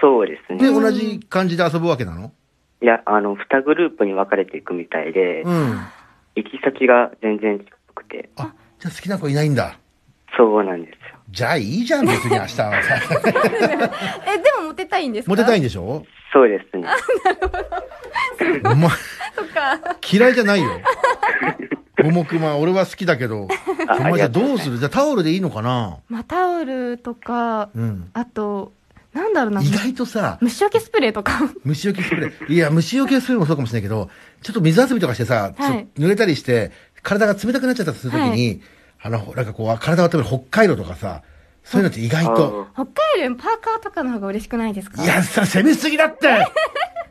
そうです
で、
ね。
同じ感じで遊ぶわけなの
いや、あの、二グループに分かれていくみたいで、
うん。
行き先が全然違くて、
あ、じゃあ好きな子いないんだ。
そうなんですよ。
じゃあいいじゃん、別に明日はさ。
えでもモテたいんですか
モテたい
い
んでしょ
そうですね。
お前、嫌いじゃないよ。桃熊、俺は好きだけど、
あ
お前じゃあどうす
る
るじゃあタオルでいいのかな
まあタオルとか
うん。
あとなんだろうな
意外とさ、
虫除けスプレーとか
虫除けスプレー。いや、虫除けスプレーもそうかもしれないけど、ちょっと水遊びとかしてさ、ちょっと
はい
濡れたりして、体が冷たくなっちゃったりするときに、
は
あの、なんかこう、体を温める北海道とかさ、そういうのって意外と、
北海道のパーカーとかの方が嬉しくないですか
いや、さ、攻めすぎだって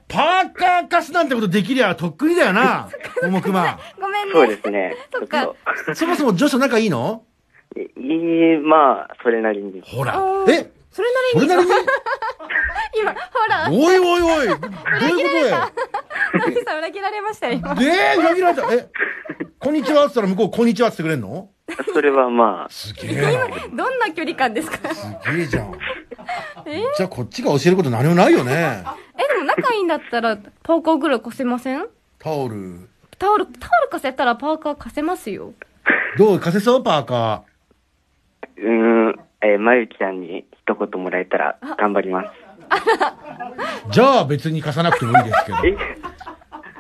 パーカー貸すなんてことできりゃ、とっくにだよな、桃熊。
ごめんね
そうですね。ちょっ
か
と、
そもそも女子と仲いいの
いい、まあ、それなり に。
ほら
お。ー
え
それ
そ
な
れ
りに
なりに
今ほら
おいおいおいどういう
ナミさん裏切られましたよ今
ことよえー、裏切られた。え、こんにちはって言ったら向こう、こんにちはって言ってくれんの
それはまあ、
すげえな。
どんな距離感ですか
すげえじゃん。じゃあこっちが教えること何もないよね。
えでも仲いいんだったらパーカーぐらい貸せません
タオル。
タオルタオル貸せたらパーカー貸せますよ
どう貸せそうパーカ
うーん、えーまゆちゃんに一言もらえたら頑張ります。
ー。じゃあ別に貸さなくてもいいですけど。
え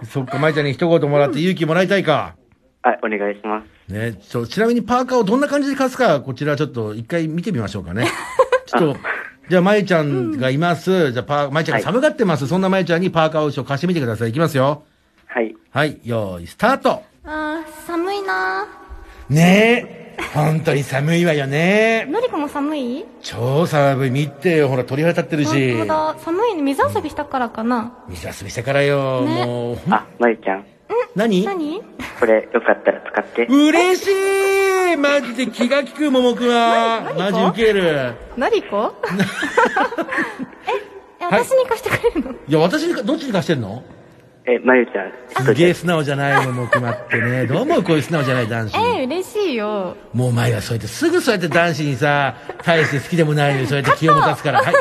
そっか、舞ちゃんに一言もらって勇気もらいたいか。
あ、お願いします。
ね、ちょ、ちなみにパーカーをどんな感じで貸すか、こちらちょっと一回見てみましょうかね。 ちょっと、じゃあ舞ちゃんがいます。じゃあパー、舞ちゃんが寒がってます。そんな舞ちゃんにパーカーを一応貸してみてください。いきますよ。
はい。
はい、よーい、スタート
あー寒いな
ねえ、本当に寒いわよね。
のりこも寒い
超寒い。見てよ、ほら鳥肌立ってるし。
本当だ寒いね水遊びしたからかな
水遊びしてからよ、
ね
もう。ほん
あ、まゆちゃん、
何
何
これよかったら使って。
嬉しいマジで気が利く、桃くんは。マジウケる。
のり こええ
はい
私に貸してくれ るの
いや、私にか、どっちに貸してんの
え、まゆちゃん、
すげえ素直じゃない、桃くんはって ね。どう思うこういう素直じゃない男子。
え嬉しいよ
もうお前はそうやって、すぐそうやって男子にさ、大して好きでもないのに、そうやって気を持たすから。はい。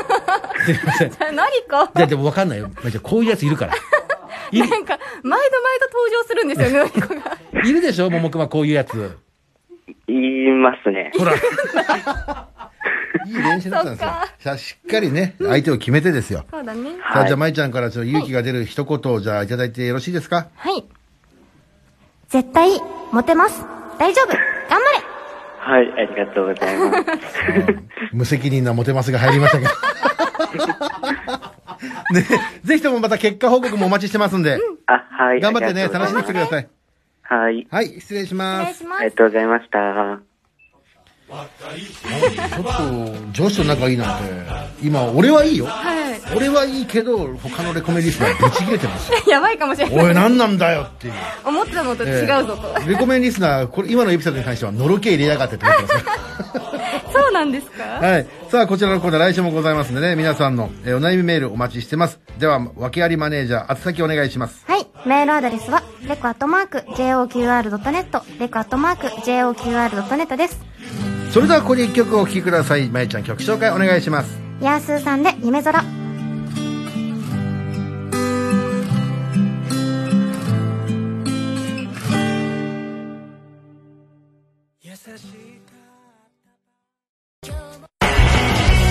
すいません。
じゃあのりこ
だってもうわかんないよ。まあじゃあこういうやつい るから。いる
なんか毎度毎度登場するんですよねのりこ が
いるでしょ桃くんはこういうやつ。
言いますね。
ほら。いい練習だったんですよ。じゃあしっかりね、相手を決めてですよ。
そうだね
さあ、
はい
じゃあ、舞ちゃんからちょっと勇気が出る一言を、じゃあ、いただいてよろしいですか
はい
絶対、モテます。大丈夫。頑張れ。
はい、ありがとうございます。
無責任なモテますが入りましたけど。ね、ぜひともまた結果報告もお待ちしてますんで、
あ、はい。
頑張ってね、
ありが
楽し
と
み
うご
にし
ざ
て
い
く
ま
だ
す
さい。
はい。
はい、失礼します。
ありがとうございました。
ちょっと、女子と仲いいなんて、今、俺はいいよ。
はい
俺はいいけど、他のレコメリストはぶち切れてます。
やばいかもしれない
おい、何なんだよっていう。
思ってたのと違うぞと、
えーレコメンリスナー、これ、今のエピソードに関しては、のろけ入れやがってって思って ます。
そうなんですか
はい。さあ、こちらのコーナー来週もございますんでね、皆さんの、えーお悩みメールお待ちしてます。では、訳ありマネージャー、宛先お願いします。
はい。メールアドレスは、レコアットマーク、JOQR.net、レコアットマーク、JOQR.net です。
それでは、ここで一曲お聴きください。まゆちゃん曲紹介お願いします。
ヤースーさんで、夢空。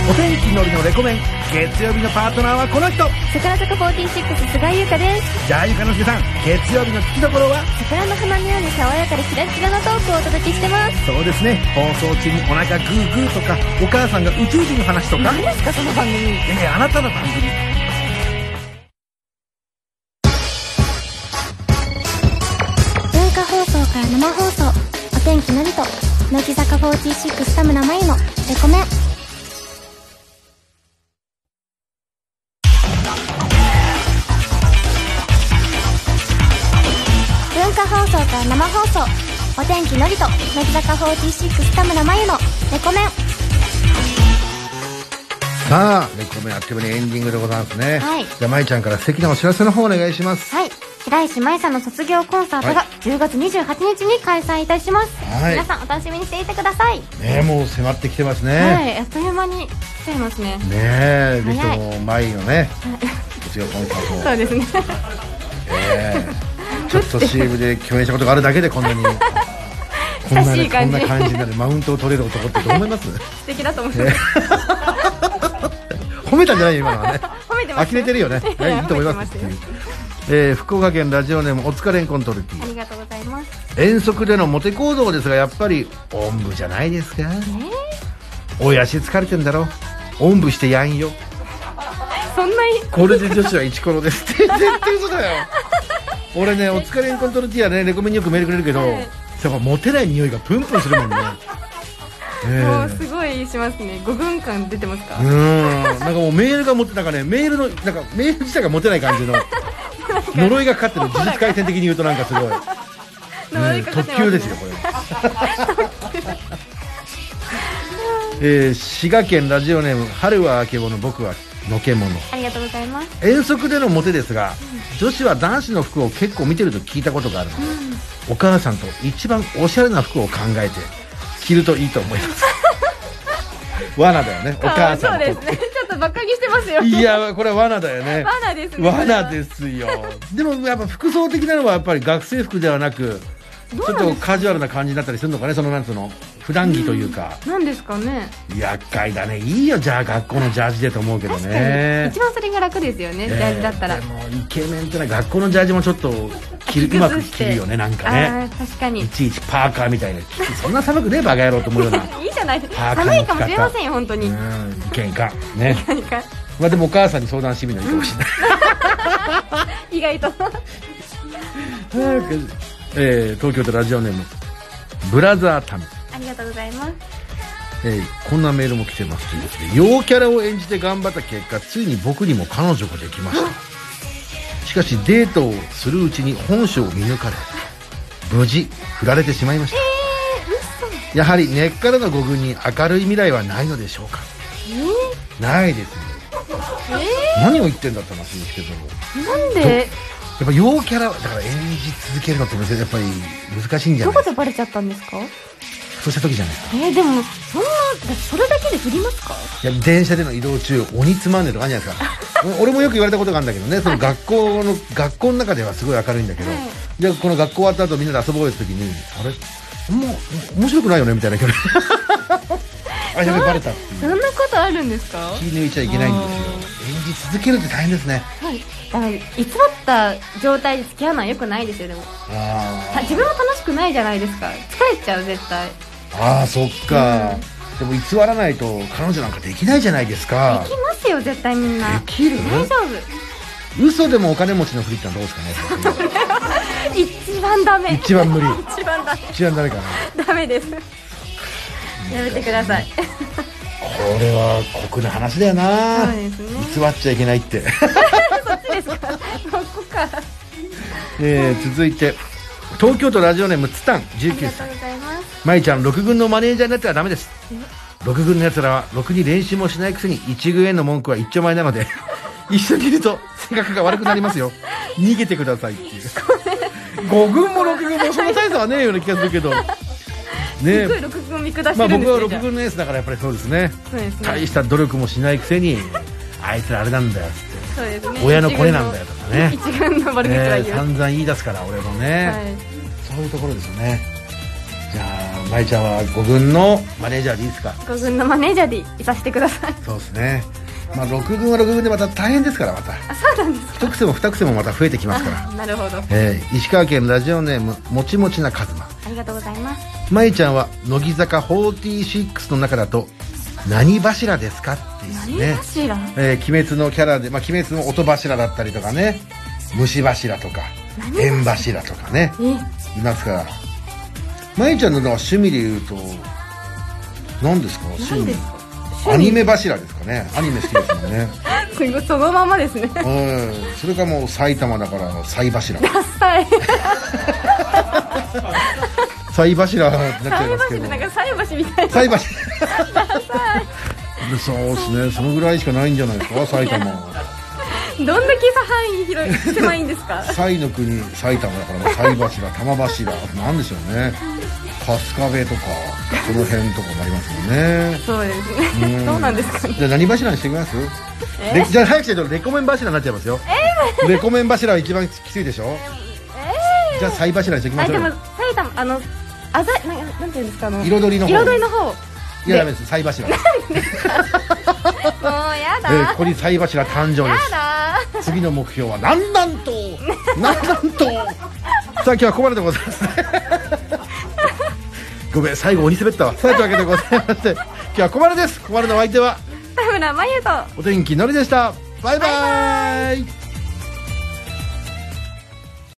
お天気のりのレコメン。月曜日のパートナーはこの人。
桜坂46菅井優香です。
じゃあ、ゆかのすけさん。月曜日の聞きどころは
桜の花のように爽やかでキラキラなトークをお届けしてます。
そうですね。放送中にお腹グーグーとか、お母さんが宇宙人の話とか。何ですか、その番組。ええあなたの番組。
文化放送から生放送お天気のりと乃木坂46田村真由のレコメン文化放送から生放送お天気のりと乃木坂46田村真由のレコメン
さあ、レコメンあっという間にエンディングでございますね。
はい
じゃあ、まいちゃんから素敵なお知らせの方お願いします。
はい白石麻衣さんの卒業コンサート
は
が
い
10月28日に開催いたします、
はい
皆さんお楽しみにしていてください、
ねえ、もう迫ってきてますね。
はい、あっという間に来ちゃいますね。
ねえ、ぜひと
早い
も、マイのね、卒業コンサート
そ
を
うですね。
ええちょっと CM で共演したことがあるだけでこんなに、こんな
親し
ねこん
い感じ
な感じになる、マウントを取れる男ってどう思います
素敵だと思います。
褒めたんじゃないよ、今のはね。
褒めてます。
呆れてるよね。はいいいと思い
褒
ま
め
す
てま。
えー、福岡県ラジオネームお疲れんこんトルティ
ありがとうございます
遠足でのモテ行動ですがやっぱりおんぶじゃないですか、おやし疲れてんだろおんぶしてやんよ
そんなに
これで女子はイチコロです って絶対嘘だよ俺ねお疲れんコントロティアねレコメンによくメールくれるけど、やっぱモテない匂いがプンプンする もんねええ
もうすごいしますね。五分間出てますか
う。んなんかもうメールが持ってなんかねメールのなんかメール自体が持てない感じの呪いがかかってる事実回転的に言うとなんかすごい、
呪
ね
いかかって
特急
ますね
ですよこれ えー滋賀県ラジオネーム春はあけぼの僕はのけもの
ありがとうございます
遠足でのモテですが、女子は男子の服を結構見てると聞いたことがあるので、お母さんと一番おしゃれな服を考えて着るといいと思います罠だよねお母
あ
さ
そ
ん
う
と
ですね。ちょっと馬鹿にしてますよ。
いやこれは罠だよね
罠ですね。
罠ですよでもやっぱ服装的なのはやっぱり学生服ではなくちょっとカジュアルな感じになったりするのかねそのなんつうの普段着というか、
なんですかね。
厄介だねいいよじゃあ学校のジャージでと思うけど
確かに
ね
一番それが楽ですよね。ジャージだったら。
ええでもイケメンってのは学校のジャージもちょっと着るうまく着るよねなんか
あ
ね
あ確かに。い
いちいちパーカーみたいな着てそんな寒くねえバカ野郎と思うような
いじゃないです
パー
か。
カーの着方
寒いかもしれませんよ本当
うん
に。
いけんいかんね
何か
まあでもお母さんに相談してみるのいいかもしれない
意外と。
えー東京都ラジオネームブラザータム、
ありがとうございます
えーこんなメールも来てますということで陽キャラを演じて頑張った結果ついに僕にも彼女ができました しかしデートをするうちに本性を見抜かれ無事振られてしまいました、やはり根っからの五軍に明るい未来はないのでしょうか、ないですね、何を言ってんだって話ですけど
なんで
やっぱ陽キャラはだから演じ続けるのってやっぱり難しいんじゃ
ど
ない
こでバレちゃったんですか。
そうした時じゃないですか
えー、でもそんなそれだけで振りますか。
いや電車での移動中鬼つまんねえとかあるじゃないです かお俺もよく言われたことがあるんだけどねその学校の学校の中ではすごい明るいんだけど、じゃあこの学校終わった後みんなで遊ぼうよって時にあれもう面白くないよねみたいな 距離あやべバレたっていう
そんなことあるんですか。
気抜いちゃいけないんですよ演じ続けるって大変ですね
はい、だから偽った状態で付き合うのはよくないですよでも
あ
た自分は楽しくないじゃないですか疲れちゃう絶対で
ーあーそっか、でも偽らないと彼女なんかできないじゃないですか
きますよ絶対みんな
できる
大丈
嘘でもお金持ちのふりってのはどうです かね
夫一番ダメ
一番無理
一番ダメ
一番ダメかな
ダメですやめてください
これは酷な話だよな、
そうですね
偽っちゃいけないって
そこか
えー続いて東京都ラジオネームツタン19歳
ございます
舞ちゃん6軍のマネージャーになってはダメです6軍の奴らはろくに練習もしないくせに1軍への文句は一丁前なので 一緒にいると性格が悪くなり ますよ逃げてくださいっていう5軍も6軍もその大差はねえような気がするけどね
す
え
ごい録音見下し
まあ
てる
僕
んです
は
よ、じゃ
6軍のエースだからやっぱりそうですね
あそうですね
大した努力もしないくせにあいつらあれなんだよっつって
そうですね
親の子なんだよとかね
一軍の悪口は
ね
言う、
散々言い出すから俺もね、そういうところですよねじゃあ舞ちゃんは5軍のマネージャーでいいですか
はい、5軍のマネージャーでいさせてください
そうですねまあ6軍は6軍でまた大変ですからまた
あそうなんです
一癖も二癖もまた増えてきますから、
なるほど
えー石川県ラジオネームもちもちなカズマ
ありがとうございます
舞ちゃんは乃木坂46の中だと何柱ですかっていうね
柱
えー鬼滅のキャラで、まあ、鬼滅の音柱だったりとかね虫柱とか縁柱とかねいますからまゆちゃんのだから趣味で言うと何ですか趣味アニメ柱ですかねアニメ好きですもん ね
すごいそのままですね
うんそれかもう埼玉だから菜柱
ダサい
菜柱になっちゃいますけ
なん
ど
か菜箸みたいな
菜柱そうですね。そのぐらいしかないんじゃないですか、埼玉は。
どんだけさ範囲広い狭いんですか
西の国、埼玉だから、まあ、西柱、玉柱、あとなんでしょうね。春日部とか、その辺とかもありますもんね。
そうですねどうなんですかね
じゃあ何柱にしてみますでじゃあ早くしてレコメン柱になっちゃいますよ。レコメン柱は一番きついでしょじゃあ菜柱にしておきま
あ
しょ
で
う
も
よ。
埼玉あのあざなんかなんていうんですかあの
彩りの方
彩りの方も
いやダメです、菜柱。
うや
え
だ
ーここに菜柱誕生です次の目標は南南 東南南東さあ今日はここまででござい ますねごめん最後鬼滑ったわさあというわけでございまして今日はここまでですここまでのお相手は
田村真由と
お天気のりでしたバイバイ